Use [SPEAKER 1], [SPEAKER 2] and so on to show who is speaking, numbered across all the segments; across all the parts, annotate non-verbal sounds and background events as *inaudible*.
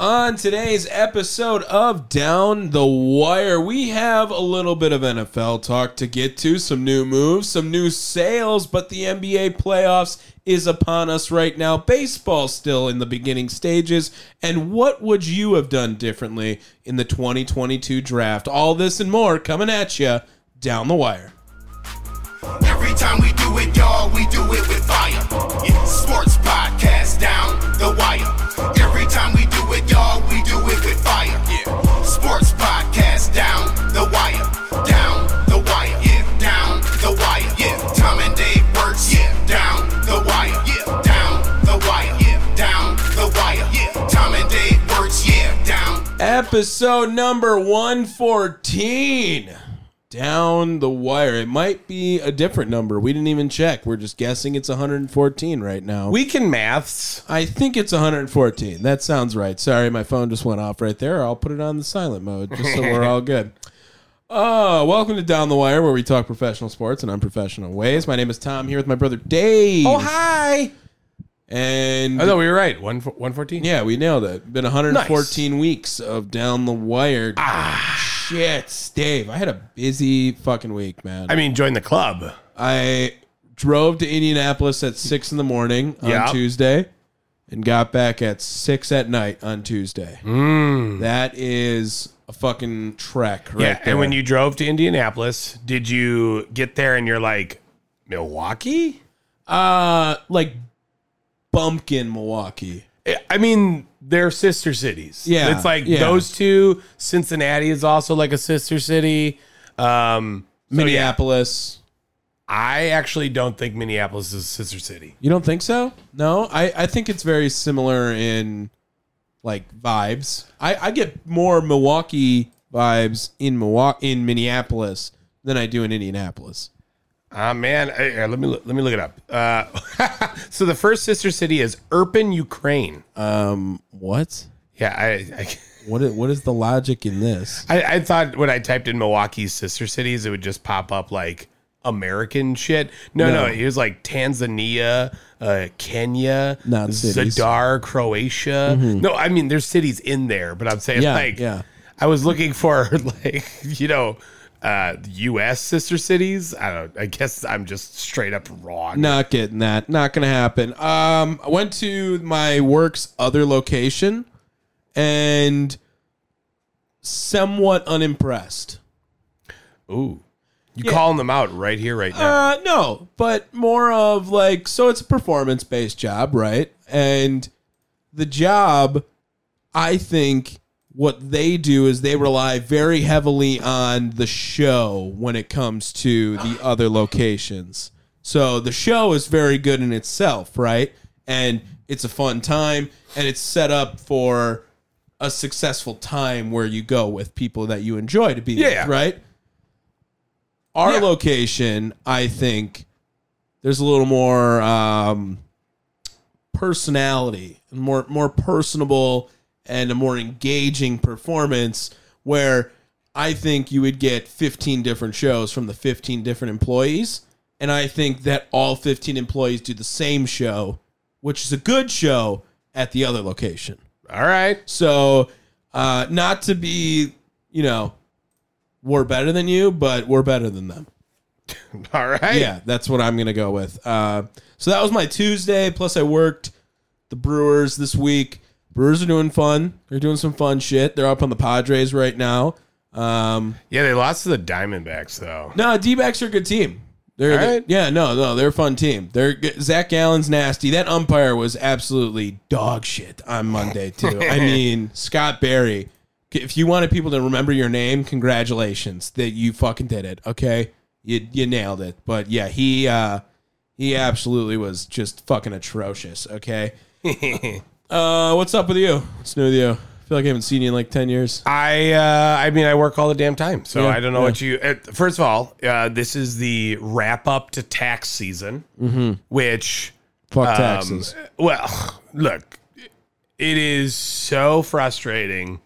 [SPEAKER 1] On today's episode of Down the Wire, we have a little bit of NFL talk to get to, some new moves, some new sales, but the NBA playoffs is upon us right now. Baseball still in the beginning stages, and what would you have done differently in the 2022 draft? All this and more coming at you down the wire.
[SPEAKER 2] Every time we do it, y'all, we do it with fire. Yeah, sports podcast down the wire. Every time we do it, y'all, we do it with fire. Yeah, sports podcast down the wire. Down the wire. Yeah, down the wire. Yeah, Tom and Dave works. Yeah, down the wire. Yeah, down the wire. Yeah, down the wire. Yeah, Tom and Dave works. Yeah, down.
[SPEAKER 1] Episode number 114. Down the wire. It might be a different number. We didn't even check. We're just guessing it's 114 right now.
[SPEAKER 3] We can maths.
[SPEAKER 1] I think it's 114. That sounds right. Sorry, my phone just went off right there. I'll put it on the silent mode just so we're all
[SPEAKER 3] *laughs*
[SPEAKER 1] good. Uh, welcome to Down the Wire, where we talk professional sports in unprofessional ways. My name is Tom here with my brother Dave.
[SPEAKER 3] Oh hi!
[SPEAKER 1] And
[SPEAKER 3] Oh no, we were right. One one fourteen.
[SPEAKER 1] yeah, we nailed it. Been 114 weeks of Down the Wire. Ah, shit, Dave. I had a busy fucking week, man.
[SPEAKER 3] I mean, join the club.
[SPEAKER 1] I drove to Indianapolis at six in the morning on
[SPEAKER 3] Yeah.
[SPEAKER 1] Tuesday and got back at six at night on Tuesday. That is a fucking trek, right?
[SPEAKER 3] Mm. yeah.
[SPEAKER 1] there.
[SPEAKER 3] And when you drove to Indianapolis, did you get there and you're like Milwaukee?
[SPEAKER 1] uh like bumpkin Milwaukee.
[SPEAKER 3] I- I mean, they're sister cities.
[SPEAKER 1] Yeah,
[SPEAKER 3] it's like
[SPEAKER 1] yeah.
[SPEAKER 3] those two. Cincinnati is also like a sister city. Um, so yeah,
[SPEAKER 1] Minneapolis.
[SPEAKER 3] I actually don't think Minneapolis is a sister city.
[SPEAKER 1] You don't think so? No? I, I think it's very similar in like vibes. I, I get more Milwaukee vibes in Milwaukee in Minneapolis than I do in Indianapolis.
[SPEAKER 3] Ah man, Hey, here, let me look- let me look it up. Uh, *laughs* so the first sister city is Irpin, Ukraine.
[SPEAKER 1] Um what?
[SPEAKER 3] Yeah, I, I
[SPEAKER 1] What is, what is the logic in this?
[SPEAKER 3] I, I thought when I typed in Milwaukee's sister cities, it would just pop up like American shit. No,
[SPEAKER 1] No.
[SPEAKER 3] no, it was like Tanzania, uh, Kenya,
[SPEAKER 1] Not cities. Mm-hmm.
[SPEAKER 3] Zadar, Croatia. No, I mean there's cities in there, but I'm saying
[SPEAKER 1] Yeah,
[SPEAKER 3] like
[SPEAKER 1] yeah.
[SPEAKER 3] I was looking for *laughs* like you know uh, U.S. sister cities. I don't. I guess I'm just straight up wrong.
[SPEAKER 1] Not getting that. Not gonna happen. Um, I went to my work's other location, and somewhat unimpressed.
[SPEAKER 3] Ooh, you calling them out right here, right now?
[SPEAKER 1] Uh, no, but more of like, so it's a performance based job, right? And the job, I think what they do is they rely very heavily on the show when it comes to the other locations. So the show is very good in itself, right? And it's a fun time and it's set up for a successful time where you go with people that you enjoy to be
[SPEAKER 3] Yeah.
[SPEAKER 1] with, right? Our
[SPEAKER 3] Yeah.
[SPEAKER 1] location, I think, there's a little more um, personality, more more personable, and a more engaging performance. Where I think you would get 15 different shows from the 15 different employees, and I think that all 15 employees do the same show, which is a good show at the other location.
[SPEAKER 3] All right.
[SPEAKER 1] So, uh, not to be, you know, we're better than you, but we're better than them.
[SPEAKER 3] All right.
[SPEAKER 1] Yeah, that's what I'm gonna go with. Uh, so that was my Tuesday. Plus, I worked the Brewers this week. Brewers are doing fun. They're doing some fun shit. They're up on the Padres right now. Um,
[SPEAKER 3] Yeah, they lost to the Diamondbacks though.
[SPEAKER 1] no, D backs are a good team. They're
[SPEAKER 3] All right.
[SPEAKER 1] yeah, no, no, they're a fun team. They're good. Zach Allen's nasty. That umpire was absolutely dog shit on Monday too. I mean, Scott Barry. If you wanted people to remember your name, congratulations that you fucking did it. Okay, you you nailed it. But yeah, he uh, he absolutely was just fucking atrocious. Okay. uh, what's up with you? What's new with you? I feel like I haven't seen you in like ten years.
[SPEAKER 3] I uh, I mean I work all the damn time, so
[SPEAKER 1] Yeah,
[SPEAKER 3] I don't know
[SPEAKER 1] yeah.
[SPEAKER 3] what you. Uh, first of all, uh, this is the wrap up to tax season,
[SPEAKER 1] Mm-hmm.
[SPEAKER 3] which
[SPEAKER 1] Fuck
[SPEAKER 3] um,
[SPEAKER 1] taxes.
[SPEAKER 3] well, look, it is so frustrating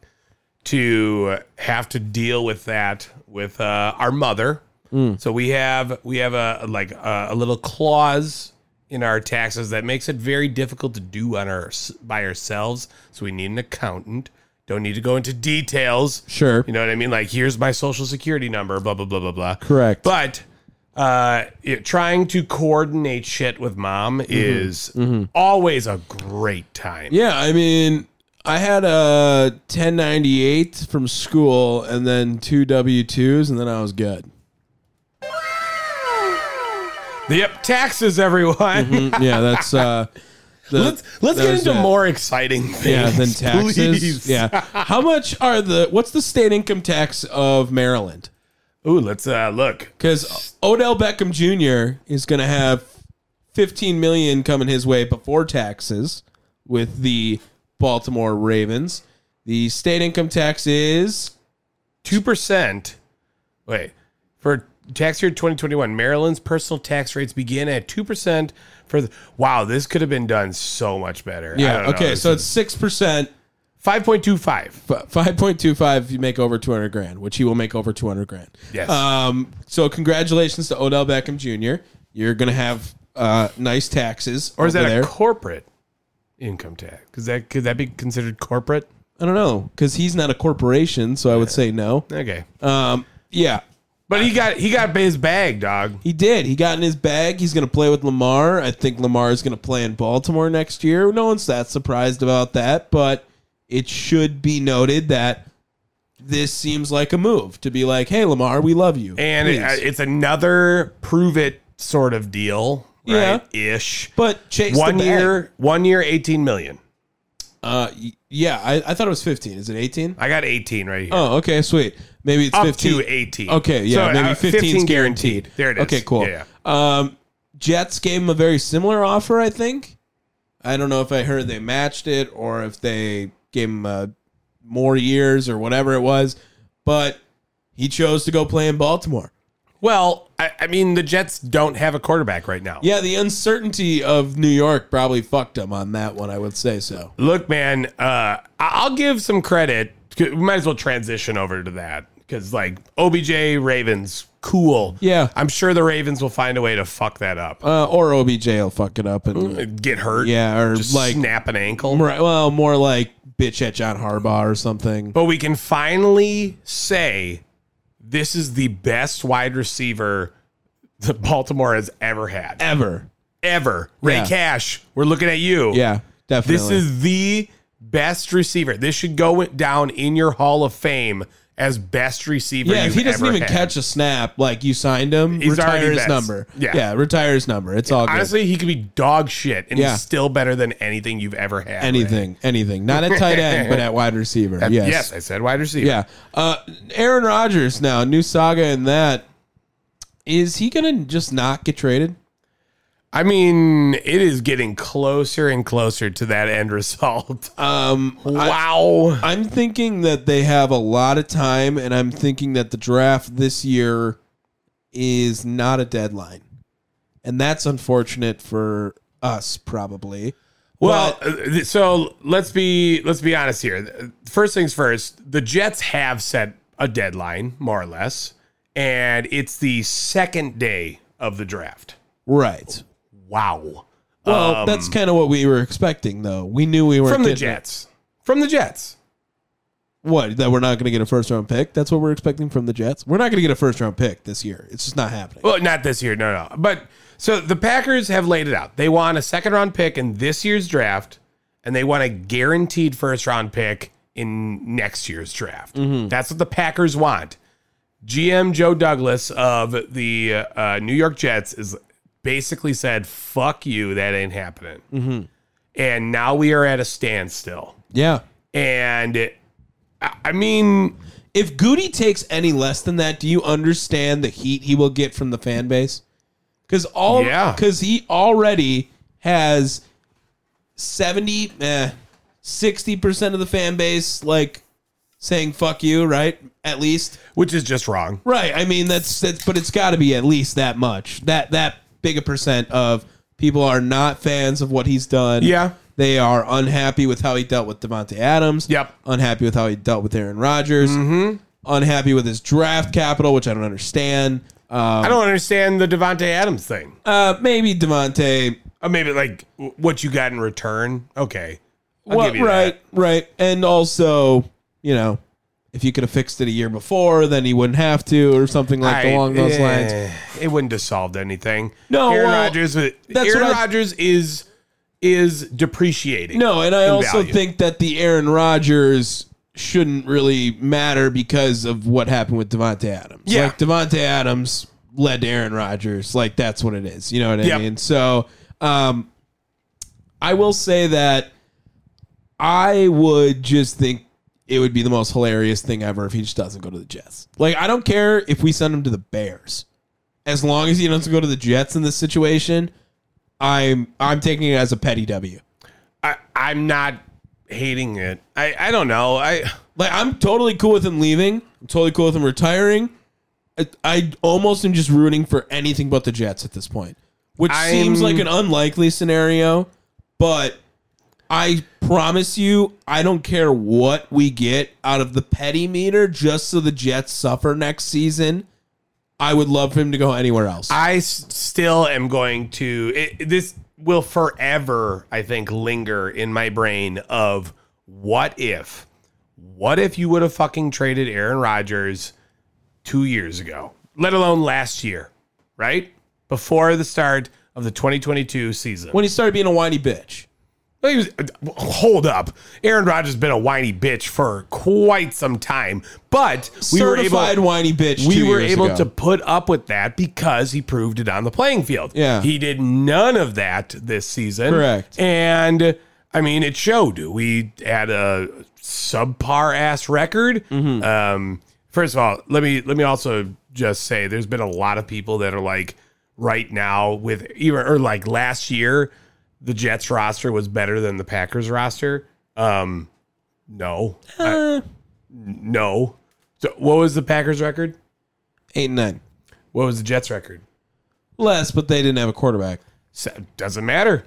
[SPEAKER 3] to have to deal with that with uh, our mother.
[SPEAKER 1] Mm.
[SPEAKER 3] So we have we have a like a, a little clause in our taxes that makes it very difficult to do on our by ourselves. So we need an accountant. Don't need to go into details.
[SPEAKER 1] Sure.
[SPEAKER 3] You know what I mean? Like here's my social security number. Blah blah blah blah blah.
[SPEAKER 1] Correct.
[SPEAKER 3] But uh, it, trying to coordinate shit with mom is always a great time.
[SPEAKER 1] Mm-hmm. Yeah, I mean, I had a 1098 from school and then two W 2s, and then I was good.
[SPEAKER 3] Yep, taxes, everyone.
[SPEAKER 1] Yeah, that's. uh the-
[SPEAKER 3] *laughs* Let's let's
[SPEAKER 1] that
[SPEAKER 3] get
[SPEAKER 1] was
[SPEAKER 3] into
[SPEAKER 1] it.
[SPEAKER 3] more exciting things.
[SPEAKER 1] uh,
[SPEAKER 3] *laughs*
[SPEAKER 1] Yeah, than taxes.
[SPEAKER 3] please.
[SPEAKER 1] Yeah. How much are the. What's the state income tax of Maryland?
[SPEAKER 3] Ooh, let's uh, look.
[SPEAKER 1] Because Odell Beckham Jr. is going to have 15 million coming his way before taxes with the Baltimore Ravens. The state income tax is
[SPEAKER 3] Two percent. Wait. For tax year 2021, Maryland's personal tax rates begin at two percent for the Wow, this could have been done so much better. I don't
[SPEAKER 1] yeah
[SPEAKER 3] know.
[SPEAKER 1] okay
[SPEAKER 3] This
[SPEAKER 1] so
[SPEAKER 3] is-
[SPEAKER 1] it's six percent
[SPEAKER 3] 5.25.
[SPEAKER 1] five point two five. You make over two hundred grand, which he will make over two hundred grand.
[SPEAKER 3] Yes.
[SPEAKER 1] Um. So congratulations to Odell Beckham Jr. You're gonna have uh nice taxes.
[SPEAKER 3] Or is that
[SPEAKER 1] over there?
[SPEAKER 3] a corporate income tax? Because that could that be considered corporate?
[SPEAKER 1] I don't know because he's not a corporation, so I would say no.
[SPEAKER 3] Okay,
[SPEAKER 1] Um. Yeah.
[SPEAKER 3] but he got he got his bag, dog.
[SPEAKER 1] He did. He got in his bag. He's going to play with Lamar. I think Lamar is going to play in Baltimore next year. No one's that surprised about that, but it should be noted that this seems like a move to be like, "Hey, Lamar, we love you."
[SPEAKER 3] And it,
[SPEAKER 1] Please.
[SPEAKER 3] it's another prove it sort of deal,
[SPEAKER 1] Yeah.
[SPEAKER 3] right? Ish.
[SPEAKER 1] but chase
[SPEAKER 3] one
[SPEAKER 1] the bag.
[SPEAKER 3] year, one year, eighteen million.
[SPEAKER 1] Uh, y- yeah, I, I thought it was 15. Is it 18?
[SPEAKER 3] I got eighteen right here.
[SPEAKER 1] Oh, okay, sweet. Maybe it's
[SPEAKER 3] Up
[SPEAKER 1] 15.
[SPEAKER 3] to 18.
[SPEAKER 1] Okay, yeah,
[SPEAKER 3] So,
[SPEAKER 1] maybe
[SPEAKER 3] uh,
[SPEAKER 1] 15 's guaranteed.
[SPEAKER 3] 15 guaranteed. There it is.
[SPEAKER 1] Okay, cool.
[SPEAKER 3] Yeah,
[SPEAKER 1] Um, Jets gave him a very similar offer, I think. I don't know if I heard they matched it or if they gave him uh, more years or whatever it was, but he chose to go play in Baltimore.
[SPEAKER 3] Well, I, I mean, the Jets don't have a quarterback right now.
[SPEAKER 1] Yeah, the uncertainty of New York probably fucked him on that one. I would say so.
[SPEAKER 3] Look, man, uh, I- I'll give some credit. We might as well transition over to that because, like, OBJ Ravens, cool.
[SPEAKER 1] Yeah.
[SPEAKER 3] I'm sure the Ravens will find a way to fuck that up,
[SPEAKER 1] Uh, or OBJ will fuck it up and
[SPEAKER 3] get hurt,
[SPEAKER 1] Uh, yeah, or
[SPEAKER 3] just
[SPEAKER 1] like
[SPEAKER 3] snap an ankle.
[SPEAKER 1] Right. Well, more like bitch at John Harbaugh or something.
[SPEAKER 3] But we can finally say this is the best wide receiver that Baltimore has ever had,
[SPEAKER 1] Ever.
[SPEAKER 3] ever. Ray
[SPEAKER 1] Yeah.
[SPEAKER 3] Cash, we're looking at you.
[SPEAKER 1] Yeah, definitely.
[SPEAKER 3] This is the best receiver. This should go down in your Hall of Fame as best receiver.
[SPEAKER 1] Yeah, if
[SPEAKER 3] you've
[SPEAKER 1] he doesn't
[SPEAKER 3] ever
[SPEAKER 1] even
[SPEAKER 3] had.
[SPEAKER 1] catch a snap, like you signed him,
[SPEAKER 3] He's
[SPEAKER 1] retire
[SPEAKER 3] already
[SPEAKER 1] his
[SPEAKER 3] best.
[SPEAKER 1] number.
[SPEAKER 3] Yeah.
[SPEAKER 1] retire his number. It's all good.
[SPEAKER 3] Honestly, he could be dog shit, and
[SPEAKER 1] Yeah.
[SPEAKER 3] he's still better than anything you've ever had. Ray.
[SPEAKER 1] anything, anything. Not at tight end, but at wide receiver. yes.
[SPEAKER 3] Yes. I said wide receiver.
[SPEAKER 1] Yeah. Uh, Aaron Rodgers now, new saga in that. Is he going to just not get traded?
[SPEAKER 3] I mean, it is getting closer and closer to that end result.
[SPEAKER 1] Um,
[SPEAKER 3] *laughs* wow.
[SPEAKER 1] I'm thinking that they have a lot of time, and I'm thinking that the draft this year is not a deadline, and that's unfortunate for us, probably.
[SPEAKER 3] Well, uh, so let's be let's be honest here. First things first, the Jets have set a deadline, more or less, and it's the second day of the draft.
[SPEAKER 1] Right.
[SPEAKER 3] Wow. Uh,
[SPEAKER 1] Well, that's kind of what we were expecting, though. We knew we weren't
[SPEAKER 3] Um, From the
[SPEAKER 1] getting-
[SPEAKER 3] Jets. From the Jets.
[SPEAKER 1] What that we're not going to get a first round pick. That's what we're expecting from the Jets. We're not going to get a first round pick this year. It's just not happening.
[SPEAKER 3] Well, not this year, no, no. But so the Packers have laid it out. They want a second round pick in this year's draft and they want a guaranteed first round pick in next year's draft. That's what the Packers want. GM Joe Douglas of the uh, New York Jets is basically said, "Fuck you, that ain't happening." And now we are at a standstill.
[SPEAKER 1] Yeah.
[SPEAKER 3] And it- I I mean,
[SPEAKER 1] If Goody takes any less than that, do you understand the heat he will get from the fan base? Because all,
[SPEAKER 3] Yeah.
[SPEAKER 1] because he already has seventy, eh, sixty percent of the fan base like saying "fuck you," right? At least,
[SPEAKER 3] which is just wrong.
[SPEAKER 1] right? I mean, that's that's, but it's got to be at least that much. That that big a percent of people are not fans of what he's done.
[SPEAKER 3] Yeah.
[SPEAKER 1] They are unhappy with how he dealt with Devonte Adams.
[SPEAKER 3] Yep.
[SPEAKER 1] Unhappy with how he dealt with Aaron Rodgers. Mm-hmm. Unhappy with his draft capital, which I don't understand.
[SPEAKER 3] I don't understand the Devonte Adams thing.
[SPEAKER 1] Uh, maybe Devonte.
[SPEAKER 3] Uh, maybe like w- what you got in return. Okay, I'll
[SPEAKER 1] What?
[SPEAKER 3] give you
[SPEAKER 1] Right. Right. And also, you know, if you could have fixed it a year before, then he wouldn't have to, or something like
[SPEAKER 3] I-
[SPEAKER 1] along those
[SPEAKER 3] eh,
[SPEAKER 1] lines.
[SPEAKER 3] It wouldn't have solved anything.
[SPEAKER 1] No,
[SPEAKER 3] Aaron
[SPEAKER 1] well,
[SPEAKER 3] Rodgers. Aaron
[SPEAKER 1] that's what I-
[SPEAKER 3] Rodgers is is depreciating.
[SPEAKER 1] No, and I
[SPEAKER 3] in
[SPEAKER 1] also
[SPEAKER 3] value.
[SPEAKER 1] think that the Aaron Rodgers shouldn't really matter because of what happened with Devonte Adams.
[SPEAKER 3] Yeah.
[SPEAKER 1] Like Devonte Adams led to Aaron Rodgers. Like that's what it is. You know what I
[SPEAKER 3] Yep.
[SPEAKER 1] mean? So, um I will say that I would just think it would be the most hilarious thing ever if he just doesn't go to the Jets. Like I don't care if we send him to the Bears. As long as he doesn't go to the Jets in this situation, I'm I'm taking it as a petty W.
[SPEAKER 3] I, I'm not hating it. I, I don't know. I
[SPEAKER 1] Like I'm totally cool with him leaving. I'm totally cool with him retiring. I, I almost am just rooting for anything but the Jets at this point, which seems
[SPEAKER 3] I'm-
[SPEAKER 1] like an unlikely scenario. But I promise you, I don't care what we get out of the petty meter, just so the Jets suffer next season. I would love for him to go anywhere else.
[SPEAKER 3] I s- still am going to. It, this will forever, I think, linger in my brain of what if, what if you would have fucking traded Aaron Rodgers two years ago, let alone last year, right before the start of the 2022 season.
[SPEAKER 1] when he started being a whiny bitch,
[SPEAKER 3] He was- uh, hold up, Aaron Rodgers has been a whiny bitch for quite some time, but we were
[SPEAKER 1] certified
[SPEAKER 3] able.
[SPEAKER 1] whiny bitch.
[SPEAKER 3] We
[SPEAKER 1] two
[SPEAKER 3] were
[SPEAKER 1] years
[SPEAKER 3] able
[SPEAKER 1] ago.
[SPEAKER 3] to put up with that because he proved it on the playing field.
[SPEAKER 1] Yeah.
[SPEAKER 3] He did none of that this season.
[SPEAKER 1] Correct.
[SPEAKER 3] And I mean, it showed. We had a subpar ass record.
[SPEAKER 1] Mm-hmm.
[SPEAKER 3] Um, first of all, let me let me also just say there's been a lot of people that are like right now with even or like last year, the Jets roster was better than the Packers roster. Um, no, I-
[SPEAKER 1] Uh.
[SPEAKER 3] no. So what was the Packers record?
[SPEAKER 1] eight and nine.
[SPEAKER 3] What was the Jets record?
[SPEAKER 1] Less, but they didn't have a quarterback.
[SPEAKER 3] So- Doesn't matter.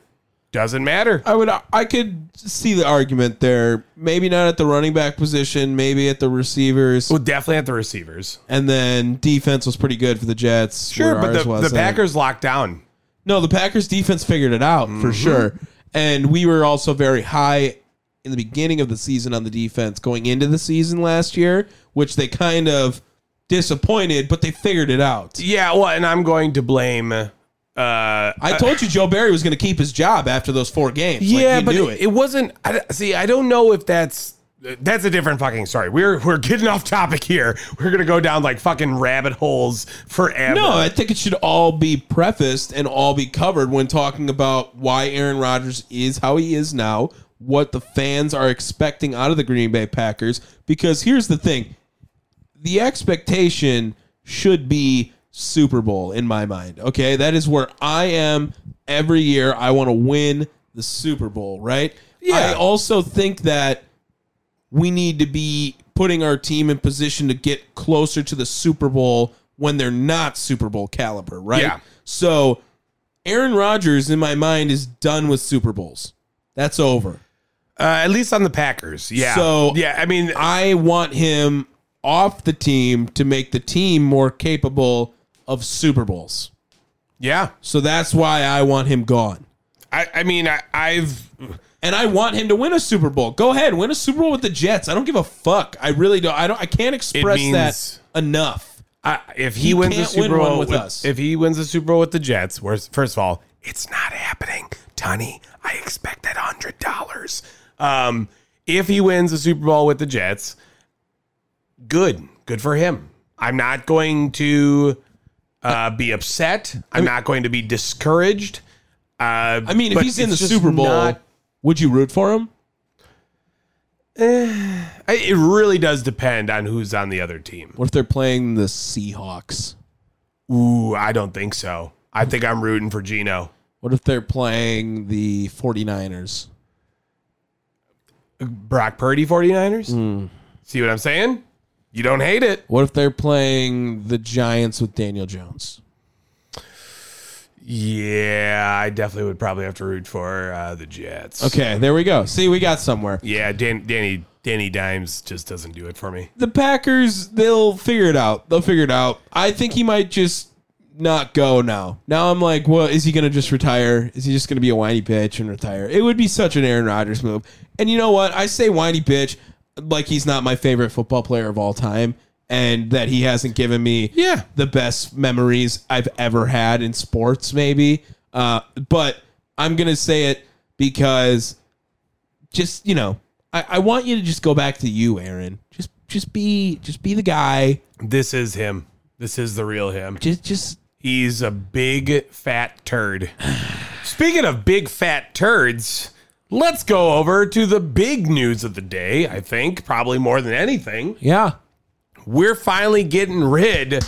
[SPEAKER 3] Doesn't matter.
[SPEAKER 1] I would I could see the argument there. Maybe not at the running back position, maybe at the receivers.
[SPEAKER 3] Well, definitely at the receivers.
[SPEAKER 1] And then defense was pretty good for the Jets.
[SPEAKER 3] Sure,
[SPEAKER 1] where
[SPEAKER 3] but
[SPEAKER 1] ours
[SPEAKER 3] the, the
[SPEAKER 1] wasn't.
[SPEAKER 3] Packers locked down.
[SPEAKER 1] No, the Packers defense figured it out
[SPEAKER 3] Mm-hmm.
[SPEAKER 1] for sure. And we were also very high in the beginning of the season on the defense going into the season last year, which they kind of disappointed, but they figured it out.
[SPEAKER 3] Yeah, well, and I'm going to blame. Uh,
[SPEAKER 1] I told you Joe Barry was going to keep his job after those four games. Like,
[SPEAKER 3] yeah,
[SPEAKER 1] you
[SPEAKER 3] but
[SPEAKER 1] knew
[SPEAKER 3] it, it wasn't. I, d- see, I don't know if that's that's a different fucking story. We're we're getting off topic here. We're gonna go down like fucking rabbit holes forever.
[SPEAKER 1] No, I think it should all be prefaced and all be covered when talking about why Aaron Rodgers is how he is now, what the fans are expecting out of the Green Bay Packers. Because here's the thing the expectation should be Super Bowl in my mind. Okay. That is where I am every year. I want to win the Super Bowl, right?
[SPEAKER 3] Yeah.
[SPEAKER 1] I also think that we need to be putting our team in position to get closer to the Super Bowl when they're not Super Bowl caliber, right?
[SPEAKER 3] Yeah.
[SPEAKER 1] So Aaron Rodgers, in my mind, is done with Super Bowls. That's over.
[SPEAKER 3] uh, at least on the Packers. Yeah.
[SPEAKER 1] So-
[SPEAKER 3] yeah, I mean,
[SPEAKER 1] I want him off the team to make the team more capable of Super Bowls.
[SPEAKER 3] yeah.
[SPEAKER 1] So that's why I want him gone.
[SPEAKER 3] I, I mean, I, I've
[SPEAKER 1] And I want him to win a Super Bowl. Go ahead, win a Super Bowl with the Jets. I don't give a fuck. I really don't. I don't. I can't express
[SPEAKER 3] means-
[SPEAKER 1] that enough.
[SPEAKER 3] I, if he,
[SPEAKER 1] He
[SPEAKER 3] wins the
[SPEAKER 1] can't win
[SPEAKER 3] Super
[SPEAKER 1] one
[SPEAKER 3] Bowl
[SPEAKER 1] with
[SPEAKER 3] with
[SPEAKER 1] us.
[SPEAKER 3] if he wins the Super Bowl with the Jets, where's- first of all, it's not happening. honey, I expect at hundred dollars. Um, if he wins the Super Bowl with the Jets, good, good for him. I'm not going to uh, be upset. I'm not going to be discouraged. Uh,
[SPEAKER 1] I mean, if
[SPEAKER 3] but
[SPEAKER 1] he's in the
[SPEAKER 3] it's just
[SPEAKER 1] Super Bowl,
[SPEAKER 3] not-
[SPEAKER 1] would you root for him?
[SPEAKER 3] I- it really does depend on who's on the other team.
[SPEAKER 1] What if they're playing the Seahawks?
[SPEAKER 3] Ooh, I don't think so. I think I'm rooting for Gino.
[SPEAKER 1] What if they're playing the 49ers?
[SPEAKER 3] Brock Purdy 49ers? See what I'm saying? You don't hate it.
[SPEAKER 1] What if they're playing the Giants with Daniel Jones?
[SPEAKER 3] Yeah, I definitely would probably have to root for uh, the Jets.
[SPEAKER 1] Okay, there we go. See, we got somewhere.
[SPEAKER 3] Yeah, Dan, Danny Danny Dimes just doesn't do it for me.
[SPEAKER 1] The Packers, they'll figure it out. They'll figure it out. I think he might just not go now. Now I'm like, well, is he going to just retire? Is he just going to be a whiny bitch and retire? It would be such an Aaron Rodgers move. And you know what? I say whiny bitch like he's not my favorite football player of all time and that he hasn't given me
[SPEAKER 3] Yeah.
[SPEAKER 1] the best memories I've ever had in sports, maybe. Uh, but I'm going to say it because just, you know, I, I want you to just go back to you, Aaron. Just, just be, just be the guy.
[SPEAKER 3] This is him. This is the real him.
[SPEAKER 1] Just, just,
[SPEAKER 3] He's a big fat turd. *sighs* Speaking of big fat turds, let's go over to the big news of the day, I think, probably more than anything.
[SPEAKER 1] yeah.
[SPEAKER 3] We're finally getting rid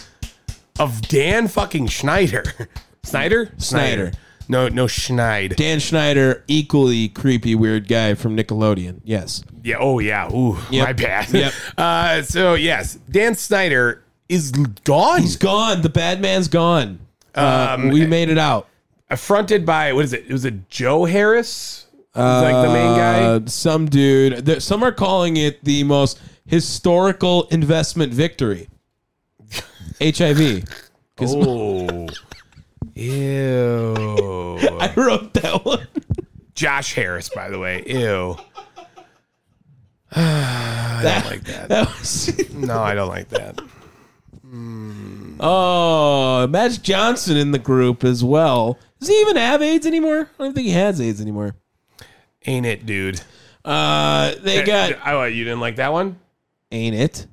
[SPEAKER 3] of Dan fucking Schneider. *laughs* Snyder?
[SPEAKER 1] Snyder.
[SPEAKER 3] No, no Schneid.
[SPEAKER 1] Dan Schneider, equally creepy, weird guy from Nickelodeon. Yes.
[SPEAKER 3] Yeah. Oh, yeah. Ooh, my bad.
[SPEAKER 1] Yep.
[SPEAKER 3] *laughs* Uh, so, yes, Dan Snyder is gone.
[SPEAKER 1] He's gone. The bad man's gone. Uh, we made it out.
[SPEAKER 3] Affronted by, what is it? Was it Joe Harris? He's like the main guy.
[SPEAKER 1] Uh, some dude. There, some are calling it the most historical investment victory. HIV.
[SPEAKER 3] Oh.
[SPEAKER 1] *laughs*
[SPEAKER 3] Ew.
[SPEAKER 1] I wrote that one.
[SPEAKER 3] Josh Harris, by the way. Ew. *sighs* I
[SPEAKER 1] That,
[SPEAKER 3] don't like that.
[SPEAKER 1] that was.
[SPEAKER 3] No, I don't like that.
[SPEAKER 1] Oh, Magic Johnson in the group as well. Does he even have AIDS anymore? I don't think he has AIDS anymore.
[SPEAKER 3] Ain't it, dude?
[SPEAKER 1] Uh, they got
[SPEAKER 3] I, I- you didn't like that one?
[SPEAKER 1] ain't it?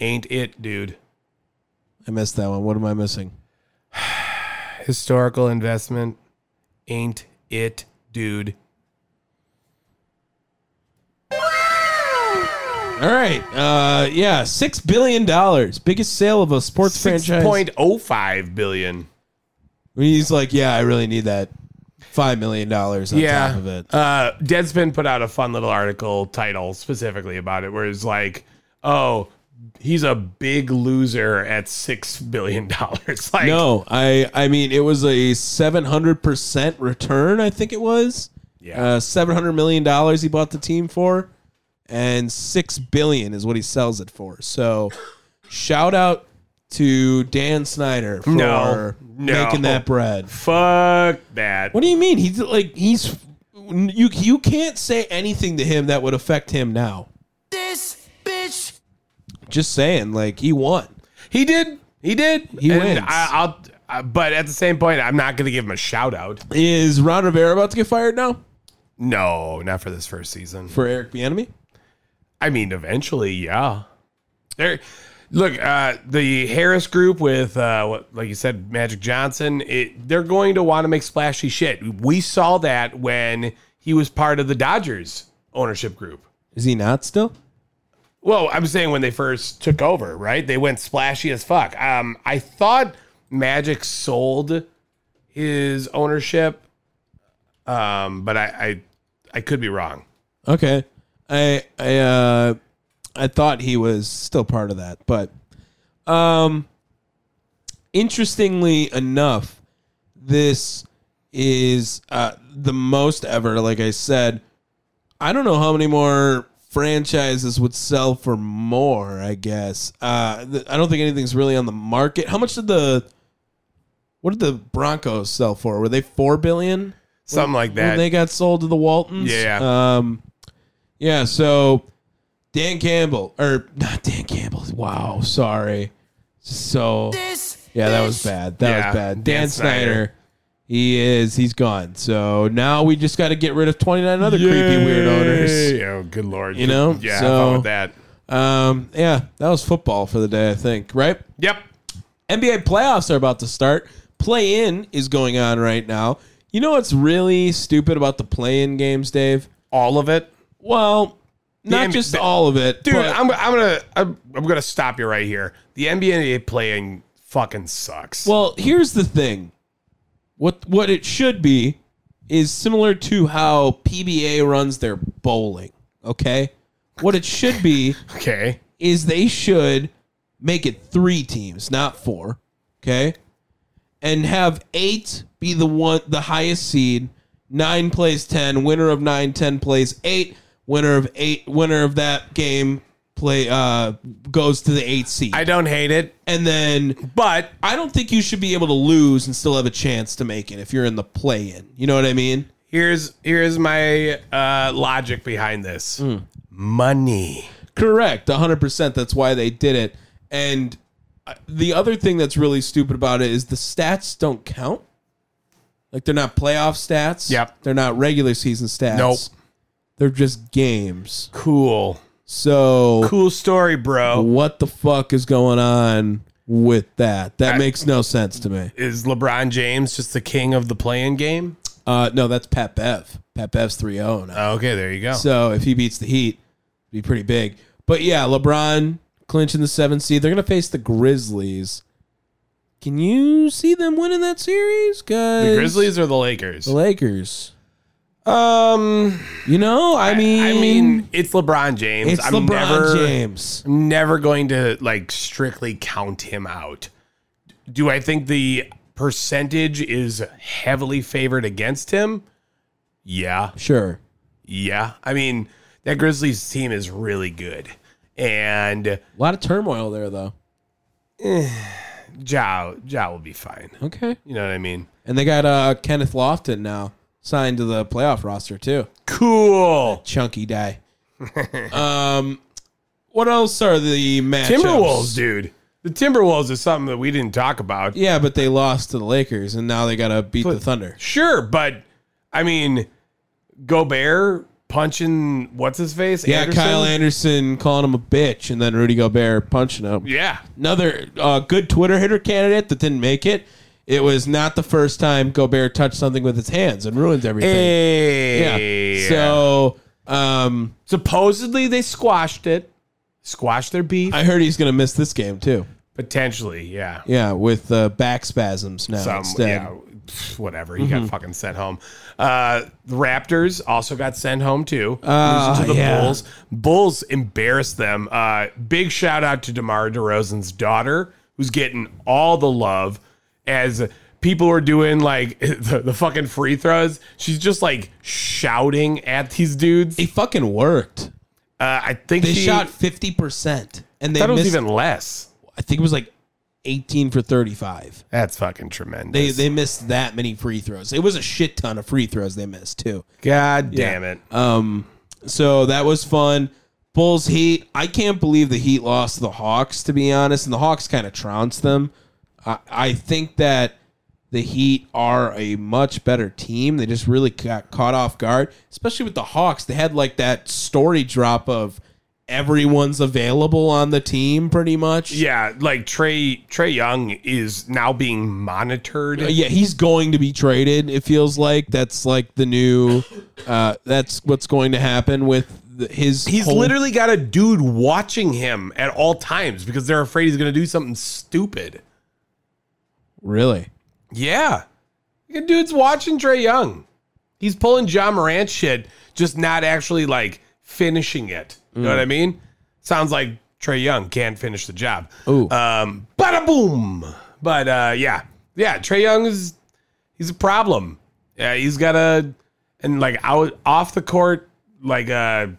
[SPEAKER 3] Ain't it, dude?
[SPEAKER 1] I missed that one. What am I missing?
[SPEAKER 3] Historical investment. Ain't it, dude?
[SPEAKER 1] All right. Uh, yeah, six billion dollars, biggest sale of a sports franchise.
[SPEAKER 3] 6.05 billion.
[SPEAKER 1] He's like, yeah, I really need that five million dollars on top of it.
[SPEAKER 3] Uh, Deadspin put out a fun little article title specifically about it, where it's like, oh, he's a big loser at six billion dollars. *laughs* Like,
[SPEAKER 1] no, I I mean it was a seven hundred percent return. I think it was.
[SPEAKER 3] Yeah.
[SPEAKER 1] Uh, seven hundred million dollars he bought the team for, and six billion is what he sells it for. So, shout out to Dan Snyder for
[SPEAKER 3] No, no.
[SPEAKER 1] making that bread.
[SPEAKER 3] fuck that.
[SPEAKER 1] What do you mean? He's like he's you you can't say anything to him that would affect him now. This bitch. Just saying, like he won.
[SPEAKER 3] He did. He did.
[SPEAKER 1] He
[SPEAKER 3] And
[SPEAKER 1] wins.
[SPEAKER 3] I, I'll. Uh, but at the same point, I'm not going to give him a shout out.
[SPEAKER 1] Is Ron Rivera about to get fired now
[SPEAKER 3] No, not for this first season.
[SPEAKER 1] for Eric Bieniemy?
[SPEAKER 3] I mean, eventually, yeah. There, look, uh, the Harris Group with, uh, what, like you said, Magic Johnson. It, they're going to want to make splashy shit. We saw that when he was part of the Dodgers ownership group.
[SPEAKER 1] Is he not still?
[SPEAKER 3] Well, I'm saying when they first took over, right? They went splashy as fuck. Um, I thought Magic sold his ownership, um, but I, I, I could be wrong.
[SPEAKER 1] Okay. I I uh I thought he was still part of that, but um interestingly enough, this is uh the most ever, like I said. I don't know how many more franchises would sell for more, I guess. Uh th- I don't think anything's really on the market. How much did the what did the Broncos sell for? Were they 4 billion?
[SPEAKER 3] Something like
[SPEAKER 1] when
[SPEAKER 3] that.
[SPEAKER 1] they got sold to the Waltons.
[SPEAKER 3] Yeah.
[SPEAKER 1] Um, yeah. So Dan Campbell, or not Dan Campbell. Wow. Sorry. So yeah, that was bad. That
[SPEAKER 3] Yeah,
[SPEAKER 1] was bad. Dan,
[SPEAKER 3] Dan
[SPEAKER 1] Snyder.
[SPEAKER 3] Snyder.
[SPEAKER 1] He is. He's gone. So now we just got to get rid of 29 other creepy
[SPEAKER 3] Yay.
[SPEAKER 1] weird owners.
[SPEAKER 3] Oh, good lord.
[SPEAKER 1] You know,
[SPEAKER 3] Yeah,
[SPEAKER 1] so-
[SPEAKER 3] how about that?
[SPEAKER 1] Um, yeah, that was football for the day, I think, right?
[SPEAKER 3] Yep.
[SPEAKER 1] NBA playoffs are about to start. Play in is going on right now. You know what's really stupid about the play in games, Dave?
[SPEAKER 3] All of it.
[SPEAKER 1] Well, not
[SPEAKER 3] NBA
[SPEAKER 1] just all of it,
[SPEAKER 3] Dude,
[SPEAKER 1] but-
[SPEAKER 3] I'm, I'm gonna I'm, I'm gonna stop you right here. The NBA playing fucking sucks.
[SPEAKER 1] Well, here's the thing. What what it should be is similar to how PBA runs their bowling, okay? What it should be
[SPEAKER 3] okay.
[SPEAKER 1] is they should make it 3 teams, not 4, okay? And have 8 be the one the highest seed, 9 plays 10, winner of 9 10 plays 8, winner of 8 winner of that game play uh goes to the 8 seed.
[SPEAKER 3] I don't hate it,
[SPEAKER 1] and then
[SPEAKER 3] but
[SPEAKER 1] I don't think you should be able to lose and still have a chance to make it if you're in the play in. You know what I mean?
[SPEAKER 3] here's here's my uh, logic behind this.
[SPEAKER 1] Hmm.
[SPEAKER 3] Money.
[SPEAKER 1] Correct. 100%. That's why they did it. And uh, the other thing that's really stupid about it is the stats don't count. Like they're not playoff stats.
[SPEAKER 3] Yep.
[SPEAKER 1] They're not regular season stats.
[SPEAKER 3] Nope.
[SPEAKER 1] They're just games.
[SPEAKER 3] Cool.
[SPEAKER 1] So
[SPEAKER 3] Cool story, bro.
[SPEAKER 1] what the fuck is going on with that? That
[SPEAKER 3] I-
[SPEAKER 1] makes no sense to me.
[SPEAKER 3] Is LeBron James just the king of the playing game?
[SPEAKER 1] Uh, no, that's Pat Bev. Pat Bev's 3 0 now.
[SPEAKER 3] Okay, there you go.
[SPEAKER 1] Oh. So if he beats the Heat, it'd be pretty big. But yeah, LeBron clinching the seventh seed. They're gonna face the Grizzlies. Can you see them winning that series? Cause
[SPEAKER 3] the Grizzlies or the Lakers?
[SPEAKER 1] the Lakers.
[SPEAKER 3] Um,
[SPEAKER 1] You know, I mean,
[SPEAKER 3] I mean, it's LeBron James.
[SPEAKER 1] it's
[SPEAKER 3] I'm
[SPEAKER 1] LeBron
[SPEAKER 3] never,
[SPEAKER 1] James.
[SPEAKER 3] I'm never going to like strictly count him out. Do I think the percentage is heavily favored against him? Yeah,
[SPEAKER 1] Sure.
[SPEAKER 3] yeah. I mean, that Grizzlies team is really good, and
[SPEAKER 1] A lot of turmoil there, though.
[SPEAKER 3] Ja Ja will be fine.
[SPEAKER 1] Okay.
[SPEAKER 3] You know what I mean?
[SPEAKER 1] And they got uh, Kenneth Lofton now signed to the playoff roster too.
[SPEAKER 3] Cool.
[SPEAKER 1] Chunky
[SPEAKER 3] *laughs*
[SPEAKER 1] guy. um, what else are the matchups?
[SPEAKER 3] Timberwolves, dude. The Timberwolves is something that we didn't talk about.
[SPEAKER 1] Yeah, but they lost to the Lakers, and now they got to beat the Thunder.
[SPEAKER 3] Sure, but I mean, Gobert punching what's his face?
[SPEAKER 1] Yeah,
[SPEAKER 3] Anderson?
[SPEAKER 1] Kyle Anderson calling him a bitch, and then Rudy Gobert punching him.
[SPEAKER 3] Yeah,
[SPEAKER 1] Another uh, good Twitter hitter candidate that didn't make it. It was not the first time Gobert touched something with his hands and ruined everything.
[SPEAKER 3] hey.
[SPEAKER 1] Yeah. So um,
[SPEAKER 3] Eh. supposedly they squashed it, squashed their beef
[SPEAKER 1] I heard he's going to miss this game too.
[SPEAKER 3] potentially. Yeah,
[SPEAKER 1] Yeah, with uh, back spasms now
[SPEAKER 3] some
[SPEAKER 1] instead.
[SPEAKER 3] yeah, pff, whatever. He
[SPEAKER 1] Mm-hmm.
[SPEAKER 3] got fucking sent home. Uh, the Raptors also got sent home too.
[SPEAKER 1] Uh,
[SPEAKER 3] Losing to the
[SPEAKER 1] yeah.
[SPEAKER 3] Bulls. Bulls embarrassed them. Uh, big shout out to Demar Derozan's daughter, who's getting all the love as people were doing like *laughs* the, the fucking free throws. She's just like shouting at these dudes. Uh,
[SPEAKER 1] It fucking worked.
[SPEAKER 3] I think
[SPEAKER 1] They
[SPEAKER 3] she,
[SPEAKER 1] shot fifty percent, and
[SPEAKER 3] I
[SPEAKER 1] they
[SPEAKER 3] thought it was
[SPEAKER 1] missed.
[SPEAKER 3] even less.
[SPEAKER 1] I think it was like eighteen for thirty-five.
[SPEAKER 3] That's fucking
[SPEAKER 1] They
[SPEAKER 3] tremendous.
[SPEAKER 1] they missed that many free throws. It was a shit ton of free throws they missed too.
[SPEAKER 3] God damn it.
[SPEAKER 1] Um, so that was fun. Bulls Heat. I can't believe the Heat lost to the Hawks. To be honest, and the Hawks kind of trounced them. I, I think that the Heat are a much better team. They just really got caught off guard, especially with the Hawks. They had like that story drop of everyone's available on the team, pretty much.
[SPEAKER 3] Yeah, like Trey Trey Young is now being monitored.
[SPEAKER 1] Uh, Yeah, he's going to be traded. It feels like that's like the new. Uh, that's what's going to happen with the, his.
[SPEAKER 3] He's
[SPEAKER 1] whole-
[SPEAKER 3] literally got a dude watching him at all times because they're afraid he's going to do something stupid.
[SPEAKER 1] really.
[SPEAKER 3] Yeah. The dude's watching Trey Young. He's pulling John Morant shit, just not actually like finishing it. You know what I mean? Sounds like Trey Young can't finish the job.
[SPEAKER 1] Ooh.
[SPEAKER 3] Um, bada boom. But uh, yeah, yeah. Trey Young is he's a problem. Yeah, he's got a and like out off the court like a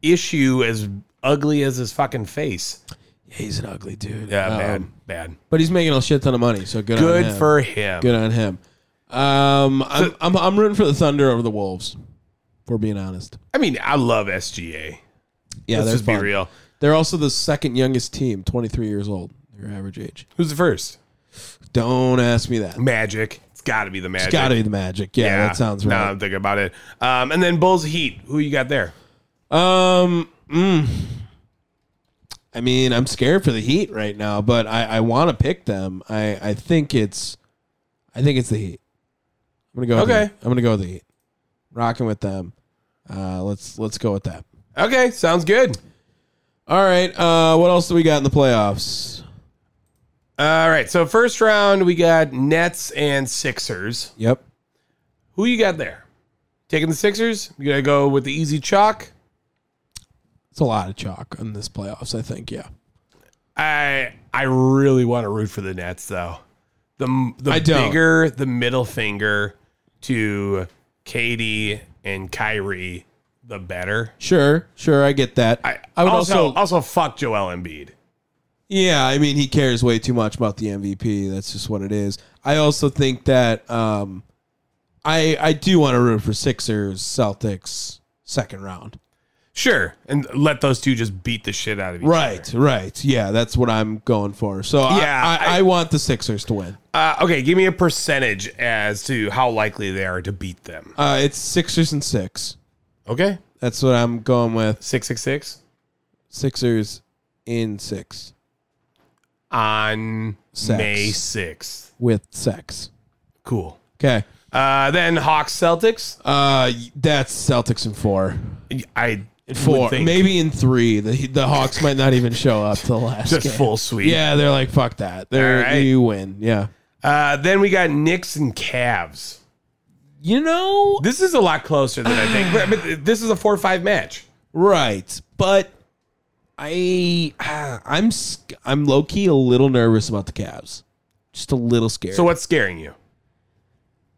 [SPEAKER 3] issue as ugly as his fucking face.
[SPEAKER 1] He's an ugly dude.
[SPEAKER 3] Yeah,
[SPEAKER 1] Um,
[SPEAKER 3] bad, bad.
[SPEAKER 1] But he's making a shit ton of money, so good.
[SPEAKER 3] Good
[SPEAKER 1] on him.
[SPEAKER 3] for him.
[SPEAKER 1] good on him. Um, I'm, I'm I'm rooting for the Thunder over the Wolves. For being honest,
[SPEAKER 3] I mean, I love SGA.
[SPEAKER 1] yeah,
[SPEAKER 3] Let's
[SPEAKER 1] they're
[SPEAKER 3] just be
[SPEAKER 1] fun.
[SPEAKER 3] real.
[SPEAKER 1] They're also the second youngest team, 23 years old, their average age.
[SPEAKER 3] Who's the first?
[SPEAKER 1] Don't ask me that.
[SPEAKER 3] Magic. It's It's got to be the magic.
[SPEAKER 1] It's got to be the magic. Yeah, that sounds
[SPEAKER 3] Now
[SPEAKER 1] right.
[SPEAKER 3] I'm thinking about it. Um, and then Bulls Heat. Who you got there?
[SPEAKER 1] Um, mm. I mean, I'm scared for the Heat right now, but I, I want to pick them. I, I think it's, I think it's the Heat. I'm gonna go. With
[SPEAKER 3] Okay.
[SPEAKER 1] the, Heat. I'm gonna go with the Heat. Rocking with them. Uh, let's let's go with that.
[SPEAKER 3] Okay, sounds good.
[SPEAKER 1] All right. Uh, what else do we got in the playoffs?
[SPEAKER 3] All right. So first round, we got Nets and Sixers.
[SPEAKER 1] Yep.
[SPEAKER 3] Who you got there? Taking the Sixers. You gotta go with the easy chalk.
[SPEAKER 1] It's a lot of chalk in this playoffs. I think. Yeah.
[SPEAKER 3] I I really want to root for the Nets though. The m- the
[SPEAKER 1] I don't.
[SPEAKER 3] bigger the middle finger to Katie and Kyrie, the better.
[SPEAKER 1] Sure. Sure. I get that.
[SPEAKER 3] I,
[SPEAKER 1] I would
[SPEAKER 3] also,
[SPEAKER 1] also.
[SPEAKER 3] also fuck Joel Embiid.
[SPEAKER 1] Yeah, I mean, he cares way too much about the MVP. That's just what it is. I also think that um, I I do want to root for Sixers, Celtics, second round.
[SPEAKER 3] Sure, and let those two just beat the shit out of each other.
[SPEAKER 1] Right, right. Yeah, that's what I'm going for. So I-
[SPEAKER 3] Yeah,
[SPEAKER 1] I, I,
[SPEAKER 3] I-
[SPEAKER 1] want the Sixers to win.
[SPEAKER 3] Uh, okay, give me a percentage as to how likely they are to beat them.
[SPEAKER 1] Uh, it's Sixers and six.
[SPEAKER 3] Okay,
[SPEAKER 1] That's what I'm going with.
[SPEAKER 3] six six six
[SPEAKER 1] Sixers in six
[SPEAKER 3] on
[SPEAKER 1] Sex.
[SPEAKER 3] May sixth.
[SPEAKER 1] with sex.
[SPEAKER 3] Cool.
[SPEAKER 1] Okay.
[SPEAKER 3] Uh, then Hawks Celtics.
[SPEAKER 1] Uh, that's Celtics in four.
[SPEAKER 3] I would
[SPEAKER 1] Four,
[SPEAKER 3] think
[SPEAKER 1] maybe in three. The the Hawks might not even show up
[SPEAKER 3] *laughs*
[SPEAKER 1] till last
[SPEAKER 3] just
[SPEAKER 1] game.
[SPEAKER 3] full sweep.
[SPEAKER 1] Yeah, they're like, fuck that. They're
[SPEAKER 3] All right.
[SPEAKER 1] you win. Yeah.
[SPEAKER 3] Uh, then we got Knicks and Cavs.
[SPEAKER 1] You know
[SPEAKER 3] This is a lot closer than I think. But, but this is a four-five match.
[SPEAKER 1] Right. But I ah, I'm sc- I'm low key a little nervous about the Cavs. Just a little scared.
[SPEAKER 3] So what's scaring you?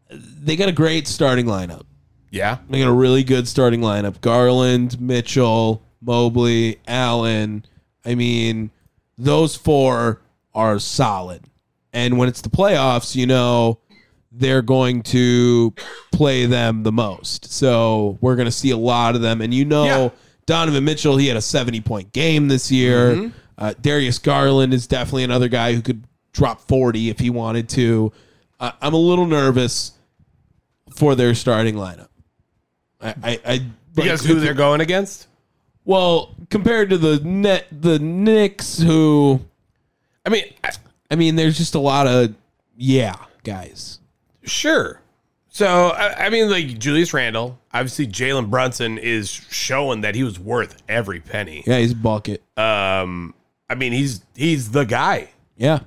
[SPEAKER 1] they got a great starting lineup.
[SPEAKER 3] Yeah.
[SPEAKER 1] They got a really good starting lineup. Garland, Mitchell, Mobley, Allen. I mean, those four are solid. And when it's the playoffs, you know, they're going to play them the most. So we're going to see a lot of them. And you know,
[SPEAKER 3] Yeah.
[SPEAKER 1] Donovan Mitchell, he had a 70 point game this year. Uh, Darius Garland is definitely another guy who could drop 40 if he wanted to. Uh, I'm a little nervous for their starting lineup. I, I, I like,
[SPEAKER 3] Because who they're going against?
[SPEAKER 1] well compared to the net the Knicks who
[SPEAKER 3] I mean, I-
[SPEAKER 1] I mean there's just a lot of yeah guys
[SPEAKER 3] sure. So I, I mean, like Julius Randle, obviously Jalen Brunson is showing that he was worth every penny.
[SPEAKER 1] yeah he's a bucket
[SPEAKER 3] Um, I mean, he's he's the guy,
[SPEAKER 1] yeah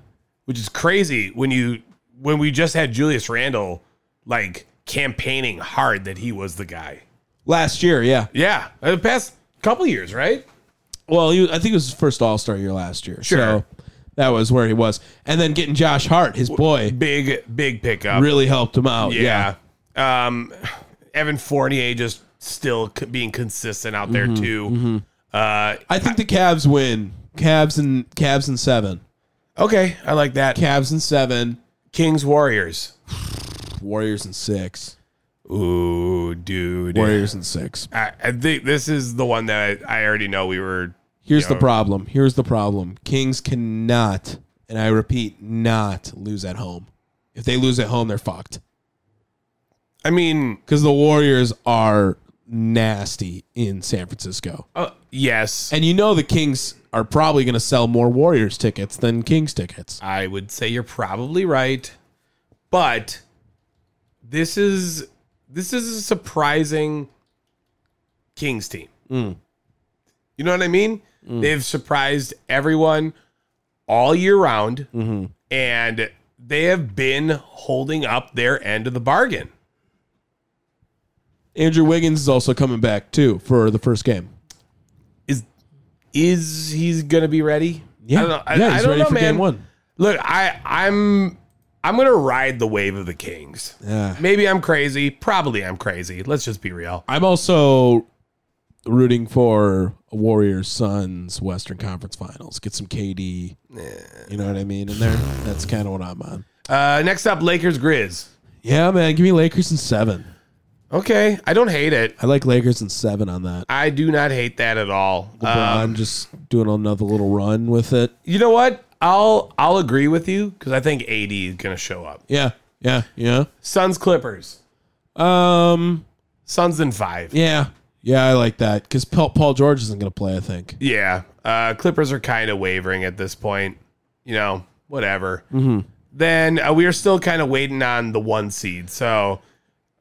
[SPEAKER 3] which is crazy when you when we just had Julius Randle like campaigning hard that he was the guy.
[SPEAKER 1] last year yeah
[SPEAKER 3] Yeah, Uh, the past couple years, right?
[SPEAKER 1] well he, I think it was his first All Star year last year
[SPEAKER 3] Sure.
[SPEAKER 1] so that was where he was and then getting Josh Hart his boy
[SPEAKER 3] Big big pickup.
[SPEAKER 1] really helped him out yeah,
[SPEAKER 3] Yeah. Um, Evan Fournier just still c- being consistent out there
[SPEAKER 1] Mm-hmm.
[SPEAKER 3] too. Uh,
[SPEAKER 1] I think the Cavs win Cavs and Cavs and seven
[SPEAKER 3] okay, I like that.
[SPEAKER 1] Cavs and seven
[SPEAKER 3] Kings Warriors.
[SPEAKER 1] Warriors and six
[SPEAKER 3] Ooh, dude.
[SPEAKER 1] Warriors and six
[SPEAKER 3] I, I think this is the one that I, I already know we were.
[SPEAKER 1] Here's
[SPEAKER 3] you
[SPEAKER 1] the
[SPEAKER 3] know.
[SPEAKER 1] problem. Here's the problem. Kings cannot, and I repeat, not lose at home. If they lose at home, they're fucked.
[SPEAKER 3] I mean,
[SPEAKER 1] Because the Warriors are nasty in San Francisco.
[SPEAKER 3] uh, yes,
[SPEAKER 1] And you know the Kings are probably going to sell more Warriors tickets than Kings tickets.
[SPEAKER 3] I would say you're probably right, but this is this is a surprising Kings team. You know what I mean? They've surprised everyone all year round, and they have been holding up their end of the bargain.
[SPEAKER 1] Andrew Wiggins is also coming back, too, for the first game.
[SPEAKER 3] Is is he's gonna be ready? I don't know. I,
[SPEAKER 1] yeah,
[SPEAKER 3] I
[SPEAKER 1] he's
[SPEAKER 3] don't
[SPEAKER 1] ready
[SPEAKER 3] know,
[SPEAKER 1] for
[SPEAKER 3] man.
[SPEAKER 1] game one.
[SPEAKER 3] Look, I I'm I'm gonna ride the wave of the Kings.
[SPEAKER 1] Yeah.
[SPEAKER 3] Maybe I'm crazy. Probably I'm crazy. Let's just be real.
[SPEAKER 1] I'm also rooting for Warriors Suns Western Conference Finals. Get some KD. You know what I mean? And there, that's kind of what I'm on.
[SPEAKER 3] Uh, next up, Lakers Grizz.
[SPEAKER 1] Yeah, man. Give me Lakers in seven.
[SPEAKER 3] Okay, I don't hate it.
[SPEAKER 1] I like Lakers in seven on that.
[SPEAKER 3] I do not hate that at all.
[SPEAKER 1] LeBron
[SPEAKER 3] Um,
[SPEAKER 1] just doing another little run with it.
[SPEAKER 3] you know what? I'll I'll agree with you because I think AD is gonna show up.
[SPEAKER 1] Yeah, Yeah. Yeah.
[SPEAKER 3] Suns Clippers.
[SPEAKER 1] Um.
[SPEAKER 3] Suns in five.
[SPEAKER 1] Yeah. Yeah. I like that because Paul, Paul George isn't going to play. I think.
[SPEAKER 3] Yeah. Uh, Clippers are kind of wavering at this point. You know, whatever.
[SPEAKER 1] Mm-hmm.
[SPEAKER 3] Then uh, we are still kind of waiting on the one seed. So,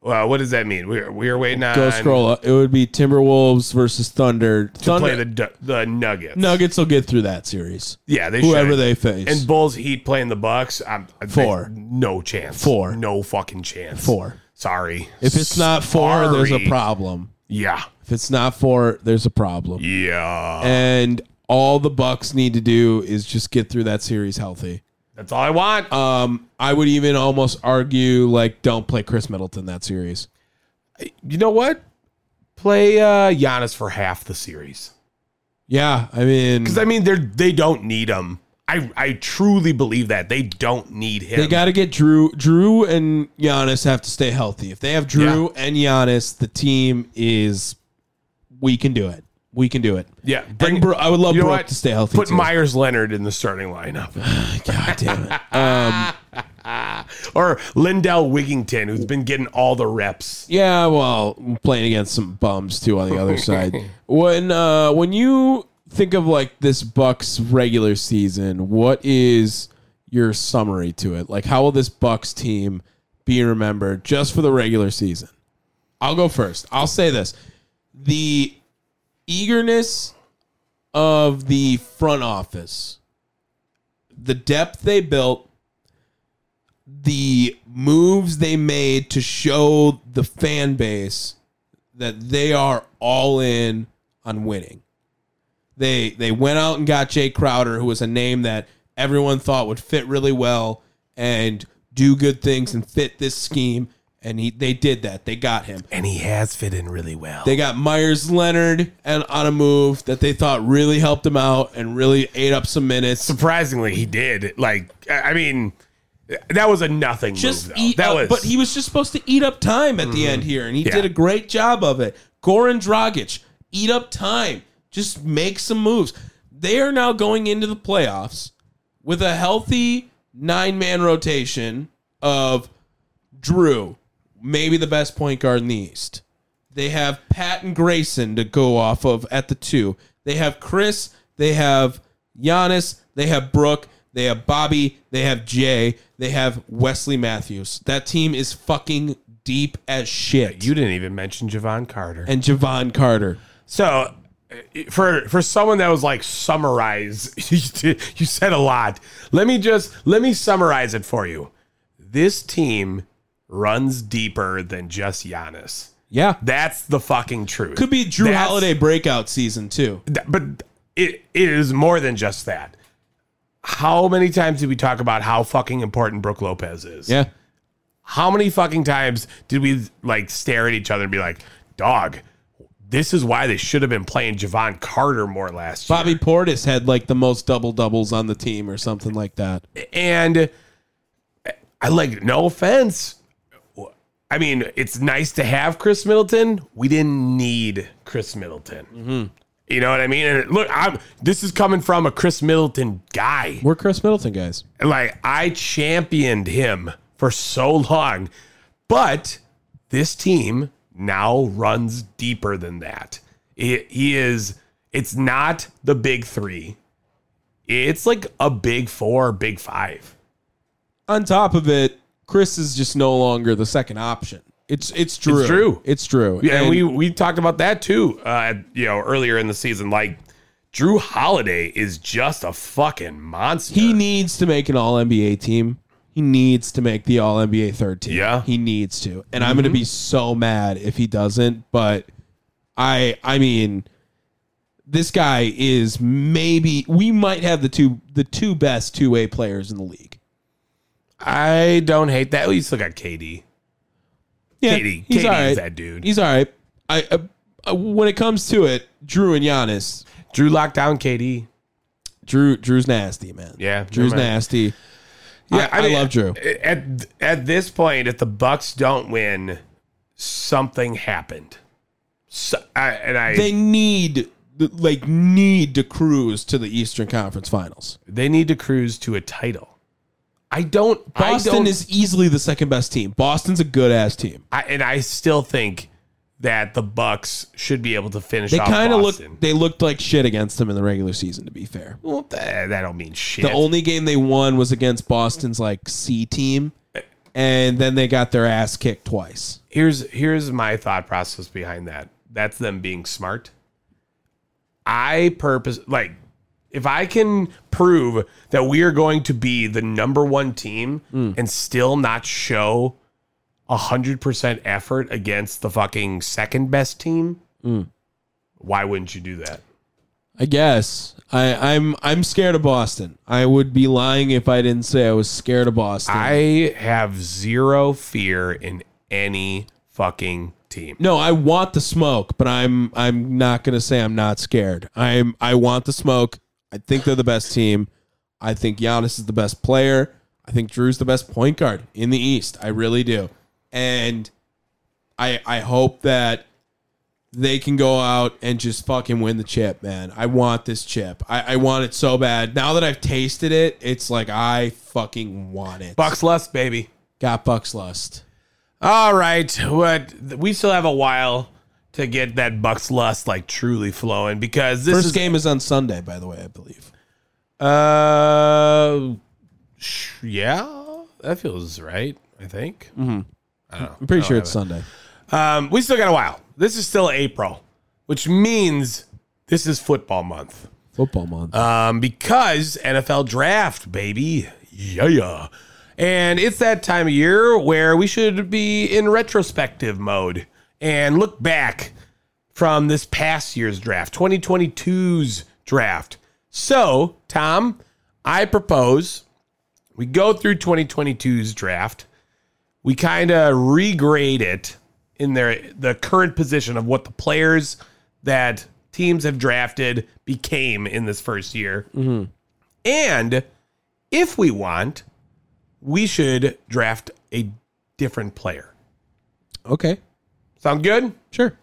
[SPEAKER 3] uh, what does that mean? We're we're waiting on
[SPEAKER 1] Go scroll up. It would be Timberwolves versus Thunder.
[SPEAKER 3] to
[SPEAKER 1] Thunder
[SPEAKER 3] play the Du- the Nuggets.
[SPEAKER 1] Nuggets will get through that series.
[SPEAKER 3] Yeah, they
[SPEAKER 1] Whoever
[SPEAKER 3] should.
[SPEAKER 1] they face.
[SPEAKER 3] And Bulls Heat playing the Bucks. I'm I think
[SPEAKER 1] Four.
[SPEAKER 3] No chance.
[SPEAKER 1] Four.
[SPEAKER 3] No fucking chance.
[SPEAKER 1] Four.
[SPEAKER 3] Sorry.
[SPEAKER 1] If it's not four, there's
[SPEAKER 3] Sorry.
[SPEAKER 1] a problem.
[SPEAKER 3] Yeah.
[SPEAKER 1] If it's not four, there's a problem.
[SPEAKER 3] Yeah.
[SPEAKER 1] And all the Bucks need to do is just get through that series healthy.
[SPEAKER 3] That's all I want. Uh,
[SPEAKER 1] Um, I would even almost argue like don't play Chris Middleton that series.
[SPEAKER 3] you know what? Play uh Giannis for half the series.
[SPEAKER 1] Yeah, I mean
[SPEAKER 3] Because I mean, they're they don't need him. I I truly believe that they don't need him.
[SPEAKER 1] they got to get Drew. Drew and Giannis have to stay healthy. If they have Drew and Giannis, the team is we can do it. We can do it.
[SPEAKER 3] yeah.
[SPEAKER 1] Bring Bro- I would love
[SPEAKER 3] you know
[SPEAKER 1] Brooke
[SPEAKER 3] what?
[SPEAKER 1] to stay healthy.
[SPEAKER 3] Put
[SPEAKER 1] too.
[SPEAKER 3] Myers Leonard in the starting lineup,
[SPEAKER 1] *laughs*
[SPEAKER 3] *laughs*
[SPEAKER 1] God damn it.
[SPEAKER 3] or Lindell Wigington, who's been getting all the reps.
[SPEAKER 1] Yeah, well, playing against some bums too on the other side. When uh when you think of like this Bucks regular season, what is your summary to it? Like how will this Bucks team be remembered just for the regular season? I'll go first. I'll say this. The eagerness of the front office, the depth they built, the moves they made to show the fan base that they are all in on winning. They they went out and got Jay Crowder, who was a name that everyone thought would fit really well and do good things and fit this scheme. And he, they did that. They got him.
[SPEAKER 3] And he has fit in really well.
[SPEAKER 1] They got Myers Leonard and on a move that they thought really helped him out and really ate up some minutes.
[SPEAKER 3] Surprisingly, he did. Like, I I mean, that was a nothing
[SPEAKER 1] Just
[SPEAKER 3] move. Though.
[SPEAKER 1] eat
[SPEAKER 3] that
[SPEAKER 1] up,
[SPEAKER 3] was, Mm-hmm.
[SPEAKER 1] but he was just supposed to eat up time at the end here, and he
[SPEAKER 3] Yeah.
[SPEAKER 1] did a great job of it. Goran Dragic, eat up time. Just make some moves. They are now going into the playoffs with a healthy nine man rotation of Drew, maybe the best point guard in the East. They have Pat and Grayson to go off of at the two. They have Chris. They have Giannis. They have Brooke. They have Bobby. They have Jay. They have Wesley Matthews. That team is fucking deep as shit.
[SPEAKER 3] you didn't even mention Javon Carter.
[SPEAKER 1] and Javon Carter.
[SPEAKER 3] So uh, for for someone that was like summarize, *laughs* you, did- you said a lot. Let me just let me summarize it for you. This team runs deeper than just Giannis.
[SPEAKER 1] Yeah.
[SPEAKER 3] That's the fucking truth.
[SPEAKER 1] Could be Drew
[SPEAKER 3] That's-
[SPEAKER 1] Holiday breakout season too.
[SPEAKER 3] th- but it, it is more than just that. How many times did we talk about how fucking important Brooke Lopez is?
[SPEAKER 1] Yeah.
[SPEAKER 3] How many fucking times did we like stare at each other and be like, dog, this is why they should have been playing Javon Carter more last year.
[SPEAKER 1] Bobby Portis had like the most double doubles on the team or something like that.
[SPEAKER 3] and I like no offense. I mean, it's nice to have Chris Middleton. We didn't need Chris Middleton. Mm-hmm. You know what I mean? And look, I'm this is coming from a Chris Middleton guy.
[SPEAKER 1] We're Chris Middleton guys.
[SPEAKER 3] Like I championed him for so long, but this team now runs deeper than that. It, he is. It's not the big three. It's like a big four, big five.
[SPEAKER 1] on top of it, Chris is just no longer the second option. It's it's Drew.
[SPEAKER 3] It's Drew.
[SPEAKER 1] It's Drew.
[SPEAKER 3] Yeah, and we we talked about that too. Uh, you know, earlier in the season, like Drew Holiday is just a fucking monster.
[SPEAKER 1] he needs to make an All NBA team. He needs to make the All NBA third team.
[SPEAKER 3] Yeah. Mm-hmm.
[SPEAKER 1] he needs to. And I'm going to be so mad if he doesn't. But I I mean, this guy is maybe we might have the two the two best two way players in the league.
[SPEAKER 3] I don't hate that. We still got KD.
[SPEAKER 1] Yeah,
[SPEAKER 3] KD
[SPEAKER 1] he's
[SPEAKER 3] KD
[SPEAKER 1] all right.
[SPEAKER 3] is that dude.
[SPEAKER 1] He's all right. I uh, uh, when it comes to it, Drew and Giannis.
[SPEAKER 3] Drew locked down KD.
[SPEAKER 1] Drew Drew's nasty, man.
[SPEAKER 3] Yeah, never
[SPEAKER 1] Drew's
[SPEAKER 3] mind.
[SPEAKER 1] nasty. I, I,
[SPEAKER 3] mean,
[SPEAKER 1] love Drew.
[SPEAKER 3] At at this point, if the Bucks don't win, something happened. So, I, and I
[SPEAKER 1] They
[SPEAKER 3] they,
[SPEAKER 1] need like need to cruise to the Eastern Conference Finals.
[SPEAKER 3] need to cruise to a title. I don't. I
[SPEAKER 1] Boston
[SPEAKER 3] don't,
[SPEAKER 1] is easily the second best team. Boston's a good ass team.
[SPEAKER 3] I, and I still think that the Bucks should be able to finish.
[SPEAKER 1] They
[SPEAKER 3] kind of
[SPEAKER 1] looked they looked like shit against them in the regular season. To be fair,
[SPEAKER 3] Well, eh, that, that don't mean shit.
[SPEAKER 1] the only game they won was against Boston's like C team, and then they got their ass kicked twice.
[SPEAKER 3] here's here's my thought process behind that. That's them being smart. I purpose like if I can prove that we are going to be the number one team and still not show a hundred percent effort against the fucking second best team, why wouldn't you do that?
[SPEAKER 1] I guess I, I'm I'm scared of Boston. I would be lying if I didn't say I was scared of
[SPEAKER 3] Hmm.
[SPEAKER 1] Boston.
[SPEAKER 3] I have zero fear in any fucking team.
[SPEAKER 1] no, I want the smoke, but I'm I'm not gonna say I'm not scared. I'm I want the smoke. I think they're the best team. I think Giannis is the best player. I think Drew's the best point guard in the East. I really do, and I I hope that they can go out and just fucking win the chip, man. I want this chip. I, I want it so bad. Now that I've tasted it, it's like I fucking want it.
[SPEAKER 3] Bucks less, baby.
[SPEAKER 1] got Bucks lust.
[SPEAKER 3] All right, what we still have a while to get that Bucks lust like truly flowing because this
[SPEAKER 1] First
[SPEAKER 3] is
[SPEAKER 1] game is on Sunday, by the way, I believe.
[SPEAKER 3] Uh, sh- yeah, that feels right. I think.
[SPEAKER 1] I'm
[SPEAKER 3] Oh,
[SPEAKER 1] pretty sure it's Sunday.
[SPEAKER 3] Um, we still got a while. This is still April, which means this is football month.
[SPEAKER 1] Football month.
[SPEAKER 3] Um, because NFL draft, baby. Yeah, yeah. And it's that time of year where we should be in retrospective mode and look back from this past year's draft, 2022's draft. So, Tom, I propose we go through 2022's draft. We kind of regrade it in their the current position of what the players that teams have drafted became in this first year. And if we want, we should draft a different player.
[SPEAKER 1] okay.
[SPEAKER 3] Sound good?
[SPEAKER 1] Sure.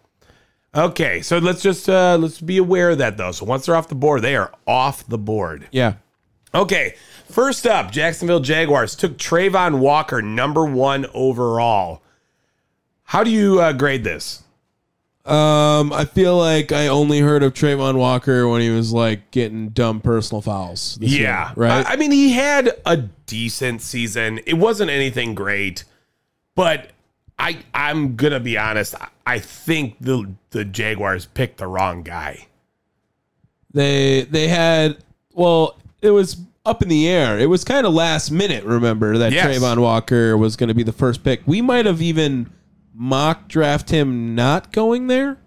[SPEAKER 3] Okay, so let's just uh, let's be aware of that though. So once they're off the board, they are off the board.
[SPEAKER 1] Yeah.
[SPEAKER 3] Okay, first up, Jacksonville Jaguars took Trayvon Walker, number one overall. How do you uh, grade this?
[SPEAKER 1] Um, I feel like I only heard of Trayvon Walker when he was like getting dumb personal fouls. this year,
[SPEAKER 3] Yeah.
[SPEAKER 1] right.
[SPEAKER 3] I, I mean, he had a decent season. It wasn't anything great, but I I'm gonna be honest. I, I think the the Jaguars picked the wrong guy.
[SPEAKER 1] they they had well, it was up in the air. It was kind of last minute. Remember that
[SPEAKER 3] Yes.
[SPEAKER 1] Trayvon Walker was going to be the first pick. We might have even mock draft him not going there.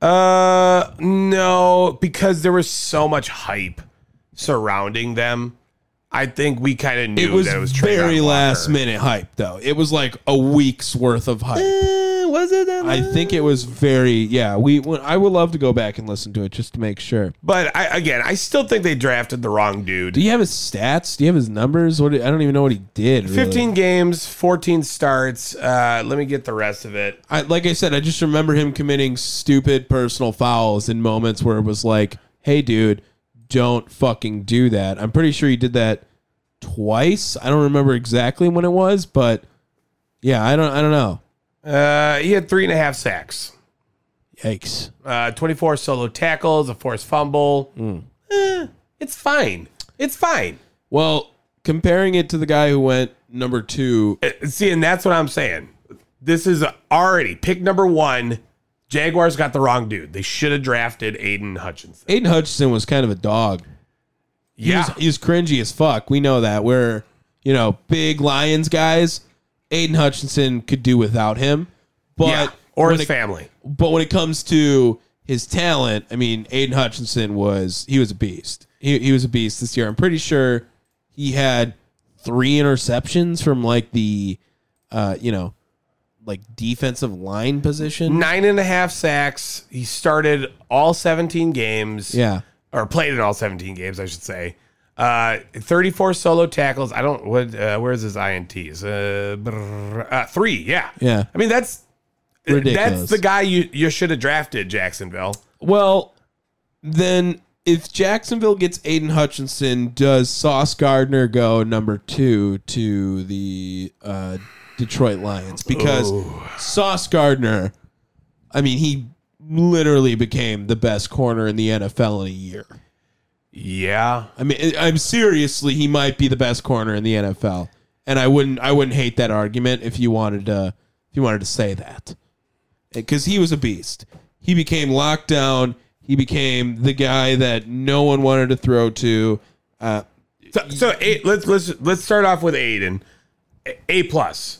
[SPEAKER 3] Uh, no, because there was so much hype surrounding them. I think we kind of knew
[SPEAKER 1] It was,
[SPEAKER 3] that it was Trayvon
[SPEAKER 1] very
[SPEAKER 3] Walker.
[SPEAKER 1] last minute hype, though. It was like a week's worth of hype.
[SPEAKER 3] Eh, was it?
[SPEAKER 1] I think it was very yeah. We when, I would love to go back and listen to it just to make sure.
[SPEAKER 3] But I, again, I still think they drafted the wrong dude.
[SPEAKER 1] Do you have his stats? Do you have his numbers? What I don't even know what he did. really.
[SPEAKER 3] 15 games, 14 starts. Uh, let me get the rest of it.
[SPEAKER 1] I, like I said, I just remember him committing stupid personal fouls in moments where it was like, "Hey, dude, don't fucking do that." I'm pretty sure he did that twice. I don't remember exactly when it was, but yeah, I don't. I don't know.
[SPEAKER 3] Uh, he had three and a half sacks,
[SPEAKER 1] Yikes.
[SPEAKER 3] uh, 24 solo tackles, a forced fumble. Eh, it's fine. It's fine.
[SPEAKER 1] Well, comparing it to the guy who went number two,
[SPEAKER 3] Uh, See, and that's what I'm saying. This is already pick number one. Jaguars got the wrong dude. They should have drafted Aiden Hutchinson.
[SPEAKER 1] Aiden Hutchinson was kind of a dog.
[SPEAKER 3] Yeah.
[SPEAKER 1] He's, he's cringy as fuck. We know that. We're, you know, big Lions guys. Aiden Hutchinson could do without him. But
[SPEAKER 3] yeah. Or
[SPEAKER 1] when
[SPEAKER 3] his
[SPEAKER 1] it-
[SPEAKER 3] family.
[SPEAKER 1] But when it comes to his talent, I mean, Aiden Hutchinson was he was a beast. He he was a beast this year. I'm pretty sure he had three interceptions from like the uh, you know, like defensive line position.
[SPEAKER 3] Nine and a half sacks. He started all 17 games.
[SPEAKER 1] Yeah.
[SPEAKER 3] or played in all 17 games, I should say. Uh, 34 solo tackles. I don't what. Uh, where's his ints? Uh, brr, uh, three. Yeah.
[SPEAKER 1] Yeah.
[SPEAKER 3] I mean that's
[SPEAKER 1] Ridiculous.
[SPEAKER 3] that's the guy you you should have drafted Jacksonville.
[SPEAKER 1] Well, then if Jacksonville gets Aiden Hutchinson, does Sauce Gardner go number two to the uh, Detroit Lions? Because Sauce Gardner, I mean, he literally became the best corner in the NFL in a year.
[SPEAKER 3] Yeah.
[SPEAKER 1] I mean, I- I'm seriously, he might be the best corner in the NFL, and I wouldn't, I wouldn't hate that argument if you wanted to, if you wanted to say that, because he was a beast. He became locked down. He became the guy that no one wanted to throw to. Uh,
[SPEAKER 3] So, so A- let's let's let's start off with Aiden. A, a plus.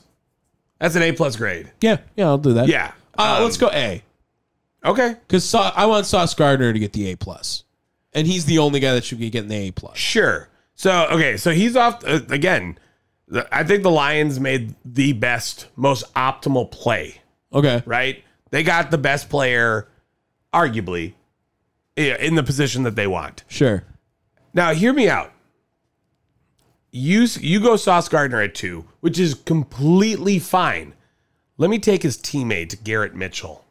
[SPEAKER 3] That's an A plus grade.
[SPEAKER 1] yeah, yeah, I'll do that.
[SPEAKER 3] Yeah.
[SPEAKER 1] uh,
[SPEAKER 3] Um,
[SPEAKER 1] let's go A,
[SPEAKER 3] Okay.
[SPEAKER 1] because Sa- I want Sauce Gardner to get the A plus, and he's the only guy that should be getting the A plus.
[SPEAKER 3] Sure. So okay. So he's off uh, again. the- I think the Lions made the best, most optimal play.
[SPEAKER 1] Okay,
[SPEAKER 3] Right. They got the best player, arguably, i- in the position that they want.
[SPEAKER 1] sure.
[SPEAKER 3] Now, hear me out. You you go Sauce Gardner at two, which is completely fine. Let me take his teammate Garrett Mitchell.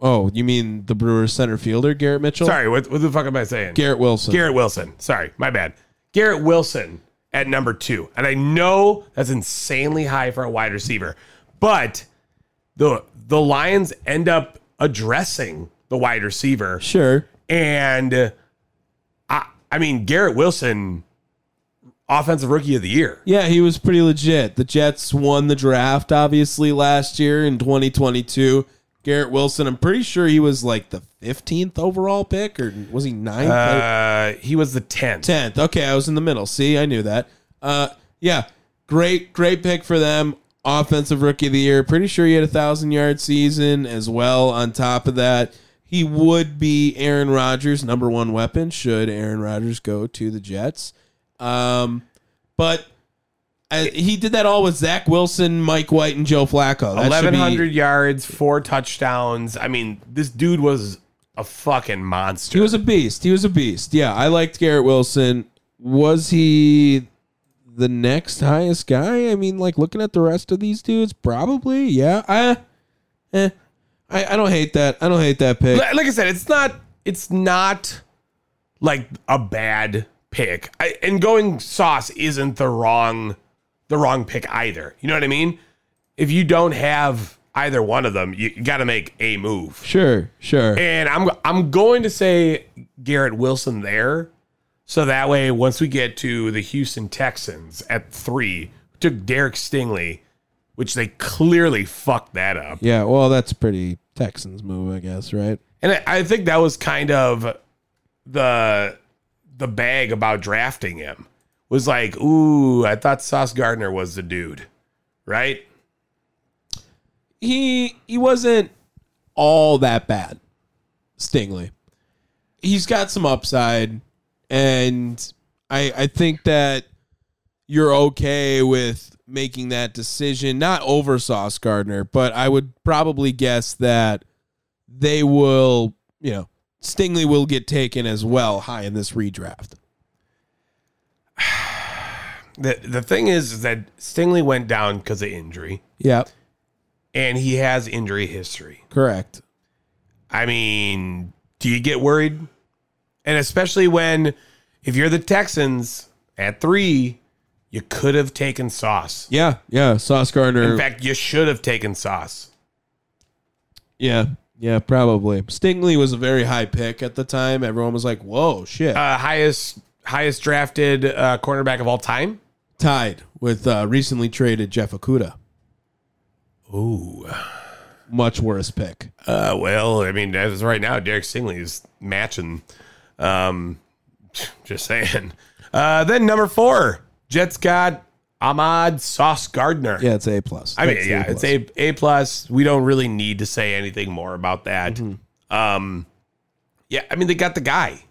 [SPEAKER 1] Oh, you mean the Brewers center fielder Garrett Mitchell?
[SPEAKER 3] Sorry, what, what the fuck am I saying?
[SPEAKER 1] Garrett Wilson.
[SPEAKER 3] Garrett Wilson. Sorry, my bad. Garrett Wilson at number two, and I know that's insanely high for a wide receiver, but the the Lions end up addressing the wide receiver
[SPEAKER 1] Sure.
[SPEAKER 3] And uh, I, I mean, Garrett Wilson, offensive rookie of the year.
[SPEAKER 1] Yeah, he was pretty legit. The Jets won the draft, obviously, last year in 2022. Garrett Wilson, I'm pretty sure he was like the 15th overall pick, or was he 9th?
[SPEAKER 3] Uh, he was the 10th.
[SPEAKER 1] 10th. Okay, I was in the middle. See, I knew that. Uh, yeah, great, great pick for them. Offensive rookie of the year. Pretty sure he had a thousand yard season as well. On top of that, he would be Aaron Rodgers' number one weapon should Aaron Rodgers go to the Jets. Um, but uh he did that all with Zach Wilson, Mike White, and Joe Flacco. That should be-
[SPEAKER 3] 1,100 yards, four touchdowns. I mean, this dude was a fucking monster.
[SPEAKER 1] He was a beast. He was a beast. Yeah, I liked Garrett Wilson. Was he the next highest guy? I mean, like looking at the rest of these dudes, probably. Yeah. I, eh, I, I don't hate that. I don't hate that pick.
[SPEAKER 3] Li- like I said, it's not it's not like a bad pick. I, and going sauce isn't the wrong the wrong pick either. You know what I mean? If you don't have either one of them, you, you got to make a move.
[SPEAKER 1] Sure, sure.
[SPEAKER 3] And I'm I'm going to say Garrett Wilson there. So that way, once we get to the Houston Texans at three, took Derek Stingley, which they clearly fucked that up.
[SPEAKER 1] yeah, well, that's pretty Texans move, I guess, right?
[SPEAKER 3] And I, I think that was kind of the the bag about drafting him was like, ooh, I thought Sauce Gardner was the dude, right?
[SPEAKER 1] He he wasn't all that bad. Stingley. He's got some upside and I I think that you're okay with making that decision, not over Sauce Gardner, but I would probably guess that they will, you know, Stingley will get taken as well high in this redraft.
[SPEAKER 3] The the thing is, is that Stingley went down because of injury,
[SPEAKER 1] Yep,
[SPEAKER 3] and he has injury history.
[SPEAKER 1] correct.
[SPEAKER 3] I mean, do you get worried? And especially when, if you're the Texans at three, you could have taken Sauce.
[SPEAKER 1] Yeah, yeah, Sauce Gardner.
[SPEAKER 3] In fact, you should have taken Sauce.
[SPEAKER 1] yeah, yeah, probably. Stingley was a very high pick at the time. Everyone was like, "Whoa, shit!"
[SPEAKER 3] Uh, highest highest drafted uh, cornerback of all time.
[SPEAKER 1] Tied with uh, recently traded Jeff Okuda.
[SPEAKER 3] Ooh.
[SPEAKER 1] Much worse pick.
[SPEAKER 3] Uh, well, I mean, as of right now, Derek Stingley is matching. Um, *laughs* just saying. Uh, then number four, Jets got Ahmad Sauce Gardner.
[SPEAKER 1] Yeah, it's a plus.
[SPEAKER 3] I mean,
[SPEAKER 1] That's
[SPEAKER 3] yeah, it's a a plus. We don't really need to say anything more about that.
[SPEAKER 1] Mm-hmm.
[SPEAKER 3] Um, yeah, I mean, they got the guy.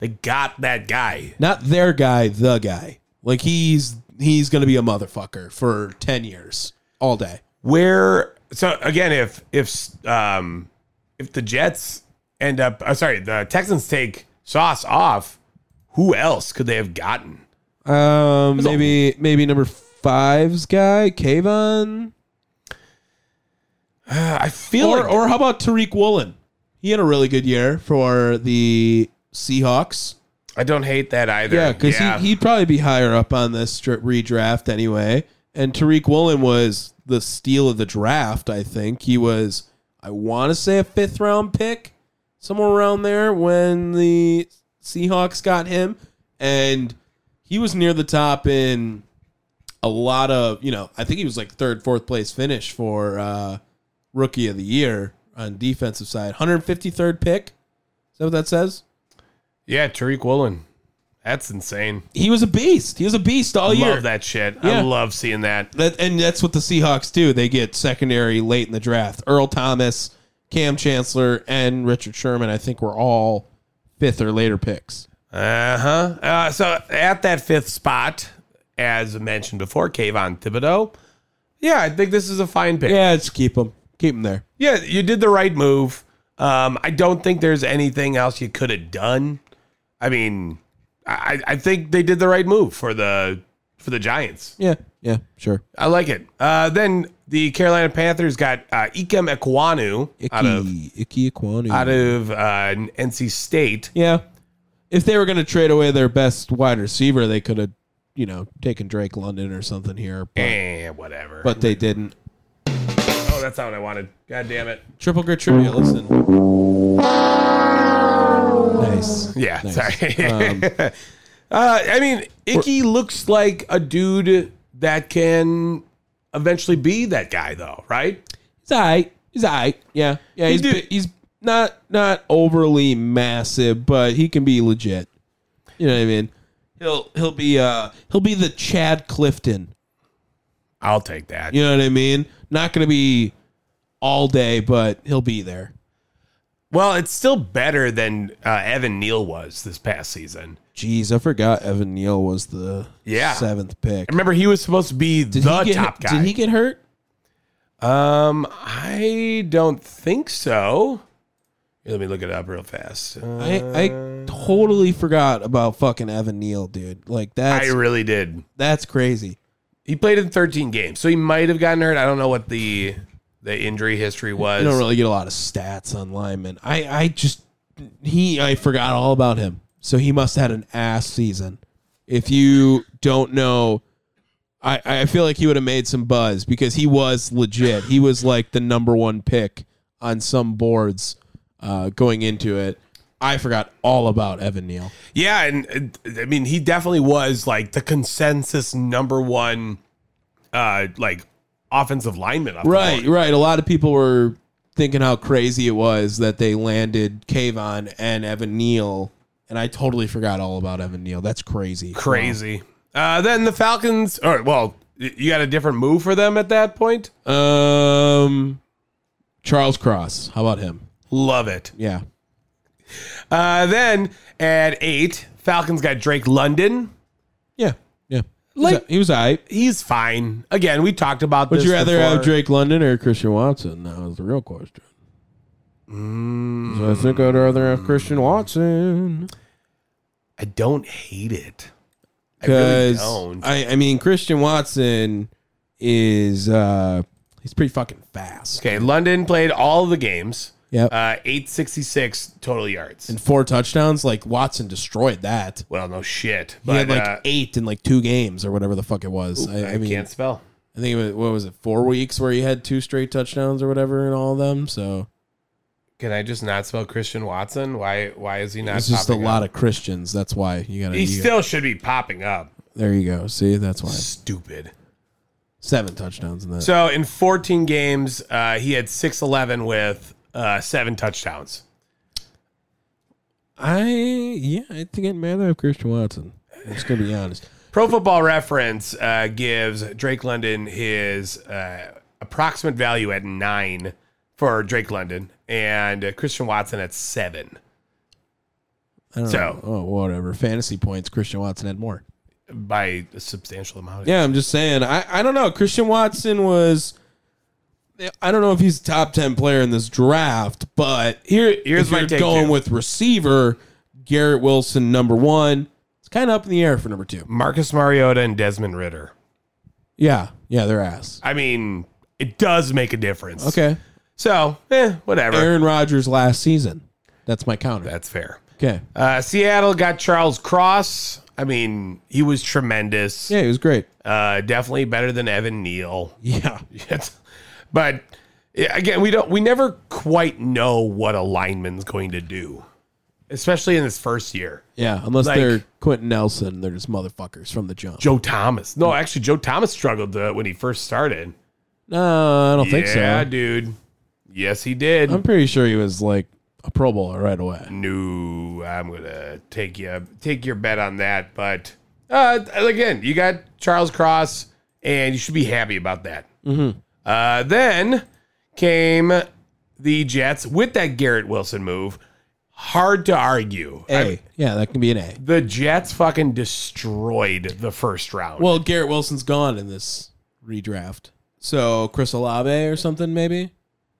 [SPEAKER 3] They got that guy.
[SPEAKER 1] not their guy, the guy. Like he's he's gonna be a motherfucker for ten years, all day.
[SPEAKER 3] Where so again, if if um if the Jets end up, uh, sorry, the Texans take Sauce off, who else could they have gotten?
[SPEAKER 1] Um, maybe maybe number five's guy, Kayvon,
[SPEAKER 3] Uh, I feel
[SPEAKER 1] or
[SPEAKER 3] like
[SPEAKER 1] or how about Tariq Woolen? He had a really good year for the Seahawks.
[SPEAKER 3] I don't hate that either.
[SPEAKER 1] Yeah, because he, he'd probably be higher up on this stri- redraft anyway. And Tariq Woolen was the steal of the draft, I think. He was, I want to say, a fifth round pick, somewhere around there when the Seahawks got him. And he was near the top in a lot of, you know, I think he was like third, fourth place finish for uh, rookie of the year on defensive side. 153rd pick. Is that what that says?
[SPEAKER 3] yeah, Tariq Woolen. That's insane.
[SPEAKER 1] He was a beast. He was a beast all
[SPEAKER 3] I
[SPEAKER 1] year.
[SPEAKER 3] love that shit.
[SPEAKER 1] Oh, Yeah.
[SPEAKER 3] I love seeing that.
[SPEAKER 1] That and that's what the Seahawks do. They get secondary late in the draft. Earl Thomas, Cam Chancellor, and Richard Sherman. I think were all fifth or later picks.
[SPEAKER 3] Uh-huh. Uh So at that fifth spot, as mentioned before, Kayvon Thibodeau. Yeah, I think this is a fine pick.
[SPEAKER 1] Yeah, just keep them, keep them there.
[SPEAKER 3] Yeah, you did the right move. Um, I don't think there's anything else you could have done. I mean, I, I think they did the right move for the for the Giants.
[SPEAKER 1] Yeah, yeah, sure.
[SPEAKER 3] I like it. Uh, then the Carolina Panthers got uh, Ikem Ekwanu out of
[SPEAKER 1] Icky, Icky Iquanu.
[SPEAKER 3] out of uh, NC State.
[SPEAKER 1] yeah, if they were going to trade away their best wide receiver, they could have, you know, taken Drake London or something here, but,
[SPEAKER 3] Eh, whatever.
[SPEAKER 1] but they didn't.
[SPEAKER 3] oh, that's not what I wanted. God damn it.
[SPEAKER 1] Triple grit trivia. Listen. Nice.
[SPEAKER 3] Yeah,
[SPEAKER 1] Nice. Um,
[SPEAKER 3] sorry. *laughs* uh, I mean, Icky looks like a dude that can eventually be that guy, though, right?
[SPEAKER 1] He's all right. He's all right. Yeah. Yeah. He's,
[SPEAKER 3] do-
[SPEAKER 1] bi- he's not not overly massive, but he can be legit. You know what I mean? He'll he'll be uh he'll be the Chad Clifton.
[SPEAKER 3] I'll take that.
[SPEAKER 1] You know what I mean? Not gonna be all day, but he'll be there.
[SPEAKER 3] Well, it's still better than uh, Evan Neal was this past season.
[SPEAKER 1] Jeez, I forgot Evan Neal was the
[SPEAKER 3] Yeah.
[SPEAKER 1] seventh pick.
[SPEAKER 3] I remember he was supposed to be the
[SPEAKER 1] he get,
[SPEAKER 3] top guy.
[SPEAKER 1] Did he get hurt?
[SPEAKER 3] um, I don't think so. Here, Let me look it up real fast. Uh,
[SPEAKER 1] I, I totally forgot about fucking Evan Neal, dude. Like
[SPEAKER 3] I
[SPEAKER 1] that's
[SPEAKER 3] really did.
[SPEAKER 1] that's crazy.
[SPEAKER 3] He played in 13 games, so he might have gotten hurt. I don't know what the the injury history was.
[SPEAKER 1] I don't really get a lot of stats on linemen. I, I just he I forgot all about him. So he must had an ass season. If you don't know, I, I feel like he would have made some buzz because he was legit. He was like the number one pick on some boards uh, going into it. I forgot all about Evan Neal.
[SPEAKER 3] Yeah, and uh, I mean, he definitely was like the consensus number one, uh, like offensive lineman. Off the
[SPEAKER 1] Right,
[SPEAKER 3] board.
[SPEAKER 1] right. A lot of people were thinking how crazy it was that they landed Kayvon and Evan Neal, and I totally forgot all about Evan Neal. That's crazy.
[SPEAKER 3] crazy. Uh, then the Falcons. All right, well, y- you got a different move for them at that point.
[SPEAKER 1] Wow. Um, Charles Cross. How about him?
[SPEAKER 3] Love it.
[SPEAKER 1] Yeah.
[SPEAKER 3] Uh, then at eight, Falcons got Drake London.
[SPEAKER 1] Yeah. Yeah.
[SPEAKER 3] Like-
[SPEAKER 1] he was all right.
[SPEAKER 3] He's fine. Again, we talked about.
[SPEAKER 1] Would
[SPEAKER 3] this
[SPEAKER 1] you rather have
[SPEAKER 3] before.
[SPEAKER 1] Drake London or Christian Watson? That was the real question. So I think I'd rather have Christian Watson.
[SPEAKER 3] I don't hate it. I really
[SPEAKER 1] Because
[SPEAKER 3] don't.
[SPEAKER 1] I, I, mean, Christian Watson is uh he's pretty fucking fast.
[SPEAKER 3] okay, London played all the games.
[SPEAKER 1] Yep.
[SPEAKER 3] Uh, eight sixty six total yards.
[SPEAKER 1] and four touchdowns. Like Watson destroyed that.
[SPEAKER 3] Well, no shit.
[SPEAKER 1] He had
[SPEAKER 3] But
[SPEAKER 1] like
[SPEAKER 3] uh,
[SPEAKER 1] eight in like two games or whatever the fuck it was. I, I,
[SPEAKER 3] I
[SPEAKER 1] mean,
[SPEAKER 3] can't spell.
[SPEAKER 1] I think it was, what was it four weeks where he had two straight touchdowns or whatever in all of them. So
[SPEAKER 3] Can I just not spell Christian Watson? Why? Why is he not?
[SPEAKER 1] it's just a
[SPEAKER 3] popping
[SPEAKER 1] lot
[SPEAKER 3] up?
[SPEAKER 1] of Christians. That's why you gotta.
[SPEAKER 3] He
[SPEAKER 1] you
[SPEAKER 3] still should be popping up.
[SPEAKER 1] there you go. See, that's why
[SPEAKER 3] Stupid.
[SPEAKER 1] seven touchdowns in that.
[SPEAKER 3] So in 14 games, uh, he had 6-11 with uh, seven touchdowns.
[SPEAKER 1] I yeah, I think I'd rather have Christian Watson. I'm just gonna be honest.
[SPEAKER 3] Pro Football Reference uh, gives Drake London his uh, approximate value at nine for Drake London and uh, Christian Watson at seven.
[SPEAKER 1] I don't
[SPEAKER 3] So-
[SPEAKER 1] know. oh whatever. Fantasy points. Christian Watson had more.
[SPEAKER 3] By a substantial amount.
[SPEAKER 1] Yeah, I'm just saying. I, I don't know. Christian Watson was. I don't know if he's a top ten player in this draft, but here
[SPEAKER 3] here's
[SPEAKER 1] if
[SPEAKER 3] my
[SPEAKER 1] you're
[SPEAKER 3] take,
[SPEAKER 1] going
[SPEAKER 3] too.
[SPEAKER 1] with receiver Garrett Wilson number one. It's kind of up in the air for number two.
[SPEAKER 3] Marcus Mariota and Desmond Ritter.
[SPEAKER 1] Yeah, yeah, their ass.
[SPEAKER 3] I mean, it does make a difference.
[SPEAKER 1] Okay,
[SPEAKER 3] So, eh, whatever.
[SPEAKER 1] Aaron Rodgers last season. That's my counter.
[SPEAKER 3] That's fair.
[SPEAKER 1] Okay.
[SPEAKER 3] Uh, Seattle got Charles Cross. I mean, he was tremendous.
[SPEAKER 1] Yeah, he was great.
[SPEAKER 3] Uh, definitely better than Evan Neal.
[SPEAKER 1] *laughs* Yeah.
[SPEAKER 3] Yes. But yeah, again, we don't we never quite know what a lineman's going to do, especially in his first year.
[SPEAKER 1] Yeah, unless
[SPEAKER 3] Like-
[SPEAKER 1] they're Quentin Nelson, they're just motherfuckers from the jump.
[SPEAKER 3] Joe Thomas. No, actually, Joe Thomas struggled uh, when he first started.
[SPEAKER 1] No, I don't think so.
[SPEAKER 3] yeah, dude. Yes, he did.
[SPEAKER 1] I'm pretty sure he was like a Pro Bowler right away.
[SPEAKER 3] no, I'm gonna take you take your bet on that. But uh, again, you got Charles Cross, and you should be happy about that.
[SPEAKER 1] Mm-hmm.
[SPEAKER 3] Uh, then came the Jets with that Garrett Wilson move. Hard to argue.
[SPEAKER 1] A. yeah, that can be an A.
[SPEAKER 3] The Jets fucking destroyed the first round.
[SPEAKER 1] Well, Garrett Wilson's gone in this redraft. So Chris Olave or something maybe?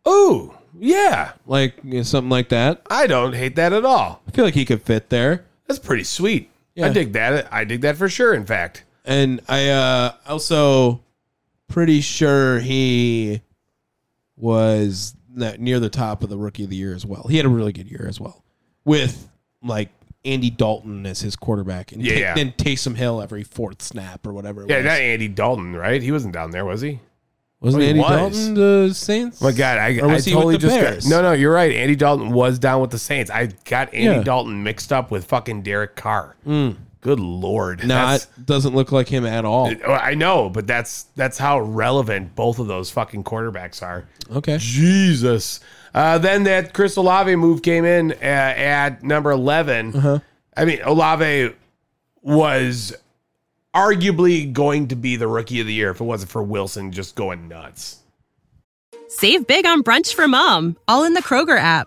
[SPEAKER 3] ooh, yeah,
[SPEAKER 1] Like you know, something like that.
[SPEAKER 3] I don't hate that at all.
[SPEAKER 1] I feel like he could fit there.
[SPEAKER 3] That's pretty sweet.
[SPEAKER 1] Yeah.
[SPEAKER 3] I dig that. I dig that for sure. In fact,
[SPEAKER 1] And I uh also pretty sure he was na- near the top of the rookie of the year as well. He had a really good year as well. With like Andy Dalton as his quarterback and
[SPEAKER 3] Yeah.
[SPEAKER 1] then Taysom Hill every fourth snap or whatever it
[SPEAKER 3] yeah,
[SPEAKER 1] was.
[SPEAKER 3] that Andy Dalton, right? He wasn't down there, was he?
[SPEAKER 1] Wasn't
[SPEAKER 3] Oh, he
[SPEAKER 1] Andy
[SPEAKER 3] was.
[SPEAKER 1] Dalton the Saints?
[SPEAKER 3] Oh my God, I,
[SPEAKER 1] Or
[SPEAKER 3] I
[SPEAKER 1] was he with
[SPEAKER 3] totally
[SPEAKER 1] the
[SPEAKER 3] just got-
[SPEAKER 1] Bears?
[SPEAKER 3] no, no, you're right. Andy Dalton was down with the Saints. I got Andy
[SPEAKER 1] Yeah. Mm.
[SPEAKER 3] Dalton mixed up with fucking Derek Carr. Good lord,
[SPEAKER 1] No,
[SPEAKER 3] That's-
[SPEAKER 1] it doesn't look like him at all.
[SPEAKER 3] Oh, I know, but that's that's how relevant both of those fucking quarterbacks are.
[SPEAKER 1] Okay.
[SPEAKER 3] Jesus. Uh, then that Chris Olave move came in uh, at number 11.
[SPEAKER 1] Uh-huh.
[SPEAKER 3] I mean, Olave was arguably going to be the rookie of the year if it wasn't for Wilson just going nuts.
[SPEAKER 4] Save big on brunch for mom, all in the Kroger app.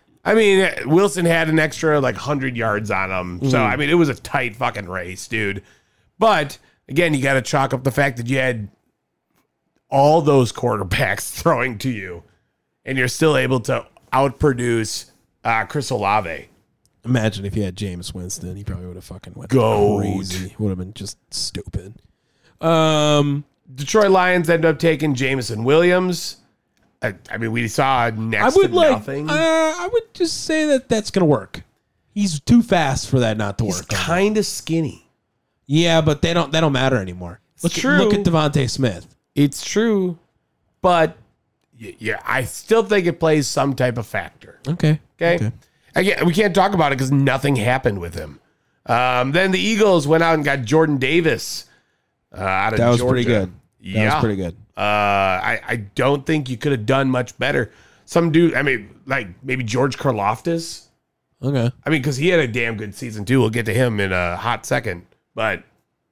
[SPEAKER 3] I mean, Wilson had an extra like 100 yards on him. So,
[SPEAKER 1] Mm-hmm.
[SPEAKER 3] I mean, it was a tight fucking race, dude. But again, you got to chalk up the fact that you had all those quarterbacks *laughs* throwing to you and you're still able to outproduce uh, Chris Olave.
[SPEAKER 1] Imagine if he had James Winston, he probably would have fucking went
[SPEAKER 3] Goat.
[SPEAKER 1] crazy. Would have been just stupid. Um,
[SPEAKER 3] Detroit Lions end up taking Jamison Williams. I, I mean, we saw
[SPEAKER 1] I
[SPEAKER 3] next
[SPEAKER 1] would
[SPEAKER 3] to
[SPEAKER 1] like. Uh,
[SPEAKER 3] nothing.
[SPEAKER 1] I would just say that that's gonna work. He's too fast for that not to
[SPEAKER 3] He's
[SPEAKER 1] work.
[SPEAKER 3] kind of skinny.
[SPEAKER 1] yeah, but they don't. They don't matter anymore. Look,
[SPEAKER 3] true.
[SPEAKER 1] At, look at Devonte Smith.
[SPEAKER 3] It's true, but y- yeah, I still think it plays some type of factor.
[SPEAKER 1] Okay.
[SPEAKER 3] Okay. Again, we can't talk about it because nothing happened with him. Um, then the Eagles went out and got Jordan Davis uh, out of
[SPEAKER 1] That was
[SPEAKER 3] Georgia.
[SPEAKER 1] pretty good. That
[SPEAKER 3] yeah.
[SPEAKER 1] was pretty good.
[SPEAKER 3] Uh, I, I don't think you could have done much better. Some dude, I mean, like maybe George Karloftis.
[SPEAKER 1] Okay.
[SPEAKER 3] I mean, because he had a damn good season too. We'll get to him in a hot second. But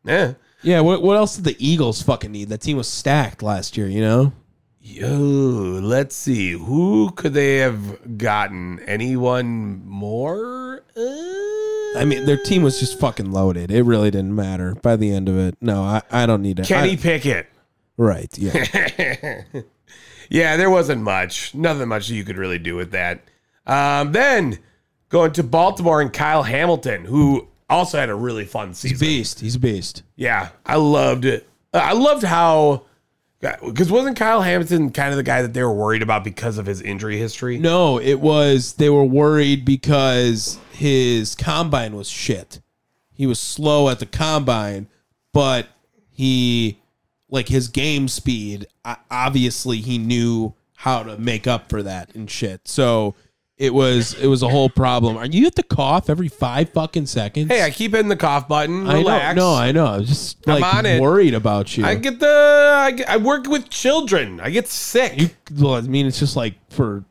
[SPEAKER 3] yeah,
[SPEAKER 1] Yeah. What What else did the Eagles fucking need? That team was stacked last year. You know.
[SPEAKER 3] yo, let's see who could they have gotten? Anyone more? Uh,
[SPEAKER 1] I mean, their team was just fucking loaded. It really didn't matter by the end of it. No, I, I don't need to.
[SPEAKER 3] Kenny
[SPEAKER 1] I-
[SPEAKER 3] Pickett.
[SPEAKER 1] right? Yeah.
[SPEAKER 3] yeah, there wasn't much. Nothing much you could really do with that. Um, then going to Baltimore and Kyle Hamilton, who also had a really fun
[SPEAKER 1] He's
[SPEAKER 3] season.
[SPEAKER 1] beast. He's beast.
[SPEAKER 3] Yeah, I loved it. Uh, I loved how because wasn't Kyle Hamilton kind of the guy that they were worried about because of his injury history?
[SPEAKER 1] No, it was they were worried because his combine was shit. He was slow at the combine, but he like his game speed, o- obviously he knew how to make up for that and shit. So it was it was a whole problem. Are you have to cough every 5 fucking seconds?
[SPEAKER 3] Hey, I keep hitting the cough button.
[SPEAKER 1] I
[SPEAKER 3] Relax.
[SPEAKER 1] know. No, I know. I was just
[SPEAKER 3] I'm
[SPEAKER 1] like
[SPEAKER 3] on it.
[SPEAKER 1] worried about you.
[SPEAKER 3] I get the I, get, I work with children. I get sick.
[SPEAKER 1] you well, I mean it's just like for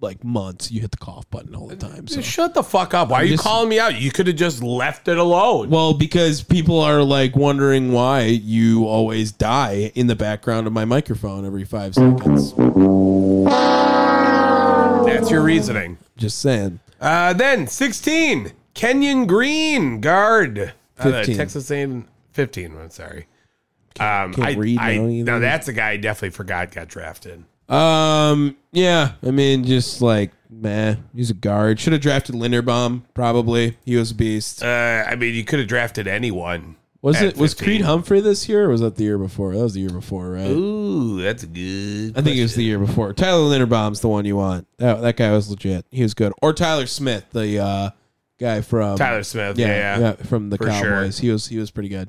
[SPEAKER 1] like months you hit the cough button all the time. So
[SPEAKER 3] Shut the fuck up. Why are you
[SPEAKER 1] just-
[SPEAKER 3] calling me out? You could have just left it alone.
[SPEAKER 1] Well, because people are like wondering why you always die in the background of my microphone every five seconds.
[SPEAKER 3] That's your reasoning.
[SPEAKER 1] Just saying.
[SPEAKER 3] Uh, then 16, Kenyon Green, guard. out of
[SPEAKER 1] 15.
[SPEAKER 3] Texas A&M 15, I'm sorry. Um,
[SPEAKER 1] can't
[SPEAKER 3] I,
[SPEAKER 1] read
[SPEAKER 3] I,
[SPEAKER 1] now
[SPEAKER 3] now
[SPEAKER 1] either.
[SPEAKER 3] that's a guy I definitely forgot got drafted.
[SPEAKER 1] Um, yeah, I mean, just like man, he's a guard. Should have drafted Linderbaum. Probably he was a beast.
[SPEAKER 3] Uh, I mean, you could have drafted anyone.
[SPEAKER 1] was
[SPEAKER 3] at
[SPEAKER 1] it was
[SPEAKER 3] 15.
[SPEAKER 1] Creed Humphrey this year? or Was that the year before? That was the year before, right?
[SPEAKER 3] Ooh, that's a good.
[SPEAKER 1] I think it was the year before. Tyler Linderbaum's the one you want. That, that guy was legit. He was good. Or Tyler Smith, the uh, guy from
[SPEAKER 3] Tyler Smith. Yeah, yeah.
[SPEAKER 1] from the
[SPEAKER 3] For sure.
[SPEAKER 1] Cowboys. He was he was pretty good.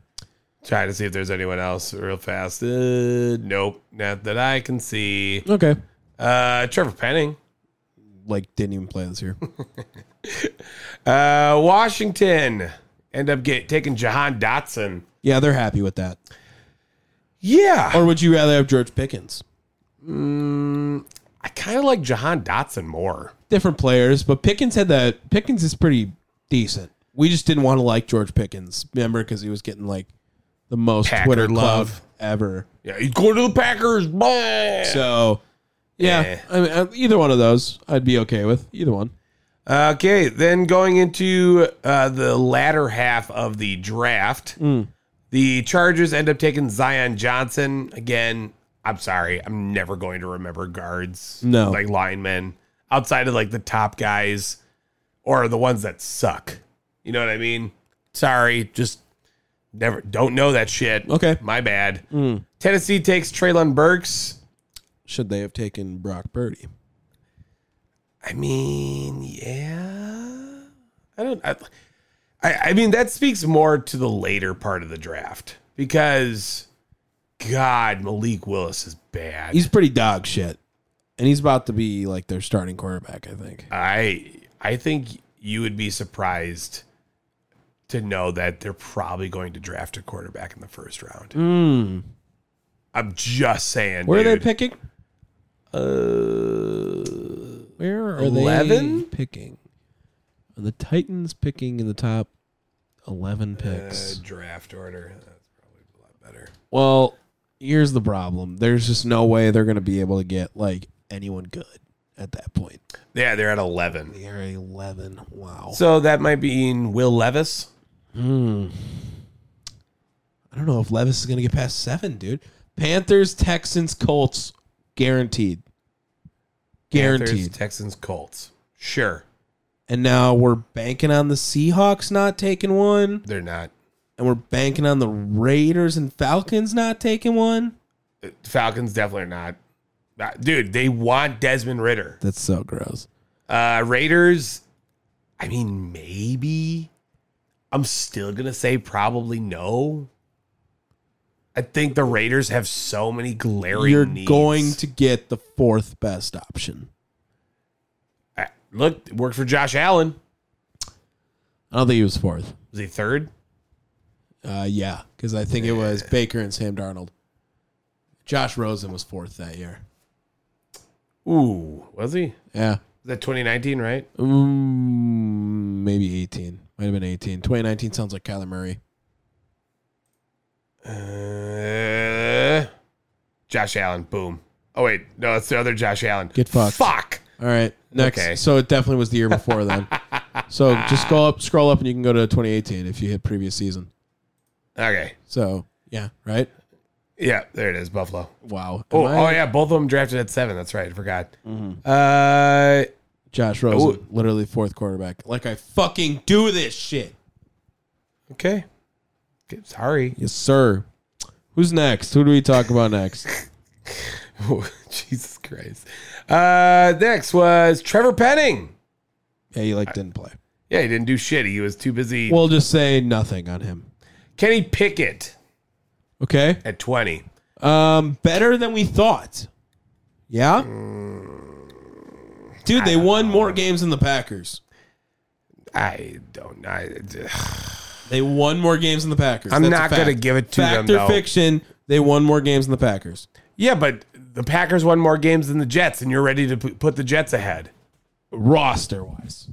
[SPEAKER 3] Try to see if there's anyone else real fast. Uh, nope, not that I can see.
[SPEAKER 1] Okay,
[SPEAKER 3] Uh, Trevor Penning.
[SPEAKER 1] like didn't even play this year. *laughs*
[SPEAKER 3] Uh, Washington end up get taking Jahan Dotson.
[SPEAKER 1] yeah, they're happy with that.
[SPEAKER 3] Yeah,
[SPEAKER 1] Or would you rather have George Pickens?
[SPEAKER 3] I kind of like Jahan Dotson more.
[SPEAKER 1] different players, but Pickens had that. Pickens is pretty decent. We just didn't want to like George Pickens, remember, because he was getting like the most
[SPEAKER 3] Packer
[SPEAKER 1] Twitter love
[SPEAKER 3] love.
[SPEAKER 1] ever.
[SPEAKER 3] Yeah, he's going to the Packers. Blah.
[SPEAKER 1] So, yeah,
[SPEAKER 3] Yeah.
[SPEAKER 1] I mean, uh, either one of those, I'd be okay with either one.
[SPEAKER 3] Okay, then going into uh, the latter half of the draft,
[SPEAKER 1] Hmm.
[SPEAKER 3] the Chargers end up taking Zion Johnson. Again, I'm sorry, I'm never going to remember guards,
[SPEAKER 1] No.
[SPEAKER 3] like linemen, outside of like the top guys or the ones that suck. You know what I mean? Sorry, just never don't know that shit.
[SPEAKER 1] Okay. Hmm.
[SPEAKER 3] my bad. Tennessee takes Traylon Burks.
[SPEAKER 1] Should they have taken Brock Purdy?
[SPEAKER 3] I mean, yeah. I don't. I, I, I mean, that speaks more to the later part of the draft because, God, Malik Willis is bad.
[SPEAKER 1] He's pretty dog shit, and he's about to be like their starting quarterback. I think.
[SPEAKER 3] I I think you would be surprised to know that they're probably going to draft a quarterback in the first round. Hmm. I'm just saying.
[SPEAKER 1] Where are they
[SPEAKER 3] dude.
[SPEAKER 1] picking?
[SPEAKER 3] Uh,
[SPEAKER 1] Where are
[SPEAKER 3] 11?
[SPEAKER 1] they picking? Are the Titans picking in the top eleven picks?
[SPEAKER 3] draft order. That's probably a lot better.
[SPEAKER 1] Uh, Well, here's the problem. There's just no way they're going to be able to get like anyone good at that point.
[SPEAKER 3] Yeah, they're at 11.
[SPEAKER 1] They're 11. Wow. Hmm.
[SPEAKER 3] So that might be in Will Levis.
[SPEAKER 1] I don't know if Levis is going to get past 7, dude. Panthers, Texans, Colts guaranteed. Guaranteed.
[SPEAKER 3] Panthers, Texans, Colts. Sure,
[SPEAKER 1] and now we're banking on the Seahawks not taking one
[SPEAKER 3] they're not.
[SPEAKER 1] and we're banking on the Raiders and Falcons not taking one.
[SPEAKER 3] Falcons definitely are not. Uh, Dude, they want Desmond Ritter.
[SPEAKER 1] That's so gross.
[SPEAKER 3] Uh, Raiders, I mean, maybe. I'm still gonna say probably no. I think the Raiders have so many glaring.
[SPEAKER 1] You're
[SPEAKER 3] needs.
[SPEAKER 1] going to get the fourth best option.
[SPEAKER 3] Uh, look. It worked for Josh Allen.
[SPEAKER 1] I don't think he was fourth.
[SPEAKER 3] Was he third?
[SPEAKER 1] Uh, yeah, because I think it was Baker and Sam Darnold. Josh Rosen was fourth that year.
[SPEAKER 3] Ooh, was he?
[SPEAKER 1] Yeah.
[SPEAKER 3] Was that 2019? Right?
[SPEAKER 1] Mm, maybe 18. Might have been 18. 2019 sounds like Kyler Murray.
[SPEAKER 3] Uh, Josh Allen. Boom. Oh wait, no, it's the other Josh Allen.
[SPEAKER 1] Get fucked.
[SPEAKER 3] Fuck.
[SPEAKER 1] All right. Next.
[SPEAKER 3] Okay.
[SPEAKER 1] So it definitely was the year before
[SPEAKER 3] *laughs*
[SPEAKER 1] then. so just go up, scroll up, and you can go to 2018 if you hit previous season.
[SPEAKER 3] Okay.
[SPEAKER 1] So, yeah, right?
[SPEAKER 3] Yeah, there it is. Buffalo.
[SPEAKER 1] Wow. Am
[SPEAKER 3] Oh,
[SPEAKER 1] I- Mm-hmm.
[SPEAKER 3] oh yeah, both of them drafted at seven. That's right. I forgot. Uh,
[SPEAKER 1] Josh Rosen,
[SPEAKER 3] Oh.
[SPEAKER 1] literally fourth quarterback. Like, I fucking do this shit.
[SPEAKER 3] okay. Okay, Sorry. *laughs*
[SPEAKER 1] Yes, sir. Who's next? Who do we talk about next? *laughs*
[SPEAKER 3] Oh, Jesus Christ. Uh, next was Trevor Penning.
[SPEAKER 1] yeah, he, like, didn't play.
[SPEAKER 3] Yeah, he didn't do shit. He was too busy.
[SPEAKER 1] We'll just say nothing on him.
[SPEAKER 3] Kenny Pickett
[SPEAKER 1] Okay.
[SPEAKER 3] at twenty.
[SPEAKER 1] Um, better than we thought. Yeah.
[SPEAKER 3] Mm.
[SPEAKER 1] Dude, they won more games than the Packers.
[SPEAKER 3] I don't. I,
[SPEAKER 1] They won more games than the Packers.
[SPEAKER 3] I'm
[SPEAKER 1] That's a
[SPEAKER 3] not
[SPEAKER 1] fact.
[SPEAKER 3] gonna give it to
[SPEAKER 1] Fact
[SPEAKER 3] them,
[SPEAKER 1] or
[SPEAKER 3] though.
[SPEAKER 1] fiction. They won more games than the Packers.
[SPEAKER 3] yeah, but the Packers won more games than the Jets, and you're ready to p- put the Jets ahead.
[SPEAKER 1] Roster wise,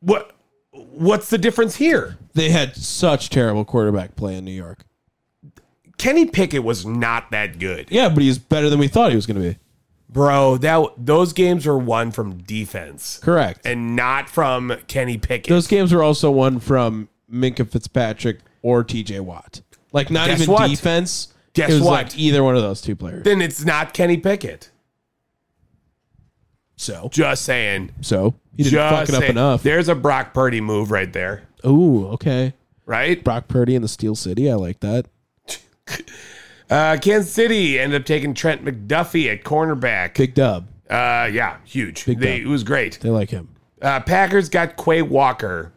[SPEAKER 3] What? What's the difference here?
[SPEAKER 1] they had such terrible quarterback play in New York.
[SPEAKER 3] Kenny Pickett was not that good.
[SPEAKER 1] Yeah, but he's better than we thought he was going to be.
[SPEAKER 3] bro. That those games were won from defense,
[SPEAKER 1] Correct.
[SPEAKER 3] and not from Kenny Pickett.
[SPEAKER 1] Those games were also won from Minka Fitzpatrick or TJ Watt. Like not
[SPEAKER 3] Guess
[SPEAKER 1] even
[SPEAKER 3] what?
[SPEAKER 1] defense.
[SPEAKER 3] Guess
[SPEAKER 1] it was
[SPEAKER 3] what?
[SPEAKER 1] Like either one of those two players.
[SPEAKER 3] then it's not Kenny Pickett.
[SPEAKER 1] So
[SPEAKER 3] Just saying.
[SPEAKER 1] so he didn't
[SPEAKER 3] Just
[SPEAKER 1] fuck it up
[SPEAKER 3] saying.
[SPEAKER 1] enough.
[SPEAKER 3] There's a Brock Purdy move right there,
[SPEAKER 1] Ooh, okay.
[SPEAKER 3] right?
[SPEAKER 1] Brock Purdy in the Steel City. I like that.
[SPEAKER 3] Uh, Kansas City ended up taking Trent McDuffie at cornerback.
[SPEAKER 1] Big dub.
[SPEAKER 3] Uh, yeah, huge.
[SPEAKER 1] Big
[SPEAKER 3] They-
[SPEAKER 1] dub.
[SPEAKER 3] it was great.
[SPEAKER 1] They like him.
[SPEAKER 3] Uh, Packers got Quay Walker.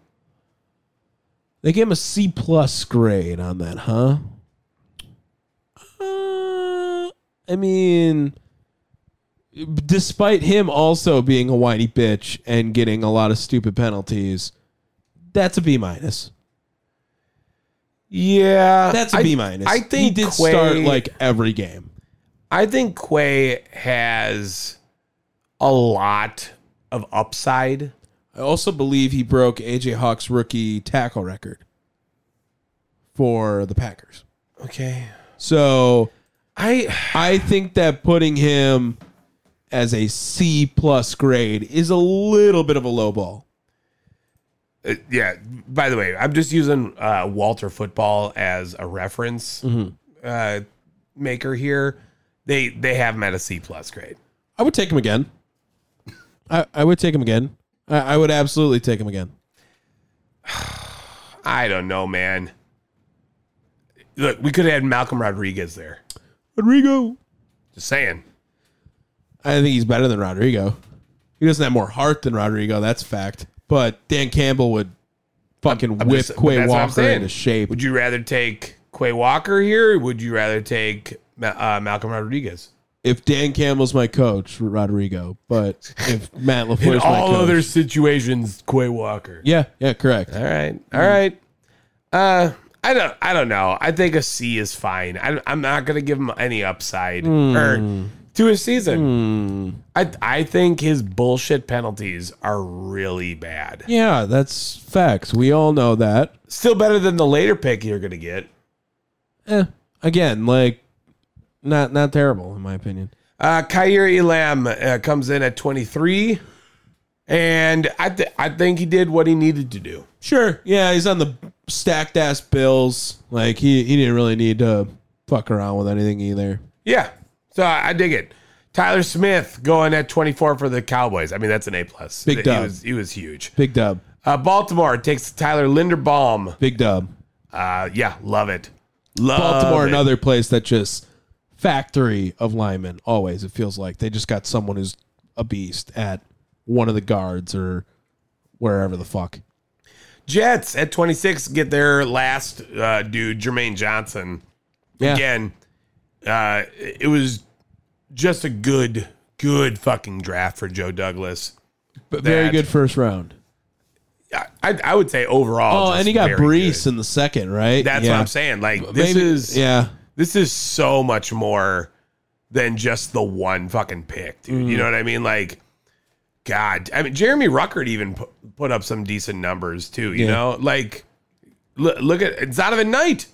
[SPEAKER 1] They gave him a C plus grade on that, huh? Uh, I mean, despite him also being a whiny bitch and getting a lot of stupid penalties, that's a B minus.
[SPEAKER 3] Yeah,
[SPEAKER 1] That's a
[SPEAKER 3] I-
[SPEAKER 1] B minus.
[SPEAKER 3] I think
[SPEAKER 1] he did
[SPEAKER 3] Quay-
[SPEAKER 1] start like every game.
[SPEAKER 3] I think Quay has a lot of upside.
[SPEAKER 1] I also believe he broke AJ Hawk's rookie tackle record for the Packers.
[SPEAKER 3] Okay,
[SPEAKER 1] So
[SPEAKER 3] I
[SPEAKER 1] I think that putting him as a C plus grade is a little bit of a low ball.
[SPEAKER 3] uh, yeah. By the way, I'm just using uh, Walter Football as a reference
[SPEAKER 1] Mm-hmm.
[SPEAKER 3] uh, maker here. They they have him at a C plus grade.
[SPEAKER 1] I would take him again. I, I would take him again. I, I would absolutely take him again.
[SPEAKER 3] I don't know, man. Look, we could have had Malcolm Rodriguez there.
[SPEAKER 1] Rodrigo.
[SPEAKER 3] Just saying.
[SPEAKER 1] I think he's better than Rodrigo. He doesn't have more heart than Rodrigo, that's fact. But Dan Campbell would fucking
[SPEAKER 3] I'm
[SPEAKER 1] whip
[SPEAKER 3] just- but
[SPEAKER 1] Quay
[SPEAKER 3] that's what I'm
[SPEAKER 1] Walker
[SPEAKER 3] saying.
[SPEAKER 1] into shape.
[SPEAKER 3] Would you rather take Quay Walker here? Or would you rather take Ma- uh, Malcolm Rodriguez?
[SPEAKER 1] if Dan Campbell's my coach, Rodrigo. But if Matt
[SPEAKER 3] *laughs* In
[SPEAKER 1] LaFleur's my
[SPEAKER 3] all
[SPEAKER 1] coach.
[SPEAKER 3] other situations, Quay Walker.
[SPEAKER 1] Yeah, yeah, correct.
[SPEAKER 3] All right. All right. Uh, I don't. I don't know. I think a C is fine. I, I'm not going to give him any upside or to his season. I I think his bullshit penalties are really bad.
[SPEAKER 1] Yeah, that's facts. We all know that.
[SPEAKER 3] Still better than the later pick you're going to get.
[SPEAKER 1] eh, again, like not not terrible in my opinion.
[SPEAKER 3] Uh, Kyir Elam uh, comes in at 23, and I th- I think he did what he needed to do.
[SPEAKER 1] Sure. Yeah, he's on the stacked ass Bills. Like he he didn't really need to fuck around with anything either.
[SPEAKER 3] Yeah, so I, I dig it. Tyler Smith going at 24 for the Cowboys. I mean, that's an A plus.
[SPEAKER 1] Big
[SPEAKER 3] he
[SPEAKER 1] dub.
[SPEAKER 3] was he was huge.
[SPEAKER 1] Big dub.
[SPEAKER 3] Uh, Baltimore takes Tyler Linderbaum.
[SPEAKER 1] Big dub.
[SPEAKER 3] Uh, yeah, love it. Love
[SPEAKER 1] Baltimore,
[SPEAKER 3] it.
[SPEAKER 1] another place that just factory of linemen. Always it feels like they just got someone who's a beast at one of the guards or wherever the fuck.
[SPEAKER 3] Jets at 26 get their last uh, dude, Jermaine Johnson.
[SPEAKER 1] Yeah.
[SPEAKER 3] Again, uh, it was just a good, good fucking draft for Joe Douglas.
[SPEAKER 1] But very
[SPEAKER 3] that-
[SPEAKER 1] good first round.
[SPEAKER 3] I, I I would say overall.
[SPEAKER 1] Oh,
[SPEAKER 3] just
[SPEAKER 1] and he got
[SPEAKER 3] very
[SPEAKER 1] Brees
[SPEAKER 3] good.
[SPEAKER 1] in the second, right?
[SPEAKER 3] That's
[SPEAKER 1] Yeah.
[SPEAKER 3] what I'm saying. Like this
[SPEAKER 1] Maybe-
[SPEAKER 3] is
[SPEAKER 1] yeah.
[SPEAKER 3] this is so much more than just the one fucking pick, dude.
[SPEAKER 1] Mm.
[SPEAKER 3] You know what I mean? Like, God, I mean, Jeremy Ruckert even pu- put up some decent numbers too. You
[SPEAKER 1] Yeah.
[SPEAKER 3] know, like look, look at it's Donovan Knight.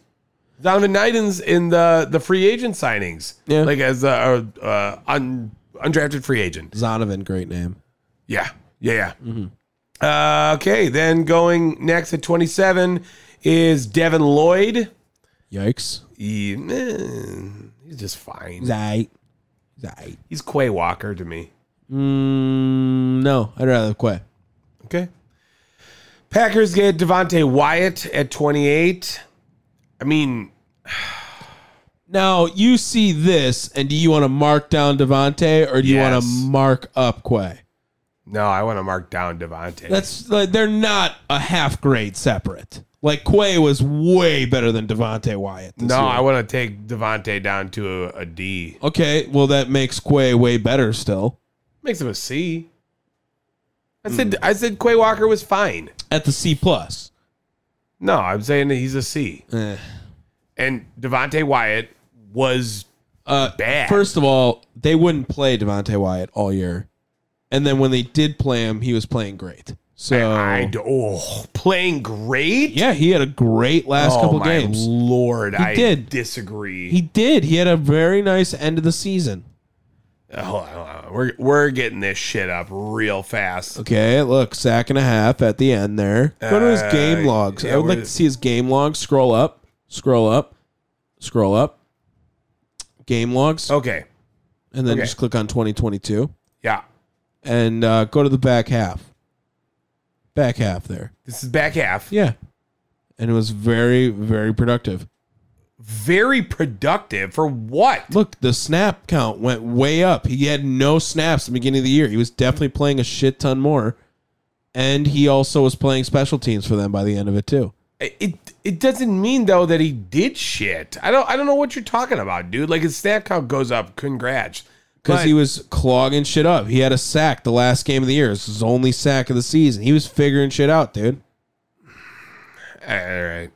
[SPEAKER 3] Donovan Knight in, in the the free agent signings,
[SPEAKER 1] Yeah.
[SPEAKER 3] like as a, uh un, undrafted free agent.
[SPEAKER 1] Zonovan, great name.
[SPEAKER 3] Yeah, yeah, yeah.
[SPEAKER 1] Mm-hmm.
[SPEAKER 3] Uh, okay, then going next at twenty seven is Devin Lloyd.
[SPEAKER 1] Yikes.
[SPEAKER 3] He- eh, he's just fine.
[SPEAKER 1] Zai. Zai.
[SPEAKER 3] He's Quay Walker to me.
[SPEAKER 1] Mm, no, I'd rather Quay.
[SPEAKER 3] Okay. Packers get Devontae Wyatt at 28. I mean,
[SPEAKER 1] Now you see this, and do you want to mark down Devontae or do you want
[SPEAKER 3] Yes.
[SPEAKER 1] to mark up Quay?
[SPEAKER 3] no, I want to mark down Devontae.
[SPEAKER 1] That's like they're not a half grade separate. Like Quay was way better than Devontae Wyatt. This
[SPEAKER 3] no,
[SPEAKER 1] year.
[SPEAKER 3] I want to take Devontae down to a, a D.
[SPEAKER 1] okay. Well, that makes Quay way better still.
[SPEAKER 3] Makes him a C. I said
[SPEAKER 1] Hmm.
[SPEAKER 3] I said Quay Walker was fine.
[SPEAKER 1] At the C plus.
[SPEAKER 3] No, I'm saying that he's a C.
[SPEAKER 1] Eh.
[SPEAKER 3] And Devontae Wyatt was
[SPEAKER 1] Uh,
[SPEAKER 3] bad.
[SPEAKER 1] First of all, they wouldn't play Devontae Wyatt all year, and then when they did play him, he was playing great. So
[SPEAKER 3] I, I- oh, playing great.
[SPEAKER 1] yeah, he had a great last
[SPEAKER 3] oh,
[SPEAKER 1] couple
[SPEAKER 3] my
[SPEAKER 1] games.
[SPEAKER 3] Lord, I
[SPEAKER 1] did.
[SPEAKER 3] disagree.
[SPEAKER 1] He did. He had a very nice end of the season.
[SPEAKER 3] Oh, I- We're we're getting this shit up real fast.
[SPEAKER 1] Okay, look, sack and a half at the end there. Go to his
[SPEAKER 3] Uh,
[SPEAKER 1] game logs.
[SPEAKER 3] yeah,
[SPEAKER 1] I would
[SPEAKER 3] where-
[SPEAKER 1] like to see his game logs. Scroll up, scroll up, scroll up. Game logs,
[SPEAKER 3] Okay.
[SPEAKER 1] and then
[SPEAKER 3] Oh, okay.
[SPEAKER 1] just click on 2022
[SPEAKER 3] Yeah.
[SPEAKER 1] and uh, go to the back half. Back half there.
[SPEAKER 3] This is back half.
[SPEAKER 1] Yeah. And it was very, very productive.
[SPEAKER 3] Very productive for what?
[SPEAKER 1] Look, the snap count went way up. He had no snaps at the beginning of the year. He was definitely playing a shit ton more. And he also was playing special teams for them by the end of it, too.
[SPEAKER 3] It it doesn't mean though that he did shit. I don't I don't know what you're talking about, dude. Like his snap count goes up. Congrats.
[SPEAKER 1] Because
[SPEAKER 3] But-
[SPEAKER 1] he was clogging shit up. He had a sack the last game of the year. It's his only sack of the season. He was figuring shit out, dude.
[SPEAKER 3] all right.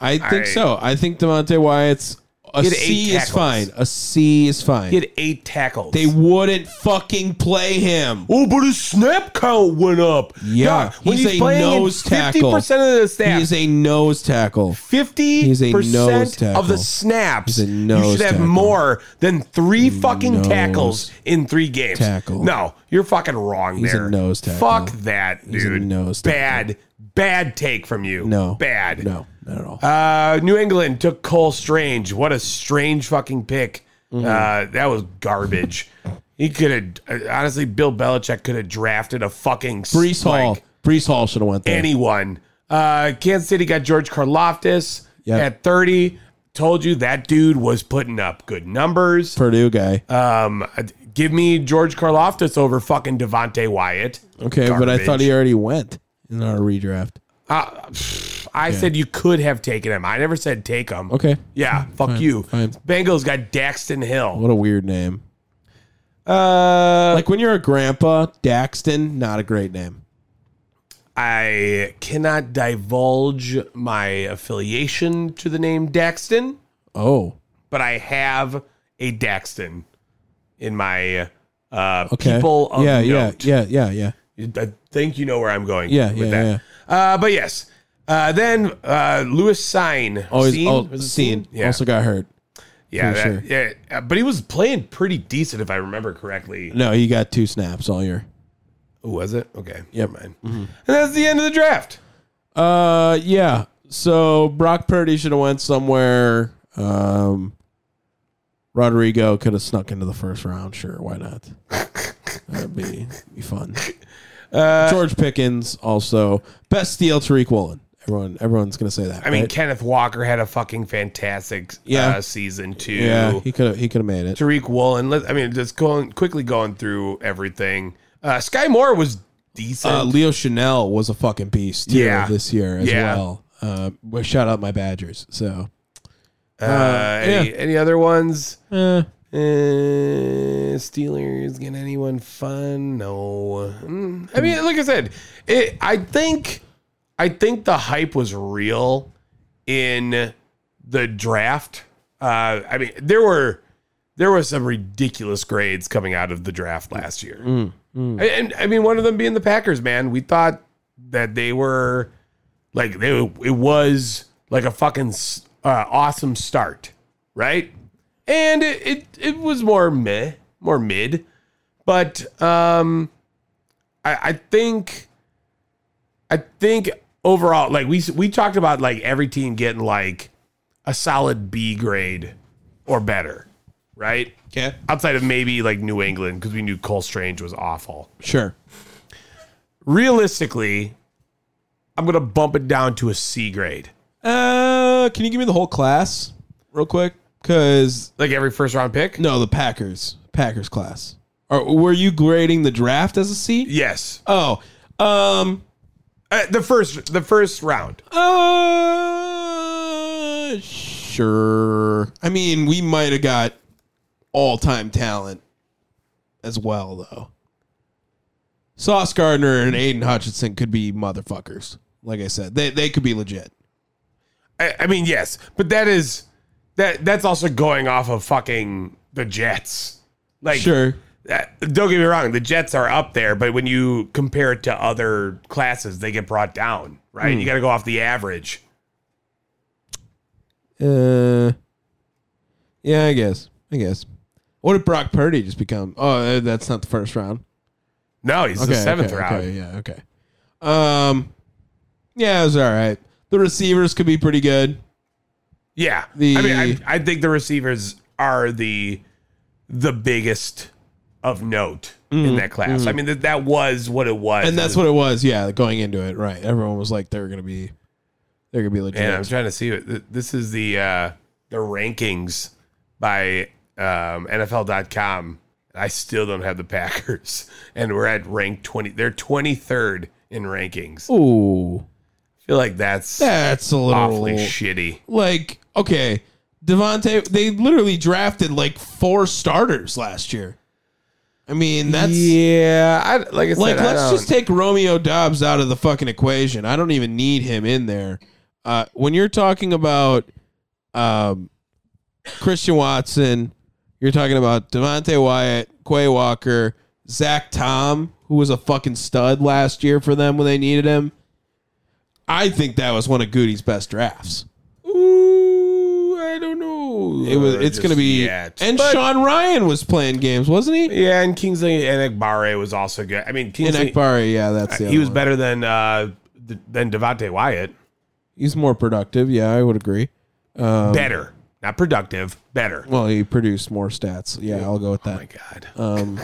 [SPEAKER 1] I think
[SPEAKER 3] I-
[SPEAKER 1] so. I think Devontae Wyatt's a
[SPEAKER 3] He had eight
[SPEAKER 1] C is
[SPEAKER 3] tackles.
[SPEAKER 1] fine. A C is fine.
[SPEAKER 3] He had eight tackles.
[SPEAKER 1] they wouldn't fucking play him.
[SPEAKER 3] Oh, but his snap count went up.
[SPEAKER 1] Yeah,
[SPEAKER 3] when
[SPEAKER 1] he's
[SPEAKER 3] he's,
[SPEAKER 1] a
[SPEAKER 3] playing in
[SPEAKER 1] nose tackle.
[SPEAKER 3] 50% of the snaps.
[SPEAKER 1] He is a nose tackle.
[SPEAKER 3] 50
[SPEAKER 1] He's a nose
[SPEAKER 3] percent
[SPEAKER 1] tackle.
[SPEAKER 3] of the snaps.
[SPEAKER 1] He's a nose
[SPEAKER 3] you should have
[SPEAKER 1] tackle.
[SPEAKER 3] more than three fucking
[SPEAKER 1] Nose
[SPEAKER 3] tackles in three games.
[SPEAKER 1] tackle.
[SPEAKER 3] No, you're fucking wrong
[SPEAKER 1] He's a
[SPEAKER 3] there.
[SPEAKER 1] nose tackle.
[SPEAKER 3] Fuck that, dude.
[SPEAKER 1] He's a nose
[SPEAKER 3] bad, bad take from you.
[SPEAKER 1] No.
[SPEAKER 3] bad.
[SPEAKER 1] No, not at all.
[SPEAKER 3] Uh, New England took Cole Strange. What a strange fucking pick.
[SPEAKER 1] Mm-hmm.
[SPEAKER 3] Uh, that was garbage. he could have honestly, Bill Belichick could have drafted a fucking
[SPEAKER 1] Brees
[SPEAKER 3] spike
[SPEAKER 1] Hall. Brees Hall should have went there.
[SPEAKER 3] anyone. Uh, Kansas City got George Karloftis
[SPEAKER 1] Yep.
[SPEAKER 3] at 30. Told you that dude was putting up good numbers.
[SPEAKER 1] Purdue guy.
[SPEAKER 3] Um, give me George Karloftis over fucking Devontae Wyatt.
[SPEAKER 1] okay, but I thought he already went in our redraft.
[SPEAKER 3] Uh, pff, I said you could have taken him. I never said take him.
[SPEAKER 1] Okay.
[SPEAKER 3] Yeah, fuck you.
[SPEAKER 1] fine.
[SPEAKER 3] Bengals got Daxton Hill.
[SPEAKER 1] What a weird name.
[SPEAKER 3] Uh,
[SPEAKER 1] Like when you're a grandpa, Daxton, not a great name.
[SPEAKER 3] I cannot divulge my affiliation to the name Daxton.
[SPEAKER 1] Oh,
[SPEAKER 3] but I have a Daxton in my uh,
[SPEAKER 1] okay.
[SPEAKER 3] people of
[SPEAKER 1] yeah,
[SPEAKER 3] note.
[SPEAKER 1] yeah, yeah, yeah, yeah.
[SPEAKER 3] I think you know where I'm going
[SPEAKER 1] Yeah,
[SPEAKER 3] with
[SPEAKER 1] yeah,
[SPEAKER 3] that. Uh, but yes, uh, then uh, Lewis Sign.
[SPEAKER 1] Oh, he's,
[SPEAKER 3] Seen?
[SPEAKER 1] oh,
[SPEAKER 3] Was it
[SPEAKER 1] Seen.
[SPEAKER 3] Yeah,
[SPEAKER 1] Also got hurt.
[SPEAKER 3] yeah,
[SPEAKER 1] pretty
[SPEAKER 3] that- yeah. uh, But he was playing pretty decent, if I remember correctly.
[SPEAKER 1] No, he got two snaps all year.
[SPEAKER 3] Oh, was it? Okay,
[SPEAKER 1] Yep. Mm-hmm.
[SPEAKER 3] never mind. And that's the end of the draft.
[SPEAKER 1] Uh, yeah. So Brock Purdy should have went somewhere. Um, Rodrigo could have snuck into the first round. Sure, why
[SPEAKER 3] *laughs*
[SPEAKER 1] not? That'd be be fun.
[SPEAKER 3] Uh,
[SPEAKER 1] George Pickens also best steal Tariq Woolen. Everyone, everyone's gonna say that.
[SPEAKER 3] I mean,
[SPEAKER 1] right?
[SPEAKER 3] Kenneth Walker had a fucking fantastic
[SPEAKER 1] Yeah.
[SPEAKER 3] uh, season too.
[SPEAKER 1] yeah, he could have he could have made it.
[SPEAKER 3] Tariq Woolen. Let, I mean, just going quickly going through everything. Uh, Sky Moore was decent.
[SPEAKER 1] Uh, Leo Chanel was a fucking beast too
[SPEAKER 3] Yeah.
[SPEAKER 1] this year as
[SPEAKER 3] Yeah.
[SPEAKER 1] well. Uh, well, shout out my Badgers. So
[SPEAKER 3] Uh, any,
[SPEAKER 1] yeah.
[SPEAKER 3] any other ones?
[SPEAKER 1] eh,
[SPEAKER 3] Uh, Steelers get anyone fun? No. Mm, I mean, like I said, it, I think, I think the hype was real in the draft. Uh, I mean, there were there were some ridiculous grades coming out of the draft last year, And, and I mean, one of them being the Packers. Man, we thought that they were like they it was like a fucking s- uh, awesome start, right? and it, it it was more meh, more mid, but um, I I think, I think overall, like we s- we talked about like every team getting like a solid B grade or better, right?
[SPEAKER 1] okay,
[SPEAKER 3] Outside of maybe like New England because we knew Cole Strange was awful.
[SPEAKER 1] sure.
[SPEAKER 3] Realistically, I'm gonna bump it down to a C grade.
[SPEAKER 1] Uh, can you give me the whole class real quick? Because
[SPEAKER 3] Like every first round pick.
[SPEAKER 1] No, the Packers. Packers class. Or were you grading the draft as a C?
[SPEAKER 3] Yes,
[SPEAKER 1] Oh, um,
[SPEAKER 3] uh, the first the first round.
[SPEAKER 1] uh, sure. I mean, we might have got all-time talent as well, though. Sauce Gardner and Aiden Hutchinson could be motherfuckers. Like I said, they they could be legit.
[SPEAKER 3] I, I mean, yes, but that is that that's also going off of fucking the Jets. Like,
[SPEAKER 1] Sure.
[SPEAKER 3] that- don't get me wrong, the Jets are up there, but when you compare it to other classes, they get brought down,
[SPEAKER 1] Hmm.
[SPEAKER 3] right? You got to go off the average.
[SPEAKER 1] Uh, yeah, I guess. I guess. What did Brock Purdy just become? Oh, uh, that's not the first round.
[SPEAKER 3] No, he's the seventh
[SPEAKER 1] okay,
[SPEAKER 3] round.
[SPEAKER 1] Okay, yeah, okay. Um, yeah, it was all right. The receivers could be pretty good.
[SPEAKER 3] Yeah.
[SPEAKER 1] The-
[SPEAKER 3] I mean, I, I think the receivers are the the biggest of note in that class. I mean, that that was what it was.
[SPEAKER 1] Hmm. and that's what it was. Yeah, going into it, right? Everyone was like, they're gonna be, they're gonna be legit.
[SPEAKER 3] And I'm trying to see what th- this is the uh, the rankings by um, NFL.com. I still don't have the Packers, *laughs* and we're at rank twenty. They're twenty third in rankings. I
[SPEAKER 1] Ooh,
[SPEAKER 3] feel like that's
[SPEAKER 1] that's a little
[SPEAKER 3] awfully shitty.
[SPEAKER 1] like okay. Devontae, they literally drafted like four starters last year. I mean, that's
[SPEAKER 3] yeah. I, like I said,
[SPEAKER 1] like
[SPEAKER 3] I
[SPEAKER 1] let's
[SPEAKER 3] don't-
[SPEAKER 1] just take Romeo Dobbs out of the fucking equation. I don't even need him in there. Uh, when you're talking about um, Christian Watson, you're talking about Devontae Wyatt, Quay Walker, Zach Tom, who was a fucking stud last year for them when they needed him. I think that was one of Goody's best drafts.
[SPEAKER 3] Ooh, I don't know.
[SPEAKER 1] It was. It's going to be.
[SPEAKER 3] Yeah,
[SPEAKER 1] and
[SPEAKER 3] and but,
[SPEAKER 1] Sean Ryan was playing games, wasn't he?
[SPEAKER 3] yeah, and Kingsley and Ekbare was also good. I mean,
[SPEAKER 1] In
[SPEAKER 3] Kingsley
[SPEAKER 1] Ekbari, yeah, that's the
[SPEAKER 3] he
[SPEAKER 1] other
[SPEAKER 3] was
[SPEAKER 1] one.
[SPEAKER 3] better than uh, th- than Devontae Wyatt.
[SPEAKER 1] He's more productive. Yeah, I would agree. Um,
[SPEAKER 3] better, not productive. Better.
[SPEAKER 1] Well, he produced more stats. Yeah, I'll go with
[SPEAKER 3] Oh my
[SPEAKER 1] that.
[SPEAKER 3] god.
[SPEAKER 1] Um,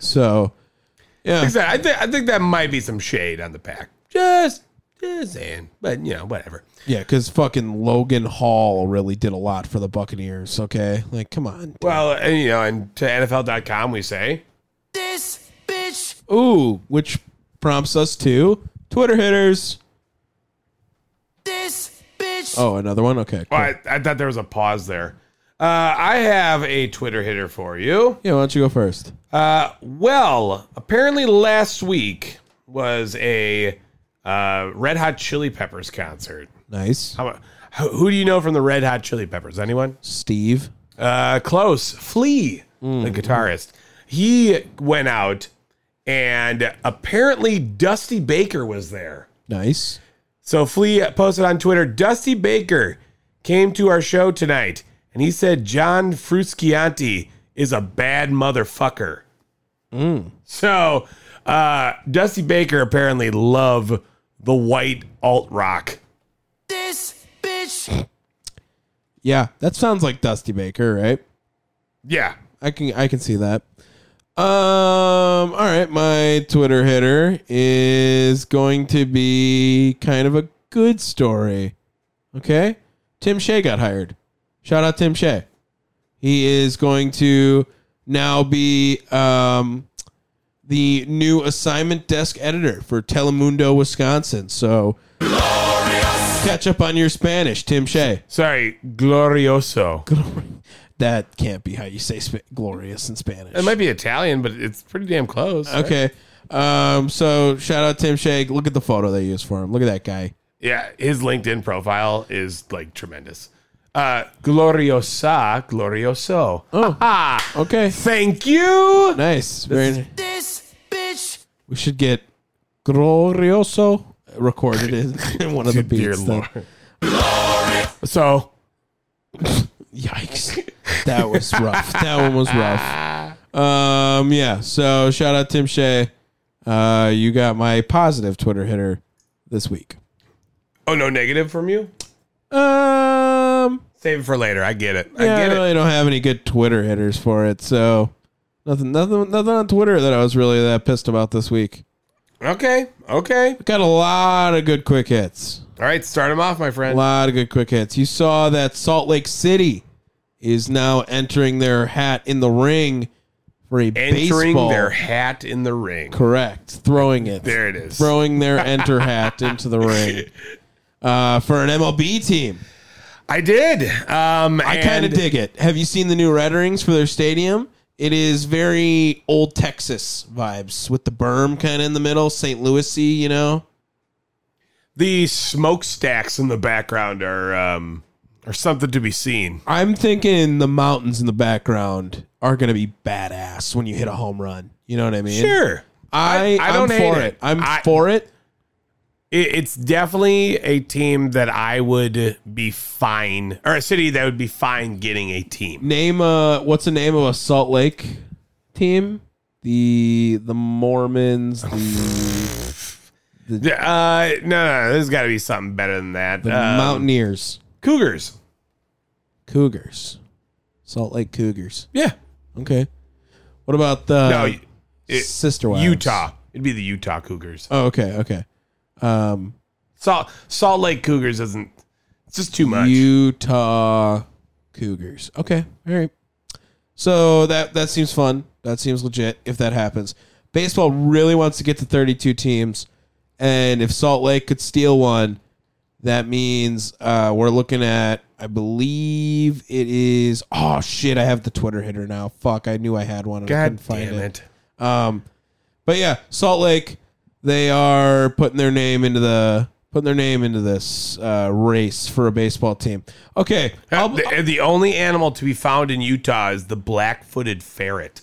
[SPEAKER 1] so, yeah,
[SPEAKER 3] Like I said, I think I think that might be some shade on the pack. Just just saying, but you know, whatever.
[SPEAKER 1] yeah, because fucking Logan Hall really did a lot for the Buccaneers. Okay, like, come on.
[SPEAKER 3] Well, and you know, and to NFL.com we say
[SPEAKER 1] Ooh, which prompts us to Twitter hitters. This bitch. Oh, another one. Okay.
[SPEAKER 3] Oh,
[SPEAKER 1] Cool.
[SPEAKER 3] I, I thought there was a pause there. Uh, I have a Twitter hitter for you.
[SPEAKER 1] Yeah, why don't you go first?
[SPEAKER 3] Uh, well, apparently last week was a uh, Red Hot Chili Peppers concert.
[SPEAKER 1] Nice,
[SPEAKER 3] How, who who do you know from the Red Hot Chili Peppers? Anyone?
[SPEAKER 1] Steve.
[SPEAKER 3] Uh, close. Flea, the guitarist. He went out, and apparently Dusty Baker was there.
[SPEAKER 1] Nice.
[SPEAKER 3] So Flea posted on Twitter Dusty Baker came to our show tonight, and he said John Frusciante is a bad motherfucker. Mm. So uh, Dusty Baker apparently love the white alt rock.
[SPEAKER 1] Yeah, that sounds like Dusty Baker, right?
[SPEAKER 3] Yeah.
[SPEAKER 1] I can I can see that. Um all right, my Twitter hitter is going to be kind of a good story. Okay? Tim Shea got hired. Shout out Tim Shea. He is going to now be um the new assignment desk editor for Telemundo Wisconsin. So catch up on your Spanish, Tim Shea. *laughs*
[SPEAKER 3] Sorry, glorioso.
[SPEAKER 1] That can't be how you say sp- glorious in Spanish.
[SPEAKER 3] It might be Italian, but it's pretty damn close. right?
[SPEAKER 1] Okay. Um, so shout out Tim Shake. Look at the photo they used for him. Look at that guy.
[SPEAKER 3] Yeah, his LinkedIn profile is like tremendous. Uh, gloriosa, glorioso. Oh,
[SPEAKER 1] Okay.
[SPEAKER 3] thank you.
[SPEAKER 1] Nice. Very this bitch. We should get Glorioso recorded in, *laughs* in *laughs* one of the beats.
[SPEAKER 3] Dear
[SPEAKER 1] then.
[SPEAKER 3] Lord. So
[SPEAKER 1] Yikes. That was rough. that one was rough. *laughs* Um, yeah. So shout out Tim Shea. Uh, you got my positive Twitter hitter this week.
[SPEAKER 3] Oh, no negative from you?
[SPEAKER 1] Um,
[SPEAKER 3] Save it for later. I get it.
[SPEAKER 1] Yeah,
[SPEAKER 3] I get it.
[SPEAKER 1] really don't have any good Twitter hitters for it, so nothing, nothing, nothing on Twitter that I was really that pissed about this week.
[SPEAKER 3] Okay. Okay.
[SPEAKER 1] Got a lot of good quick hits,
[SPEAKER 3] All right. Start him off, my
[SPEAKER 1] a
[SPEAKER 3] friend.
[SPEAKER 1] lot of good quick hits. You saw that Salt Lake City is now entering their hat in the ring for a
[SPEAKER 3] Entering
[SPEAKER 1] baseball.
[SPEAKER 3] their hat in the ring.
[SPEAKER 1] Correct, throwing it.
[SPEAKER 3] There it is.
[SPEAKER 1] Throwing their enter hat into
[SPEAKER 3] *laughs*
[SPEAKER 1] the ring uh, for an MLB team.
[SPEAKER 3] I did. Um,
[SPEAKER 1] I kind of
[SPEAKER 3] and-
[SPEAKER 1] dig it. Have you seen the new Red Rings for their stadium? It is very old Texas vibes with the berm kind of in the middle, St. Louisy, you know.
[SPEAKER 3] The smokestacks in the background are um, are something to be seen.
[SPEAKER 1] I'm thinking the mountains in the background are going to be badass when you hit a home run. You know what I mean?
[SPEAKER 3] Sure.
[SPEAKER 1] I, I
[SPEAKER 3] I
[SPEAKER 1] am
[SPEAKER 3] don't hate
[SPEAKER 1] for
[SPEAKER 3] it.
[SPEAKER 1] it. I'm
[SPEAKER 3] I-
[SPEAKER 1] for it.
[SPEAKER 3] it, it's definitely a team that I would be fine, or a city that would be fine getting a team.
[SPEAKER 1] Name uh what's the name of a Salt Lake team? The the Mormons, the,
[SPEAKER 3] Uh, no, no, there's got to be something better than
[SPEAKER 1] *laughs*
[SPEAKER 3] that.
[SPEAKER 1] the
[SPEAKER 3] Um,
[SPEAKER 1] Mountaineers,
[SPEAKER 3] Cougars.
[SPEAKER 1] Cougars, Salt Lake Cougars.
[SPEAKER 3] Yeah.
[SPEAKER 1] Okay. What about the
[SPEAKER 3] No, y- it-
[SPEAKER 1] Uh, sister wives?
[SPEAKER 3] Utah. It'd be the Utah Cougars.
[SPEAKER 1] Oh, okay, okay. Um,
[SPEAKER 3] Salt Salt Lake Cougars isn't. It's just too much.
[SPEAKER 1] Utah Cougars. Okay, all right. So that that seems fun. That seems legit. If that happens, baseball really wants to get to thirty-two teams, and if Salt Lake could steal one, that means uh, we're looking at. I believe it is. Oh shit! I have the Twitter hitter now. Fuck! I knew I had one. And I
[SPEAKER 3] God
[SPEAKER 1] couldn't find
[SPEAKER 3] damn it.
[SPEAKER 1] Um, but yeah, Salt Lake, they are putting their name into the putting their name into this uh, race for a baseball team. Okay,
[SPEAKER 3] Uh,
[SPEAKER 1] I'll,
[SPEAKER 3] the, the only animal to be found in Utah is the black-footed ferret.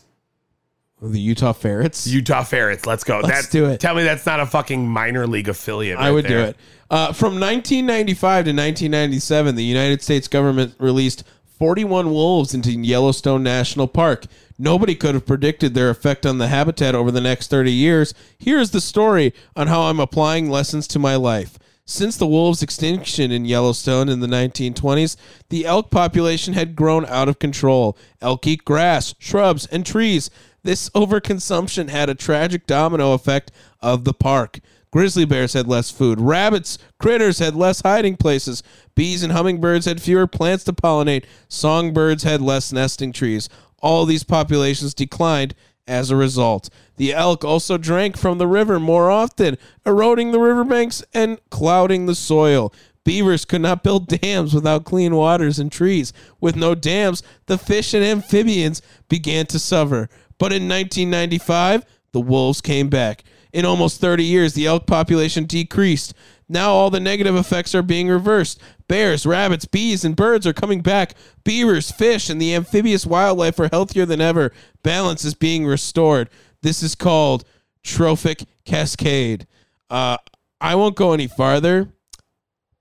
[SPEAKER 1] the Utah Ferrets.
[SPEAKER 3] Utah ferrets. Let's go.
[SPEAKER 1] Let's do it.
[SPEAKER 3] Tell me that's not a fucking minor league affiliate.
[SPEAKER 1] I
[SPEAKER 3] right
[SPEAKER 1] would
[SPEAKER 3] there.
[SPEAKER 1] do it. Uh, from 1995 to 1997, the United States government released 41 wolves into Yellowstone National Park. Nobody could have predicted their effect on the habitat over the next 30 years. Here is the story on how I'm applying lessons to my life. Since the wolves' extinction in Yellowstone in the 1920s, the elk population had grown out of control. Elk eat grass, shrubs, and trees. This overconsumption had a tragic domino effect of the park. Grizzly bears had less food. Rabbits, critters had less hiding places. Bees and hummingbirds had fewer plants to pollinate. Songbirds had less nesting trees. All these populations declined as a result. The elk also drank from the river more often, eroding the riverbanks and clouding the soil. Beavers could not build dams without clean waters and trees. With no dams, the fish and amphibians began to suffer. But in 1995, the wolves came back. In almost 30 years, the elk population decreased. Now all the negative effects are being reversed. Bears, rabbits, bees, and birds are coming back. Beavers, fish, and the amphibious wildlife are healthier than ever. Balance is being restored. This is called trophic cascade. Uh, I won't go any farther,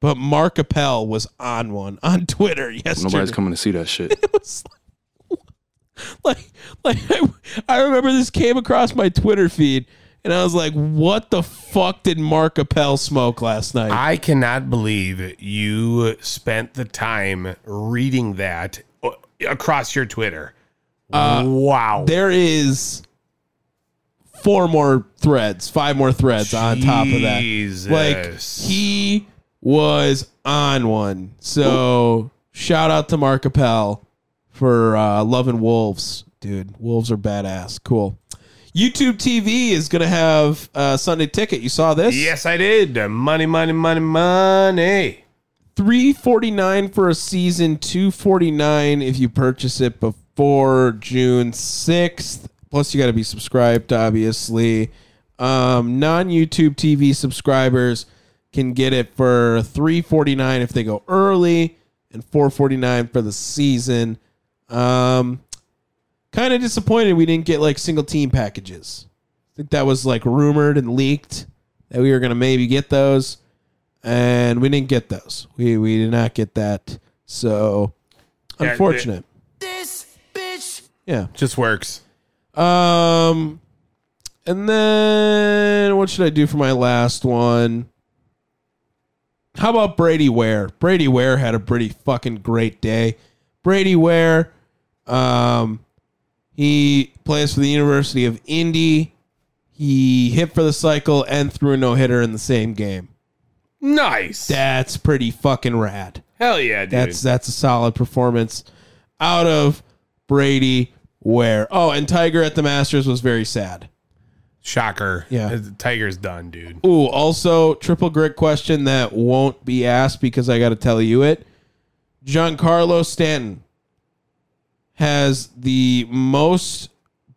[SPEAKER 1] but Mark Appel was on one on *laughs* Twitter yesterday.
[SPEAKER 5] Nobody's coming to see that shit.
[SPEAKER 1] *laughs* like like I, I remember this came across my Twitter feed and I was like, what the fuck did Mark Appel smoke last night?
[SPEAKER 3] I cannot believe you spent the time reading that uh, across your Twitter.
[SPEAKER 1] Uh,
[SPEAKER 3] wow.
[SPEAKER 1] there is four more threads, five more threads on top of that. Like
[SPEAKER 3] Jesus.
[SPEAKER 1] he was on one. So shout out to Mark Appel for uh, loving wolves, dude. Wolves are badass. Cool. YouTube TV is gonna have uh, Sunday Ticket. You saw this?
[SPEAKER 3] Yes, I did. Money, money, money, money.
[SPEAKER 1] 349 for a season 249 if you purchase it before june 6th plus you got to be subscribed obviously um, non-youtube tv subscribers can get it for 349 if they go early and 449 for the season um, kind of disappointed we didn't get like single team packages i think that was like rumored and leaked that we were going to maybe get those and we didn't get those. We we did not get that. So
[SPEAKER 3] Yeah,
[SPEAKER 1] unfortunate.
[SPEAKER 3] Just works.
[SPEAKER 1] Yeah. Um and then what should I do for my last one? How about Brady Ware? Brady Ware had a pretty fucking great day. Brady Ware um he plays for the University of Indy. He hit for the cycle and threw a no-hitter in the same game.
[SPEAKER 3] Nice.
[SPEAKER 1] That's pretty fucking rad.
[SPEAKER 3] Hell yeah, dude.
[SPEAKER 1] That's that's a solid performance out of Brady Ware. Oh, and Tiger at the Masters was very sad.
[SPEAKER 3] Shocker.
[SPEAKER 1] Yeah.
[SPEAKER 3] The Tiger's done, dude.
[SPEAKER 1] Ooh, also triple grit question that won't be asked because I got to tell you it. Giancarlo Stanton has the most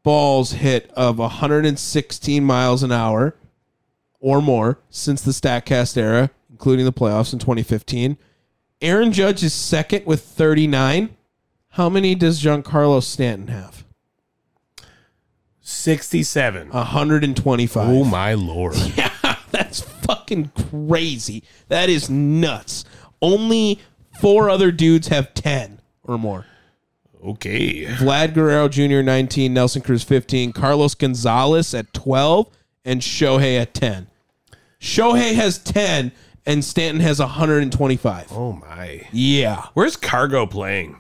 [SPEAKER 1] balls hit of 116 miles an hour or more since the Statcast era, including the playoffs in 2015. Aaron Judge is second with 39. How many does Giancarlo Stanton have?
[SPEAKER 3] 67.
[SPEAKER 1] 125.
[SPEAKER 3] oh, my lord.
[SPEAKER 1] *laughs* That's fucking crazy. That is nuts. Only four other dudes have 10 or more.
[SPEAKER 3] Okay.
[SPEAKER 1] Vlad Guerrero Jr. 19, Nelson Cruz 15, Carlos Gonzalez at 12, and Shohei at 10. Shohei has 10, and Stanton has 125.
[SPEAKER 3] Oh my.
[SPEAKER 1] Yeah,
[SPEAKER 3] Where's Cargo playing?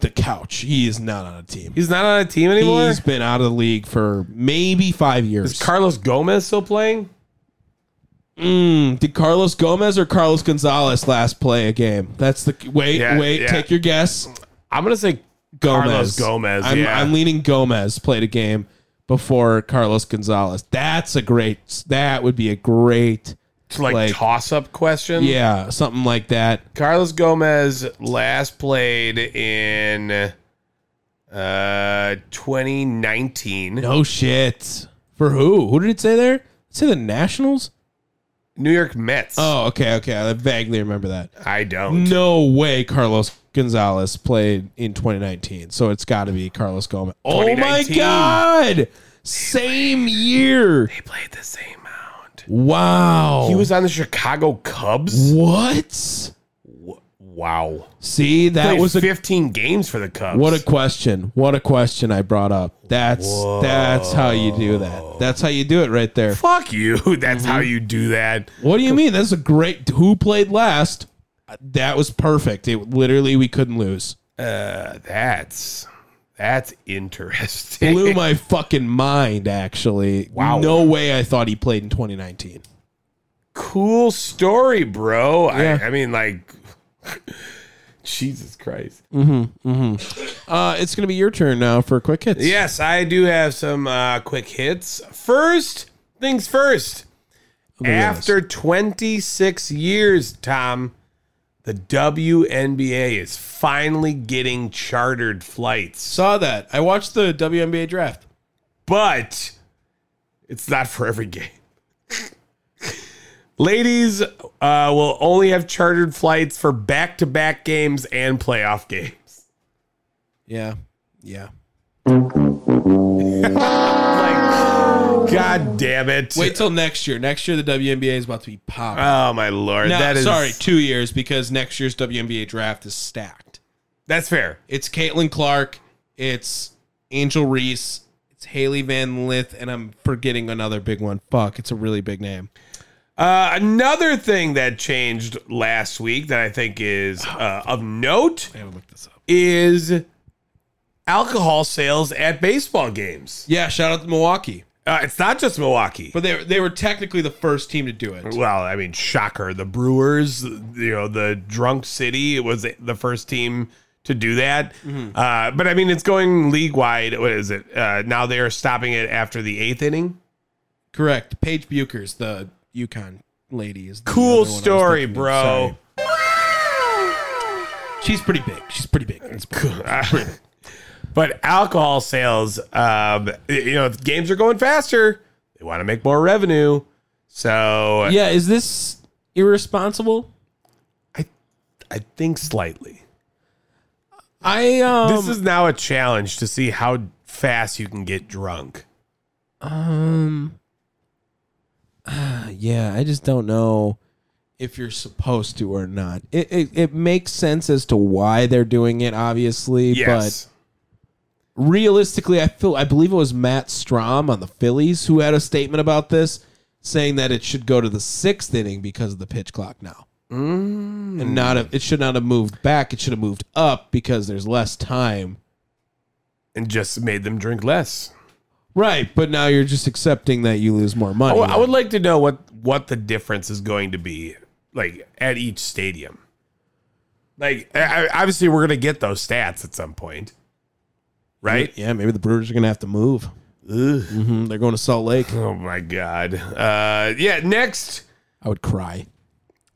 [SPEAKER 1] the couch. He is not on a team.
[SPEAKER 3] He's not on a team anymore.
[SPEAKER 1] He's been out of the league for maybe five years.
[SPEAKER 3] Is Carlos Gomez still playing?
[SPEAKER 1] Mm, Did Carlos Gomez or Carlos Gonzalez last play a game? That's the wait,
[SPEAKER 3] Yeah,
[SPEAKER 1] wait.
[SPEAKER 3] yeah.
[SPEAKER 1] Take your guess.
[SPEAKER 3] I'm gonna say
[SPEAKER 1] Gomez.
[SPEAKER 3] Carlos Gomez.
[SPEAKER 1] I'm,
[SPEAKER 3] yeah.
[SPEAKER 1] I'm leaning Gomez played a game before Carlos Gonzalez. That's a great. That would be a great.
[SPEAKER 3] It's like,
[SPEAKER 1] like-
[SPEAKER 3] toss up question.
[SPEAKER 1] Yeah, something like that.
[SPEAKER 3] Carlos Gomez last played in uh 2019.
[SPEAKER 1] No shit. For who? Who did it say there? It say the Nationals.
[SPEAKER 3] New York Mets.
[SPEAKER 1] Oh, okay, okay. I vaguely remember that.
[SPEAKER 3] I don't.
[SPEAKER 1] No way, Carlos Gonzalez played in 2019. So it's got to be Carlos Gomez. Oh my
[SPEAKER 3] 2019.
[SPEAKER 1] god! Same year.
[SPEAKER 3] He played the same mound.
[SPEAKER 1] Wow.
[SPEAKER 3] He was on the Chicago Cubs.
[SPEAKER 1] what?
[SPEAKER 3] Wow.
[SPEAKER 1] See, that
[SPEAKER 3] Played
[SPEAKER 1] was a
[SPEAKER 3] 15 games for the Cubs.
[SPEAKER 1] what a question. What a question I brought up. That's that's how you do that. That's how you do it right there.
[SPEAKER 3] fuck you. *laughs* That's
[SPEAKER 1] Mm-hmm.
[SPEAKER 3] how you do that.
[SPEAKER 1] What do you mean? That's a great. Who played last? That was perfect. It literally we couldn't lose.
[SPEAKER 3] Uh, that's that's interesting. *laughs*
[SPEAKER 1] Blew my fucking mind. Actually,
[SPEAKER 3] Wow.
[SPEAKER 1] No way. I thought he played in 2019.
[SPEAKER 3] cool story, bro.
[SPEAKER 1] Yeah.
[SPEAKER 3] I, I mean, like, *laughs* Jesus Christ.
[SPEAKER 1] Mm. Uh, it's gonna be your turn now for quick hits.
[SPEAKER 3] Yes, I do have some uh, quick hits. First things first.
[SPEAKER 1] at this.
[SPEAKER 3] After 26 years, Tom, the WNBA is finally getting chartered flights,
[SPEAKER 1] Saw that. I watched the WNBA draft.
[SPEAKER 3] but it's not for every game. Ladies uh, will only have chartered flights for back to back games and playoff games.
[SPEAKER 1] Yeah. Yeah.
[SPEAKER 3] Like, God damn it.
[SPEAKER 1] Wait till next year. Next year the WNBA is about to be popping.
[SPEAKER 3] Oh, my Lord.
[SPEAKER 1] Now,
[SPEAKER 3] that is.
[SPEAKER 1] sorry, two years because next year's WNBA draft is stacked.
[SPEAKER 3] That's fair.
[SPEAKER 1] It's Caitlin Clark. It's Angel Reese. It's Haley Van Lith, and I'm forgetting another big one. Fuck, it's a really big name.
[SPEAKER 3] Uh, another thing that changed last week that I think is
[SPEAKER 1] Oh,
[SPEAKER 3] uh, of note is alcohol sales at baseball games.
[SPEAKER 1] Yeah, shout out to Milwaukee,
[SPEAKER 3] Uh, it's not just Milwaukee.
[SPEAKER 1] but they they were technically the first team to do it.
[SPEAKER 3] well, I mean, shocker. The Brewers, you know, the drunk city was the first team to do that.
[SPEAKER 1] Mm-hmm.
[SPEAKER 3] Uh, but I mean, it's going league wide. What is it? Uh, now they are stopping it after the eighth inning.
[SPEAKER 1] Correct. Paige Buchers, the Yukon lady, is the other
[SPEAKER 3] Cool
[SPEAKER 1] one I was
[SPEAKER 3] story,
[SPEAKER 1] thinking of.
[SPEAKER 3] bro.
[SPEAKER 1] Sorry. She's pretty big. She's pretty big. It's pretty-
[SPEAKER 3] *laughs* But alcohol sales, um, you know, if games are going faster. They want to make more revenue. So
[SPEAKER 1] yeah, is this irresponsible?
[SPEAKER 3] I think slightly.
[SPEAKER 1] I um,
[SPEAKER 3] this is now a challenge to see how fast you can get drunk.
[SPEAKER 1] Um. ah, Yeah, I just don't know if you're supposed to or not. It it, it makes sense as to why they're doing it, obviously.
[SPEAKER 3] Yes.
[SPEAKER 1] But realistically, I feel I believe it was Matt Strom on the Phillies who had a statement about this, saying that it should go to the sixth inning because of the pitch clock now, mm. and not have, it should not have moved back. It should have moved up because there's less time.
[SPEAKER 3] and just made them drink less.
[SPEAKER 1] Right, but now you're just accepting that you lose more
[SPEAKER 3] I
[SPEAKER 1] money.
[SPEAKER 3] would- Oh, I would like to know what what the difference is going to be like at each stadium. Like I, I- obviously we're going to get those stats at some point. Right?
[SPEAKER 1] Yeah, maybe the Brewers are going to have to move. Mhm, They're going to Salt Lake.
[SPEAKER 3] Oh my god. Uh yeah, next
[SPEAKER 1] I would cry.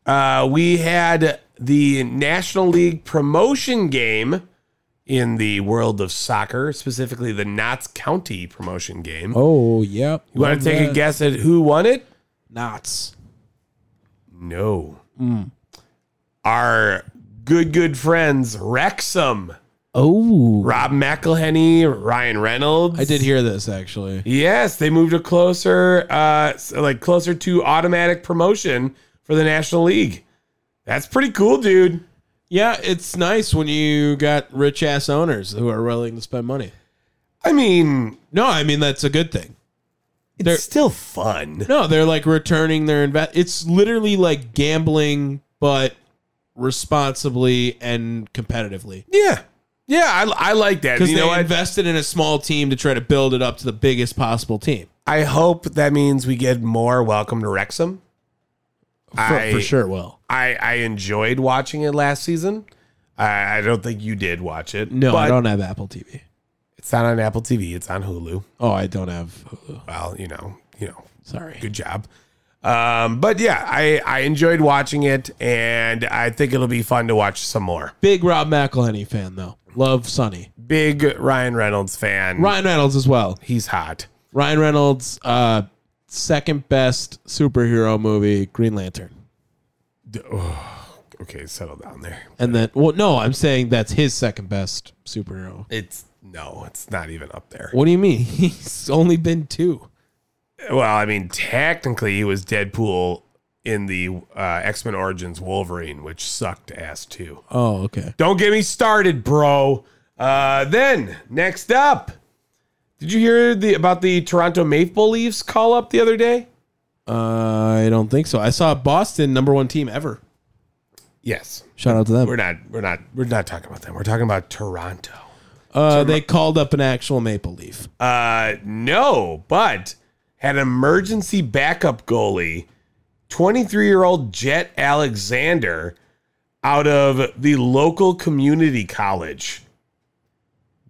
[SPEAKER 3] Uh, we had the National League promotion game in the world of soccer, specifically the Knotts County promotion game.
[SPEAKER 1] Oh, yep.
[SPEAKER 3] you want to take a guess at who won it?
[SPEAKER 1] Knots.
[SPEAKER 3] Hmm. No. Our good, good friends, Wrexham,
[SPEAKER 5] Oh,
[SPEAKER 3] Rob McElhenney, Ryan Reynolds.
[SPEAKER 1] I did hear this actually.
[SPEAKER 3] Yes, they moved it closer, uh, so, like closer to automatic promotion for the National League. That's pretty cool, dude.
[SPEAKER 1] Yeah, it's nice when you got rich ass owners who are willing to spend money.
[SPEAKER 3] I mean,
[SPEAKER 1] No, I mean that's a good thing.
[SPEAKER 3] it's
[SPEAKER 1] They're-
[SPEAKER 3] still fun.
[SPEAKER 1] No, they're like returning their invest. It's literally like gambling, but responsibly and competitively.
[SPEAKER 3] Yeah, yeah, I, I like that.
[SPEAKER 1] Because
[SPEAKER 3] You
[SPEAKER 1] they
[SPEAKER 3] know, what?
[SPEAKER 1] invested in a small team to try to build it up to the biggest possible team.
[SPEAKER 3] I hope that means we get more Welcome to Wrexham.
[SPEAKER 1] For,
[SPEAKER 3] I-
[SPEAKER 1] for sure, will.
[SPEAKER 3] I, I enjoyed watching it last season. I, I don't think you did watch it.
[SPEAKER 1] No, I
[SPEAKER 3] but
[SPEAKER 1] don't have Apple TV.
[SPEAKER 3] It's not on Apple TV. It's on Hulu.
[SPEAKER 1] Oh, I don't have Hulu.
[SPEAKER 3] Well, you know, you know,
[SPEAKER 1] Sorry.
[SPEAKER 3] good job. Um, but yeah, I, I enjoyed watching it, and I think it'll be fun to watch some more.
[SPEAKER 1] Big Rob McElhenney fan though. Love Sonny.
[SPEAKER 3] Big Ryan Reynolds fan.
[SPEAKER 1] Ryan Reynolds as well.
[SPEAKER 3] He's hot.
[SPEAKER 1] Ryan Reynolds, uh, second best superhero movie, Green Lantern.
[SPEAKER 3] D- oh, okay, settle down there.
[SPEAKER 1] And then, well, no, I'm saying that's his second best superhero.
[SPEAKER 3] It's no, it's not even up there.
[SPEAKER 1] What do you mean? *laughs* He's only been two.
[SPEAKER 3] Well, I mean, technically, he was Deadpool in the uh, X Men Origins Wolverine, which sucked ass too.
[SPEAKER 1] Oh, okay.
[SPEAKER 3] Don't get me started, bro. Uh, then next up, did you hear the about the Toronto Maple Leafs call up the other day?
[SPEAKER 1] Uh, I don't think so. I saw Boston number one team ever.
[SPEAKER 3] Yes.
[SPEAKER 1] Shout out to them.
[SPEAKER 3] We're not. We're not. We're not talking about them. We're talking about Toronto.
[SPEAKER 1] Uh, they called up an actual Maple Leaf.
[SPEAKER 3] Uh, no, but had an emergency backup goalie, 23 year old Jet Alexander, out of the local community college.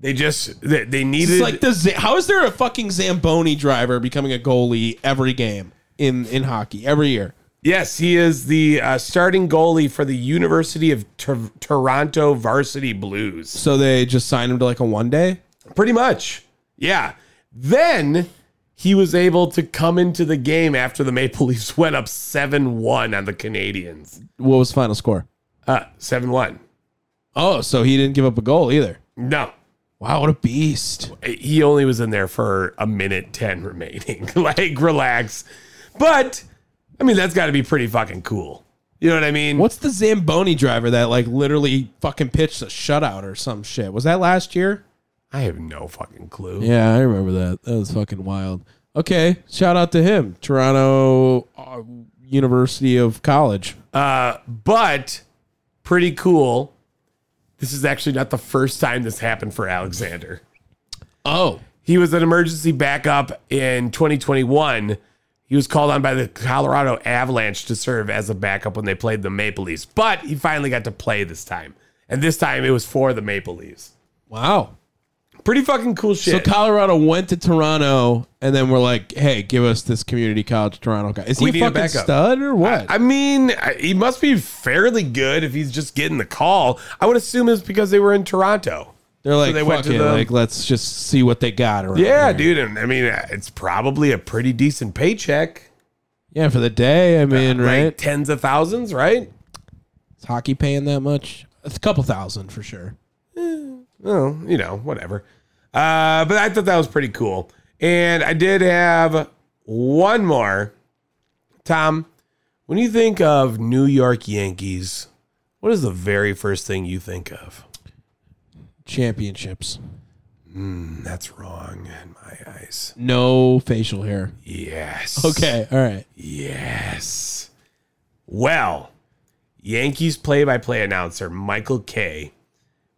[SPEAKER 3] They just they, they needed
[SPEAKER 1] It's like the Z- how is there a fucking Zamboni driver becoming a goalie every game in in hockey every year?
[SPEAKER 3] Yes, he is the uh, starting goalie for the University of Tor- Toronto Varsity Blues.
[SPEAKER 1] So they just signed him to like a one day.
[SPEAKER 3] Pretty much. Yeah. Then he was able to come into the game after the Maple *laughs* Leafs went up 7 1 on the Canadians. Uh,
[SPEAKER 1] What was the final score?
[SPEAKER 3] 7 1.
[SPEAKER 1] Oh, so he didn't give up a goal either.
[SPEAKER 3] No.
[SPEAKER 1] Wow, what a beast.
[SPEAKER 3] He only was in there for a minute 10 remaining. *laughs* like, relax. But, I mean, that's got to be pretty fucking cool. You know what I mean?
[SPEAKER 1] What's the Zamboni driver that like literally fucking pitched a shutout or some shit? Was that last year?
[SPEAKER 3] I have no fucking clue.
[SPEAKER 1] Yeah, I remember that. That was fucking wild. Okay, shout out to him, Toronto uh, University of College.
[SPEAKER 3] Uh, but pretty cool. This is actually not the first time this happened for Alexander.
[SPEAKER 1] Oh,
[SPEAKER 3] He was an emergency backup in 2021. He was called on by the Colorado Avalanche to serve as a backup when they played the Maple Leafs, but he finally got to play this time. And this time it was for the Maple Leafs.
[SPEAKER 1] wow.
[SPEAKER 3] Pretty fucking cool
[SPEAKER 1] So
[SPEAKER 3] shit.
[SPEAKER 1] Colorado went to Toronto, and then we're like, "Hey, give us this community college Toronto guy. Is
[SPEAKER 3] We
[SPEAKER 1] he
[SPEAKER 3] need
[SPEAKER 1] a
[SPEAKER 3] a
[SPEAKER 1] fucking
[SPEAKER 3] backup.
[SPEAKER 1] stud or what?
[SPEAKER 3] I mean, I- he must be fairly good if he's just getting the call. I would assume it's because they were in Toronto.
[SPEAKER 1] They're like,
[SPEAKER 3] they
[SPEAKER 1] "Fuck
[SPEAKER 3] went to
[SPEAKER 1] it,
[SPEAKER 3] the-
[SPEAKER 1] like let's just see what they got." Around
[SPEAKER 3] Yeah,
[SPEAKER 1] here.
[SPEAKER 3] dude. And I mean, it's probably a pretty decent paycheck.
[SPEAKER 1] yeah, for the day. I mean, right?
[SPEAKER 3] Like tens of thousands, right?
[SPEAKER 1] Is hockey paying that much? It's a couple thousand for sure.
[SPEAKER 3] Oh, you know, whatever. Uh, but I thought that was pretty cool. And I did have one more. Tom, when you think of New York Yankees, what is the very first thing you think of?
[SPEAKER 1] Championships. Mm.
[SPEAKER 3] That's wrong in my eyes.
[SPEAKER 1] No facial
[SPEAKER 3] *laughs*
[SPEAKER 1] hair.
[SPEAKER 3] Yes.
[SPEAKER 1] Okay, all right.
[SPEAKER 3] Yes. Well, Yankees play by play announcer Michael Kay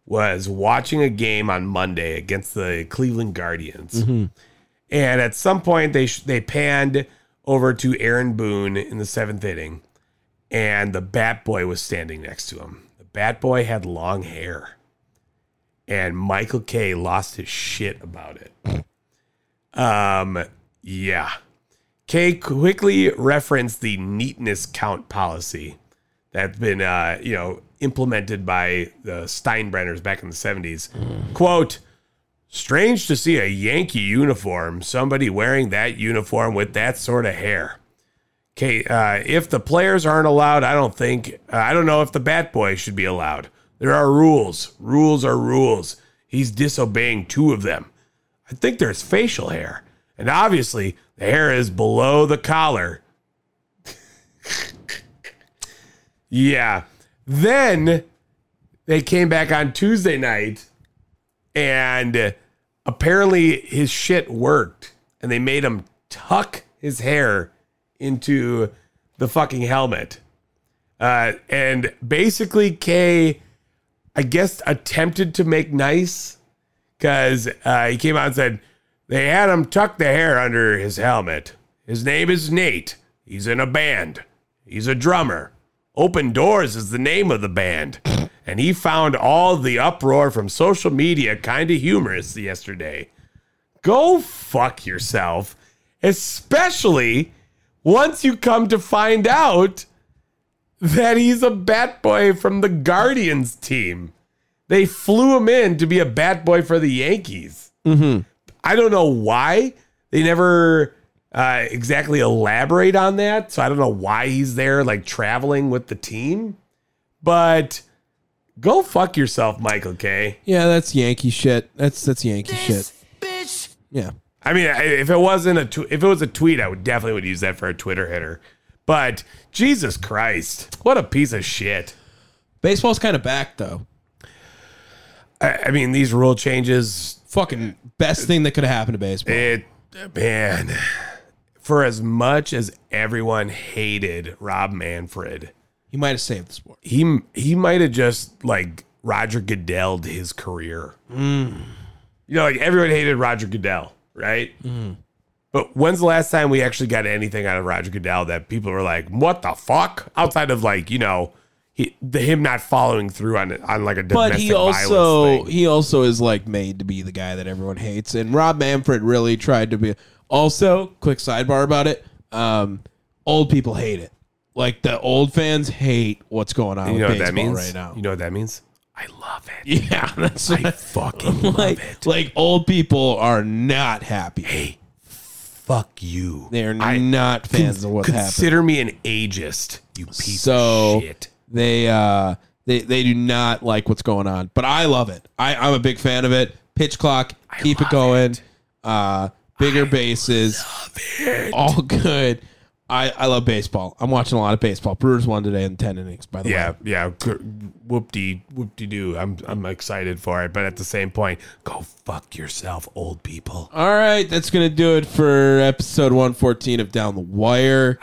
[SPEAKER 3] was watching a game on Monday against the Cleveland Guardians. And at some point, they, sh- they panned over to Aaron Boone in the seventh inning, and the Bat Boy was standing next to him. The Bat Boy had long hair, and Michael Kay lost his shit about it. um, yeah. Kay quickly referenced the neatness count policy that's been, uh, you know, implemented by the Steinbrenners back in the 70s. Quote, strange to see a Yankee uniform, somebody wearing that uniform with that sort of hair. Kay, uh, if the players aren't allowed, I don't think, uh, I don't know if the bat boy should be allowed. There are rules. Rules are rules. He's disobeying two of them. I think there's facial hair. And obviously, the hair is below the collar. yeah. Then they came back on Tuesday night and apparently his shit worked and they made him tuck his hair into the fucking helmet. Uh, and basically, Kay, I guess, attempted to make nice because uh, he came out and said they had him tuck the hair under his helmet. His name is Nate. He's in a band. He's a drummer. Open Doors is the name of the band. And he found all the uproar from social media kind of humorous yesterday. Go fuck yourself. Especially once you come to find out that he's a bat boy from the Guardians team. They flew him in to be a bat boy for the Yankees. I don't know why they never uh, exactly elaborate on that. So I don't know why he's there, like traveling with the team. But go fuck yourself, Michael K.
[SPEAKER 1] Yeah, that's Yankee shit. That's that's Yankee shit. Yeah.
[SPEAKER 3] I mean, I- if it wasn't a tw- if it was a tweet, I would definitely would use that for a Twitter hitter. But Jesus Christ, what a piece of shit!
[SPEAKER 1] Baseball's kind of back though.
[SPEAKER 3] I, I mean, these rule changes,
[SPEAKER 1] Fucking best thing that could have happened to baseball.
[SPEAKER 3] it man. For as much as everyone hated Rob Manfred,
[SPEAKER 1] He might have saved the sport.
[SPEAKER 3] he he might have just like Roger Goodell his career.
[SPEAKER 1] Mm.
[SPEAKER 3] You know, like everyone hated Roger Goodell, right?
[SPEAKER 1] Mm.
[SPEAKER 3] But when's the last time we actually got anything out of Roger Goodell that people were like, "What the fuck?" Outside of like you know, he, the, him not following through on on like a
[SPEAKER 1] But
[SPEAKER 3] domestic
[SPEAKER 1] he
[SPEAKER 3] violence
[SPEAKER 1] also
[SPEAKER 3] thing.
[SPEAKER 1] he also is like made to be the guy that everyone hates. And Rob Manfred really tried to be. Also, quick sidebar about it. Um, old people hate it. Like the old fans hate what's going on.
[SPEAKER 3] You
[SPEAKER 1] with
[SPEAKER 3] know what
[SPEAKER 1] baseball
[SPEAKER 3] that means?
[SPEAKER 1] right now.
[SPEAKER 3] You know what that means? I love
[SPEAKER 1] *laughs*
[SPEAKER 3] it.
[SPEAKER 1] yeah, that's
[SPEAKER 3] I
[SPEAKER 1] right.
[SPEAKER 3] fucking love
[SPEAKER 1] *laughs* like
[SPEAKER 3] it.
[SPEAKER 1] like old people are not happy.
[SPEAKER 3] Hey, fuck you.
[SPEAKER 1] They're
[SPEAKER 3] I-
[SPEAKER 1] not fans of what's happening.
[SPEAKER 3] Consider me an ageist, you piece
[SPEAKER 1] so
[SPEAKER 3] of shit.
[SPEAKER 1] they uh they they do not like what's going on but i love it i i'm a big fan of it pitch clock keep it
[SPEAKER 3] love
[SPEAKER 1] going uh bigger bases
[SPEAKER 3] oh,
[SPEAKER 1] all *laughs* good i i love baseball i'm watching a lot of baseball brewers won today in 10 innings by the
[SPEAKER 3] Yeah,
[SPEAKER 1] way
[SPEAKER 3] yeah. Whoop de whoop de doo. I'm I'm excited for it, but at the same point, go fuck yourself, old people.
[SPEAKER 1] all right that's gonna do it for episode 114 of down the
[SPEAKER 3] *sighs*
[SPEAKER 1] wire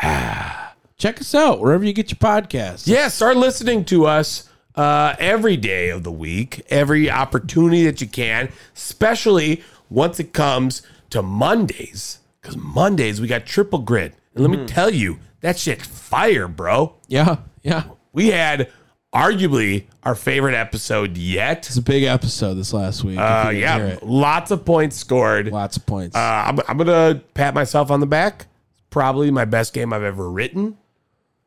[SPEAKER 1] check us out wherever you get your podcasts
[SPEAKER 3] Yeah, start listening to us uh, every day of the week, every opportunity that you can, especially once it comes to Mondays, because Mondays we got triple grid, and let me tell you, that shit's fire, bro.
[SPEAKER 1] yeah yeah
[SPEAKER 3] We had arguably our favorite episode yet.
[SPEAKER 1] it's a big episode this last week if
[SPEAKER 3] Uh,
[SPEAKER 1] you didn't hear
[SPEAKER 3] yeah,
[SPEAKER 1] it.
[SPEAKER 3] lots of points scored.
[SPEAKER 1] lots of points
[SPEAKER 3] Uh, I'm, I'm gonna pat myself on the back. Probably my best game I've ever written.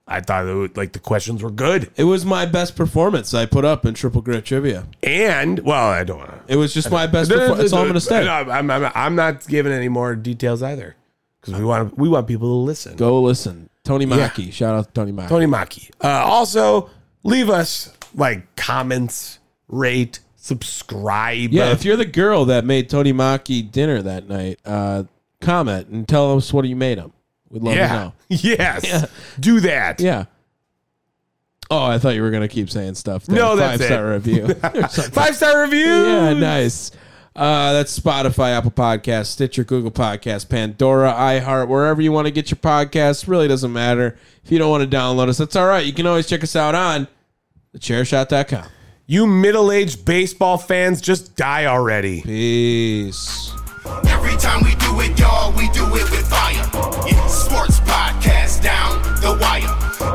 [SPEAKER 3] I thought it would, like the questions were good,
[SPEAKER 1] It was my best performance I put up in Triple Grit Trivia.
[SPEAKER 3] and well, I don't want to.
[SPEAKER 1] It was just my best performance. That's all I'm going to
[SPEAKER 3] *laughs*
[SPEAKER 1] say.
[SPEAKER 3] I'm, I'm, I'm- I'm not giving any more details either because we want we want people to listen.
[SPEAKER 1] Go listen. Tony Mackey. Shout out to Tony Mackey.
[SPEAKER 3] Tony Maki. Uh, also, leave us like comments, rate, subscribe.
[SPEAKER 1] yeah, if you're the girl that made Tony Mackey dinner that night, uh, comment and tell us what you made him. We'd love to
[SPEAKER 3] yeah,
[SPEAKER 1] know.
[SPEAKER 3] *laughs* yes, do that.
[SPEAKER 1] Yeah. Oh, I thought you were going to keep saying stuff. there.
[SPEAKER 3] No, that's
[SPEAKER 1] Five-star
[SPEAKER 3] it. *laughs*
[SPEAKER 1] review.
[SPEAKER 3] Five star review.
[SPEAKER 1] yeah, nice. Uh, that's Spotify, Apple Podcasts, Stitcher, Google Podcasts, Pandora, iHeart, wherever you want to get your podcasts. Really doesn't matter. If you don't want to download us, that's all right. You can always check us out on thechairshot.com.
[SPEAKER 3] You middle aged baseball fans, just die already.
[SPEAKER 1] Peace.
[SPEAKER 2] Every time we do it, y'all, we do it with fire. Yeah, sports podcast down the wire.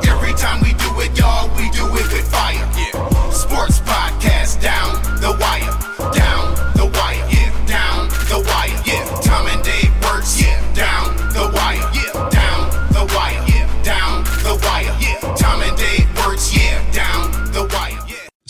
[SPEAKER 2] Every time we do it, y'all, we do it with fire. Yeah, sports podcast down the wire, down the wire, yeah, down the wire, yeah. Tom and Dave works, yeah, down the wire, yeah, down the wire, yeah, down the wire, yeah. Tom and Dave works, yeah, down the wire, yeah.